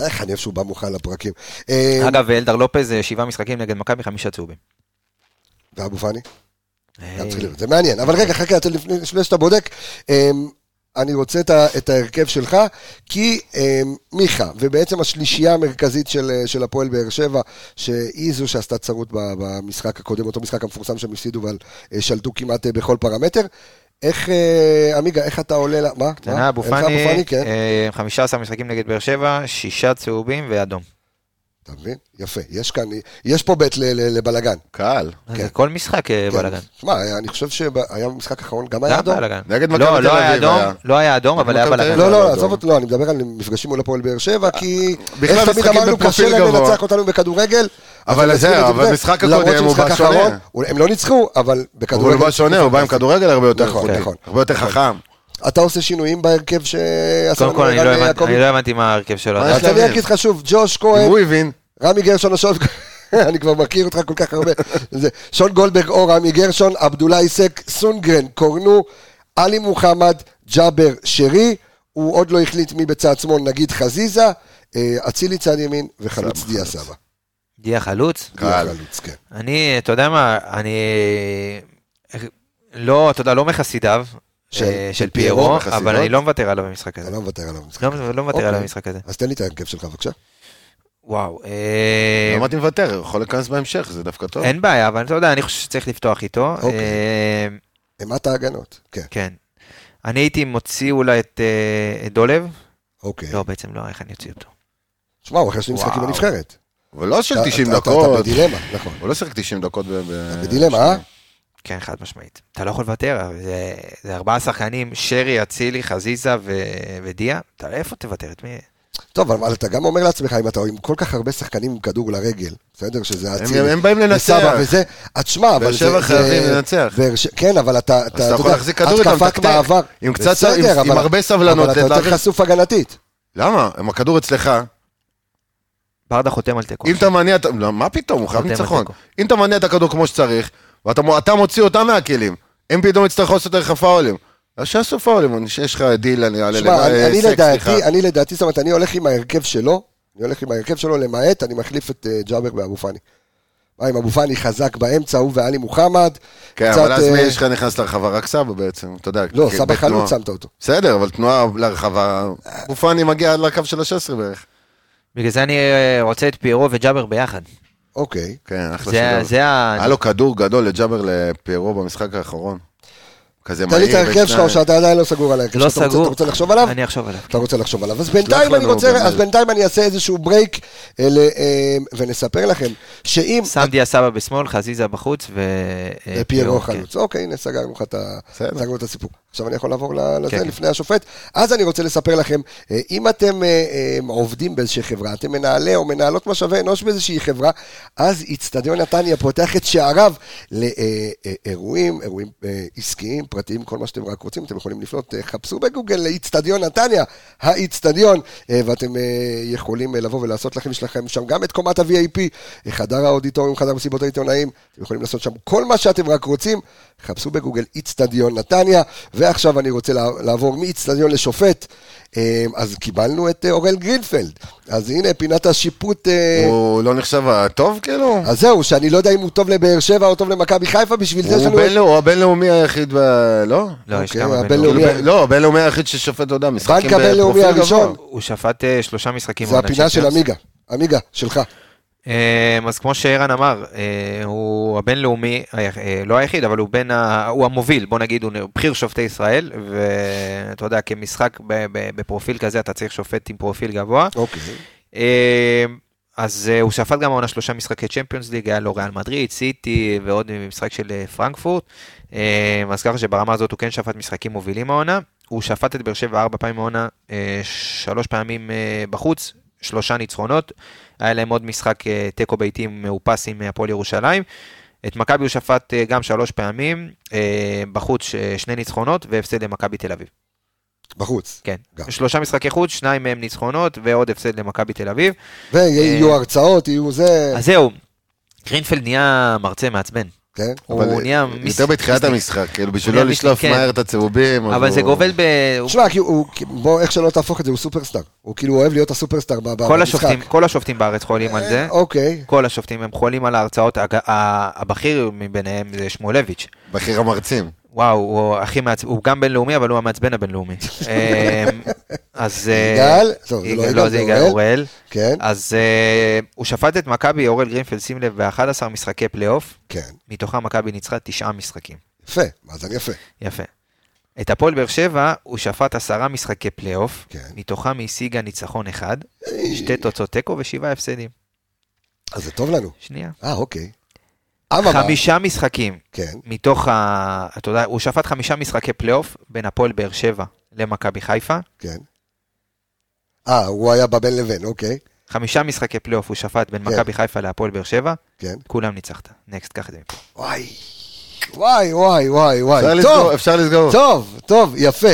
Speaker 1: איך אני אוהב שהוא בא מוכן לפרקים.
Speaker 4: כן.
Speaker 1: אה,
Speaker 5: אגב, אלדר לופז, אה, שבעה משחקים נגד מכבי, חמישה צהובים.
Speaker 1: ואבו פאני? גם
Speaker 5: אה,
Speaker 1: צריך לראות. זה מעניין. אבל רגע, חכה, אתה לפני לפני שאתה בודק. אמ, אני רוצה את ה- את ההרכב שלך, כי אמ, מיכה, ובעצם השלישייה המרכזית של, אה, של הפועל באר שבע, שהיא זו שעשתה צרות ב- במשחק הקודם, אותו משחק המפורסם שהם הפסידו, אבל אה, שלטו כמעט אה, בכל פרמטר. איך, אה, עמיגה, איך אתה עולה ל... מה?
Speaker 5: קטנה,
Speaker 4: אה,
Speaker 1: מה?
Speaker 5: אבו
Speaker 1: אין לך אבו
Speaker 5: פאני,
Speaker 1: פאני, כן.
Speaker 5: אה, 15 משחקים נגד באר שבע, שישה צהובים ואדום.
Speaker 4: כן.
Speaker 1: אתה מבין? יפה. יש כאן, יש פה בית ל- ל- לבלגן.
Speaker 4: קהל.
Speaker 5: אז
Speaker 1: כן.
Speaker 5: זה כל משחק אה,
Speaker 1: כן.
Speaker 5: בלאגן.
Speaker 1: שמע, אני חושב שהיה משחק אחרון, גם היה
Speaker 5: גם
Speaker 1: אדום.
Speaker 5: בלאגן.
Speaker 4: נגד מכבי
Speaker 5: לא,
Speaker 4: תל
Speaker 5: לא היה
Speaker 4: אביב
Speaker 5: אדום,
Speaker 4: היה.
Speaker 5: לא היה אדום,
Speaker 4: נגד
Speaker 5: אבל היה
Speaker 4: מכבי תל
Speaker 5: בלאגן.
Speaker 4: אביב.
Speaker 1: לא, לא,
Speaker 4: אדום.
Speaker 1: עזוב אותו, לא, אני מדבר על מפגשים מול הפועל באר שבע, כי...
Speaker 4: בכלל
Speaker 1: איך תמיד
Speaker 4: משחקים
Speaker 1: אמרנו, קשה
Speaker 4: בפרופיל
Speaker 1: להם
Speaker 4: גבוה.
Speaker 1: לנצח אותנו בכדורגל.
Speaker 4: אבל
Speaker 1: אז הם
Speaker 4: זה,
Speaker 1: יצאו
Speaker 4: אבל
Speaker 1: לדבר.
Speaker 4: משחק
Speaker 1: למרות
Speaker 4: הקודם הוא
Speaker 1: שמשחק
Speaker 4: בא
Speaker 1: האחרון,
Speaker 4: שונה.
Speaker 1: אולי- הם לא ניצחו, אבל בכדורגל...
Speaker 4: אבל הוא בא שונה, הוא בא עם כדורגל הרבה יותר
Speaker 1: נכון,
Speaker 4: איכותי,
Speaker 1: נכון.
Speaker 4: הרבה יותר חכם.
Speaker 1: אתה עושה שינויים בהרכב שעשה
Speaker 5: קודם כל, אני
Speaker 1: ערן
Speaker 5: לא הבנתי-
Speaker 1: יעקבי?
Speaker 5: אני לא הבנתי מה ההרכב שלו.
Speaker 4: מה
Speaker 5: אז
Speaker 4: יש
Speaker 1: אז
Speaker 4: להבין.
Speaker 1: אני אגיד לך שוב, ג'וש
Speaker 4: אם
Speaker 1: כהן,
Speaker 4: הוא הבין,
Speaker 1: רמי גרשון או שון... אני כבר מכיר אותך כל כך הרבה. זה, שון גולדברג או רמי גרשון, עבדולאי סק, סונגרן, קורנו, עלי מוחמד, ג'אבר, שרי. הוא עוד לא החליט מי בצד שמאל, נגיד חזיזה, אה, אצילי צד ימין וחלוץ
Speaker 4: סבא,
Speaker 1: דיה
Speaker 4: חלוץ.
Speaker 1: סבא.
Speaker 5: דיה חלוץ?
Speaker 4: קהל.
Speaker 1: חלוץ, כן.
Speaker 5: אני, אתה יודע מה, אני לא, אתה יודע, לא מחסידיו
Speaker 1: של-
Speaker 5: אה,
Speaker 1: של
Speaker 5: של פיירו,
Speaker 4: פיירו,
Speaker 5: אבל אני לא מוותר עליו במשחק
Speaker 1: אתה
Speaker 5: הזה.
Speaker 1: לא מוותר עליו במשחק.
Speaker 5: לא לא מוותר
Speaker 1: אוקיי.
Speaker 5: עליו במשחק הזה.
Speaker 1: אז תן לי את ההרכב שלך בבקשה.
Speaker 5: וואו. אה,
Speaker 4: אמרתי לא מוותר, הוא יכול להיכנס בהמשך, זה דווקא טוב.
Speaker 5: אין בעיה, אבל אתה יודע, אני חושב שצריך לפתוח איתו.
Speaker 1: אוקיי.
Speaker 5: אה,
Speaker 1: אימת ההגנות. כן,
Speaker 5: כן. אני הייתי מוציא אולי את אה, את דולב.
Speaker 1: אוקיי.
Speaker 5: לא, בעצם לא, איך אני אוציא אותו?
Speaker 1: שמע, הוא אחרי שני משחקים
Speaker 5: וואו.
Speaker 1: בנבחרת.
Speaker 4: אבל לא של
Speaker 1: אתה-
Speaker 4: 90
Speaker 1: אתה- אתה- אתה
Speaker 4: דקות.
Speaker 1: בדילמה, נכון.
Speaker 4: הוא לא שיחק 90 דקות. ב- ב-
Speaker 1: בדילמה, אה?
Speaker 5: כן, חד משמעית. אתה לא יכול לוותר, אבל זה- זה ארבעה שחקנים, שרי, אצילי, חזיזה ו- ודיה. אתה איפה תוותר? את מי?
Speaker 1: טוב, אבל אתה גם אומר לעצמך, אם אתה עם כל כך הרבה שחקנים עם כדור לרגל, בסדר? שזה
Speaker 4: הם- הם באים לנצח.
Speaker 1: וסבא וזה, אז תשמע, אבל
Speaker 4: באר
Speaker 1: זה... זה-
Speaker 4: שבע חייבים לנצח.
Speaker 1: באר ש- כן, אבל אתה, אתה,
Speaker 4: אתה יכול
Speaker 1: יודע,
Speaker 4: להחזיק כדור, אתה
Speaker 1: התקפת
Speaker 4: מתקתק.
Speaker 1: מעבר.
Speaker 4: עם קצת-
Speaker 1: בסדר,
Speaker 4: עם- עם
Speaker 1: אבל-
Speaker 4: הרבה סבלנות,
Speaker 1: אבל אתה יותר
Speaker 4: לתווך-
Speaker 1: חשוף הגנתית.
Speaker 4: למה? הם הכדור אצלך,
Speaker 5: ברדה חותם על תיקו.
Speaker 4: אם אתה מניע, את- לא, מה פתאום, הוא חייב
Speaker 5: חותם על
Speaker 4: ניצחון.
Speaker 5: תיקו.
Speaker 4: אם אתה מניע את הכדור כמו שצריך, ואתה מו- אתה מוציא אותם מהכלים, הם פתאום יצטרכו לעשות לך פאולים. אז שיעשו פאולים, אני- שיש לך דיל, אני אעלה
Speaker 1: שמע, אני-
Speaker 4: אה,
Speaker 1: אני
Speaker 4: סק,
Speaker 1: לדעתי,
Speaker 4: סליחה.
Speaker 1: אני לדעתי, זאת אומרת, אני הולך עם ההרכב שלו, אני הולך עם ההרכב שלו למעט, אני מחליף את אה, ג'אבר באבו פאני. מה, עם אבו פאני חזק באמצע, הוא ואלי מוחמד.
Speaker 4: כן, אבל אז
Speaker 1: אה,
Speaker 4: מי יש לך נכנס לרחבה? רק סבא בעצם, אתה יודע.
Speaker 1: לא,
Speaker 4: כי
Speaker 1: סבא
Speaker 4: בתנועה-
Speaker 1: חלוץ שמת אותו.
Speaker 4: בסדר, אבל תנועה לרחבה, אבו פאני מגיע עד לקו של ה-16 בערך.
Speaker 5: בגלל זה אני אה, רוצה את פיירו וג'אבר ביחד.
Speaker 1: אוקיי.
Speaker 4: כן, אחלה
Speaker 5: זה-
Speaker 4: שדור.
Speaker 5: זה ה...
Speaker 4: היה לו כדור גדול לג'אבר לפיירו במשחק האחרון. כזה
Speaker 1: תן
Speaker 4: מהיר.
Speaker 1: לי את ההרכב שלך, או
Speaker 4: ושניים.
Speaker 1: שאתה עדיין לא סגור על ההרכב
Speaker 5: לא
Speaker 1: שאתה רוצה-
Speaker 5: סגור.
Speaker 1: אתה רוצה לחשוב עליו?
Speaker 5: אני אחשוב עליו.
Speaker 1: אתה רוצה לחשוב עליו. אז בינתיים
Speaker 4: לנו
Speaker 5: לא
Speaker 1: אני רוצה,
Speaker 4: באמת.
Speaker 1: אז בינתיים אני אעשה איזשהו ברייק אה, ל- אה, ונספר לכם שאם...
Speaker 5: סמדי הסבא בשמאל, חזיזה בחוץ ו...
Speaker 1: אה,
Speaker 5: אה,
Speaker 1: פיירו
Speaker 5: כן.
Speaker 1: חלוץ. אוקיי, הנה, סגרנו לך את ה-
Speaker 4: בסדר.
Speaker 1: סגרנו את הסיפור. עכשיו אני יכול לעבור ל- לזה
Speaker 5: כן.
Speaker 1: לפני השופט. אז אני רוצה לספר לכם, אה, אם אתם אה, אה, עובדים באיזושהי חברה, אתם מנהלי או מנהלות משאבי אנוש באיזושהי חברה, אז איצטדיון נתניה פותח את שעריו לאירועים, אירועים אה, עסקיים, פרטיים, כל מה שאתם רק רוצים, אתם יכולים לפנות, אה, חפשו בגוגל לאיצטדיון נתניה, האיצטדיון, אה, ואתם אה, יכולים אה, לבוא ולעשות לכם, יש לכם שם גם את קומת ה-VIP, אה, חדר האודיטוריום, חדר מסיבות העיתונאים, אתם יכולים לעשות שם כל מה שאתם רק רוצים, חפשו בגוגל איצטדיון נתניה, ועכשיו אני רוצה לע- לעבור מאיצטדיון לשופט, אה, אז קיבלנו את אה, אורל גרינפלד, אז הנה פינת השיפוט... אה,
Speaker 4: הוא לא נחשב הטוב כאילו?
Speaker 1: אז זהו, שאני לא יודע אם הוא טוב לבאר שבע או טוב למכבי חיפה, בשביל זה יש
Speaker 4: הוא
Speaker 1: לנו...
Speaker 4: בינלאומי- הוא הבינלאומי היחיד, ב- לא?
Speaker 5: לא, יש
Speaker 1: אוקיי,
Speaker 5: כמה
Speaker 1: הבינלאומי.
Speaker 5: בינלאומי.
Speaker 1: לאומי-
Speaker 4: כאילו, ב- לא, הבינלאומי היחיד ששופט הודעה, משחקים
Speaker 1: בנק הבינלאומי
Speaker 4: בפרופיל גבוה.
Speaker 1: הראשון,
Speaker 5: לא- הוא שפט אה, שלושה משחקים.
Speaker 1: זה
Speaker 5: בעונת
Speaker 1: הפינה של
Speaker 5: צ'מפיונס.
Speaker 1: עמיגה, עמיגה, שלך.
Speaker 5: אה, אז כמו שערן אמר, אה, הוא הבינלאומי, אה, אה, לא היחיד, אבל הוא בין, ה- הוא המוביל, בוא נגיד, הוא בכיר שופטי ישראל, ואתה יודע, כמשחק ב- ב- בפרופיל כזה, אתה צריך שופט עם פרופיל גבוה.
Speaker 1: אוקיי.
Speaker 5: אה, אז אה, הוא שפט גם העונה שלושה משחקי צ'מפיונס ליג, היה לו ריאל מדריד, סיטי ועוד משחק של אה, פרנקפורט. אה, אז ככה שברמה הזאת הוא כן שפט משחקים מובילים העונה. הוא שפט את באר שבע ארבע פעמים העונה, אה, שלוש פעמים אה, בחוץ, שלושה ניצחונות. היה להם עוד משחק אה, תיקו ביתי מאופס עם אה, הפועל ירושלים. את מכבי הוא שפט אה, גם שלוש פעמים, אה, בחוץ אה, שני ניצחונות והפסד למכבי תל אביב.
Speaker 1: בחוץ.
Speaker 5: כן.
Speaker 1: גם.
Speaker 5: שלושה משחקי חוץ, שניים מהם ניצחונות ועוד הפסד למכבי תל אביב.
Speaker 1: ויהיו הרצאות, יהיו זה...
Speaker 5: אז זהו, גרינפלד נהיה מרצה מעצבן.
Speaker 1: כן.
Speaker 4: אבל
Speaker 5: הוא נהיה... מיס-
Speaker 4: יותר בתחילת
Speaker 5: מיסניק.
Speaker 4: המשחק, כאילו, בשביל
Speaker 5: הוא
Speaker 4: לא
Speaker 5: נהיה
Speaker 4: לשלוף
Speaker 5: מיסניק, כן.
Speaker 4: מהר את הצהובים. אז
Speaker 5: אבל זה
Speaker 4: הוא-
Speaker 5: גובל ב... הוא-
Speaker 1: תשמע, כי הוא, כי- בוא, איך שלא תהפוך את זה, הוא סופרסטאר. הוא כאילו אוהב להיות הסופרסטאר ב- ב- במשחק.
Speaker 5: כל השופטים, כל השופטים בארץ חולים על זה.
Speaker 1: אוקיי.
Speaker 5: כל השופטים הם חולים על ההרצאות, הג- ה- הבכיר מביניהם זה שמואלביץ'.
Speaker 4: בכיר המרצים.
Speaker 1: אה,
Speaker 5: וואו, הוא הכי מעצבן, הוא גם בינלאומי, אבל הוא המעצבן הבינלאומי. אמ, אז... אה,
Speaker 1: יגאל? טוב, זה לא יגאל,
Speaker 5: לא,
Speaker 1: זה
Speaker 5: זה יגאל
Speaker 1: אוראל.
Speaker 5: אוראל.
Speaker 1: כן,
Speaker 5: אז אה, הוא שפט את מכבי, אורל גרינפלד, שים לב, ב-11 משחקי פלייאוף,
Speaker 1: כן.
Speaker 5: מתוכם מכבי ניצחה תשעה משחקים.
Speaker 1: יפה, מאזן יפה.
Speaker 5: יפה. את הפועל באר שבע הוא שפט עשרה משחקי פלייאוף,
Speaker 1: כן.
Speaker 5: מתוכם היא השיגה ניצחון אחד, שתי תוצאות תיקו ושבעה הפסדים.
Speaker 1: אז זה טוב לנו.
Speaker 5: שנייה.
Speaker 1: אה, אוקיי. אממה.
Speaker 5: חמישה משחקים
Speaker 1: כן,
Speaker 5: מתוך ה... אתה יודע, הוא שפט חמישה משחקי פלייאוף בין הפועל באר שבע למכבי חיפה.
Speaker 1: כן. אה, הוא היה בבין לבין, אוקיי.
Speaker 5: חמישה משחקי פלייאוף הוא שפט בין
Speaker 1: כן.
Speaker 5: מכבי חיפה להפועל באר שבע,
Speaker 1: כן.
Speaker 5: כולם ניצחת. נקסט, קח את זה מפה.
Speaker 1: וואי. וואי, וואי, וואי,
Speaker 4: אפשר
Speaker 1: וואי. טוב.
Speaker 4: לסגור, אפשר לסגור.
Speaker 1: טוב, טוב, יפה.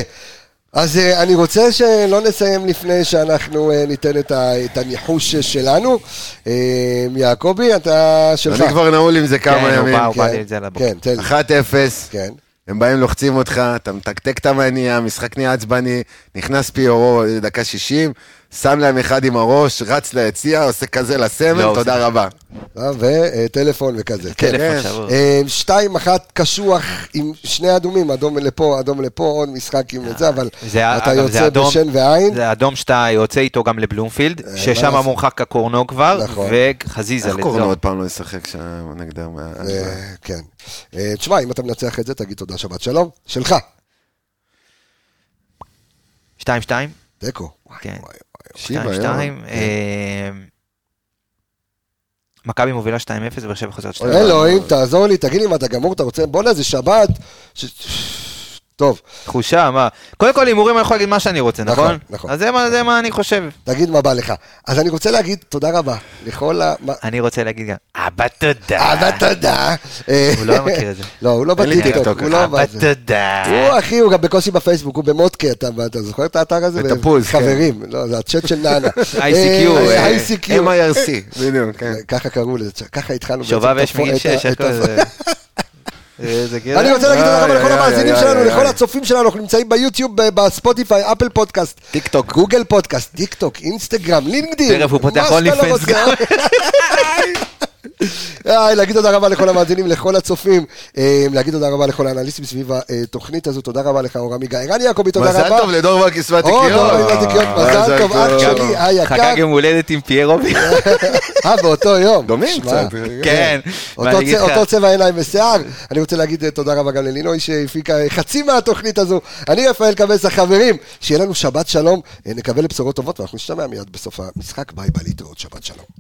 Speaker 1: אז אה, אני רוצה שלא נסיים לפני שאנחנו אה, ניתן את ה- את הניחוש שלנו. אה, יעקבי, אתה שלך.
Speaker 4: אני כבר נעול עם זה כמה
Speaker 5: כן, הוא
Speaker 4: ימים.
Speaker 5: בא, הוא
Speaker 1: כן,
Speaker 5: בא לי את זה על הבוקר.
Speaker 1: כן, תן לי.
Speaker 4: 1-0,
Speaker 1: כן.
Speaker 4: הם באים, לוחצים אותך, אתה מתקתק את המניע, המשחק נהיה עצבני, נכנס פיירו דקה 60, שם להם אחד עם הראש, רץ ליציע, עושה כזה לסמל,
Speaker 5: לא,
Speaker 4: תודה
Speaker 5: זה-
Speaker 4: רבה.
Speaker 1: אה, וטלפון וכזה. כן.
Speaker 5: טלפון
Speaker 4: כן.
Speaker 5: שבור.
Speaker 1: אה, שתיים אחת קשוח עם שני אדומים, אדום לפה, אדום לפה, עוד משחק
Speaker 5: אה,
Speaker 1: עם זה, אבל
Speaker 5: זה-
Speaker 1: אתה
Speaker 5: אגב, זה
Speaker 1: יוצא
Speaker 5: אדום-
Speaker 1: בשן ועין.
Speaker 5: זה האדום שאתה יוצא איתו גם לבלומפילד,
Speaker 1: אה, מה
Speaker 5: ששם
Speaker 1: לעשות.
Speaker 5: מורחק הקורנו כבר,
Speaker 1: נכון.
Speaker 5: וחזיזה.
Speaker 4: איך
Speaker 5: לצורך.
Speaker 4: קורנו עוד פעם לא ישחק שם נגד ה...
Speaker 1: אה, כן. אה, תשמע, אם אתה מנצח את זה, תגיד תודה שבת שלום. שלך,
Speaker 5: 2-2?
Speaker 1: תיקו.
Speaker 5: כן.
Speaker 1: וואי,
Speaker 4: שיבא,
Speaker 5: 2-2.
Speaker 4: יואו.
Speaker 1: כן.
Speaker 5: אה, מכבי מובילה 2-0 ובאר שבע חוזרת 2-0.
Speaker 1: אלוהים, תעזור לי, תגיד לי אם אתה גמור, אתה רוצה, בואנה, זה שבת. ש- טוב,
Speaker 5: תחושה, מה? קודם כל הימורים אני יכול להגיד מה שאני רוצה,
Speaker 1: נכון,
Speaker 5: נכון?
Speaker 1: נכון.
Speaker 5: אז זה מה- זה מה אני חושב.
Speaker 1: תגיד מה בא לך. אז אני רוצה להגיד תודה רבה לכל ה... מה-
Speaker 5: אני רוצה להגיד גם, אבא תודה.
Speaker 1: אבל תודה.
Speaker 5: אה. הוא לא מכיר את זה.
Speaker 1: לא, הוא לא
Speaker 4: אין לי
Speaker 1: בטיקטוק,
Speaker 4: טיקטוק.
Speaker 1: הוא לא
Speaker 5: אבא
Speaker 1: בא זה.
Speaker 5: תודה.
Speaker 1: הוא אחי, הוא גם בקושי בפייסבוק, הוא במודקה, אתה אתה זוכר את האתר הזה?
Speaker 4: את הפוז, כן.
Speaker 1: חברים, לא, זה הצ'אט של נאנה.
Speaker 5: ICQ,
Speaker 1: אה,
Speaker 5: אה,
Speaker 1: ICQ.
Speaker 4: MIRC, בדיוק, כן.
Speaker 1: ככה קראו לזה, ככה התחלנו.
Speaker 5: שובב
Speaker 1: בעצם
Speaker 5: אש
Speaker 1: אה, את הפו- את
Speaker 5: מגיל
Speaker 1: ה-
Speaker 5: 6, איך
Speaker 1: את ה-
Speaker 5: קוראים לזה? אה, זה כאילו-
Speaker 1: אני רוצה להגיד תודה רבה
Speaker 4: איי,
Speaker 1: לכל
Speaker 4: איי,
Speaker 1: המאזינים
Speaker 4: איי,
Speaker 1: שלנו,
Speaker 4: איי,
Speaker 1: לכל
Speaker 4: איי.
Speaker 1: הצופים שלנו, אנחנו נמצאים ביוטיוב, ב- בספוטיפיי, אפל פודקאסט,
Speaker 4: טיק טוק.
Speaker 1: גוגל פודקאסט, טיק טוק, אינסטגרם, לינקדאין.
Speaker 5: תכף הוא פותח
Speaker 1: מה שאתה לא
Speaker 5: OnlyFans
Speaker 1: רוצה.
Speaker 5: גם.
Speaker 1: אה, להגיד תודה רבה לכל המאזינים, לכל הצופים, אה, להגיד תודה רבה לכל האנליסטים סביב התוכנית הזו, תודה רבה לך, אורם יגאל. ערן יעקבי, תודה רבה.
Speaker 4: מזל טוב אה, לדור והקסמת
Speaker 1: או, לא,
Speaker 4: הקריאות.
Speaker 1: דור וקסמת הקריאות, מזל טוב, אה, אח שלי, היקר.
Speaker 5: חגג יום הולדת עם פיירו.
Speaker 1: אה, באותו יום. שמע,
Speaker 4: דומים קצת.
Speaker 5: כן.
Speaker 1: אותו
Speaker 5: ואני אגיד
Speaker 1: צ-
Speaker 5: לך-
Speaker 1: אותו צבע עיניים ושיער. אני רוצה להגיד אה, תודה רבה גם ללינוי שהפיקה אה, חצי מהתוכנית הזו. אני רפאל קבס, החברים, שיהיה לנו שבת שלום, אה, נקווה לבשורות טובות ואנחנו נשתמע מיד בסוף המשחק. ביי ביי להתראות, שבת שלום.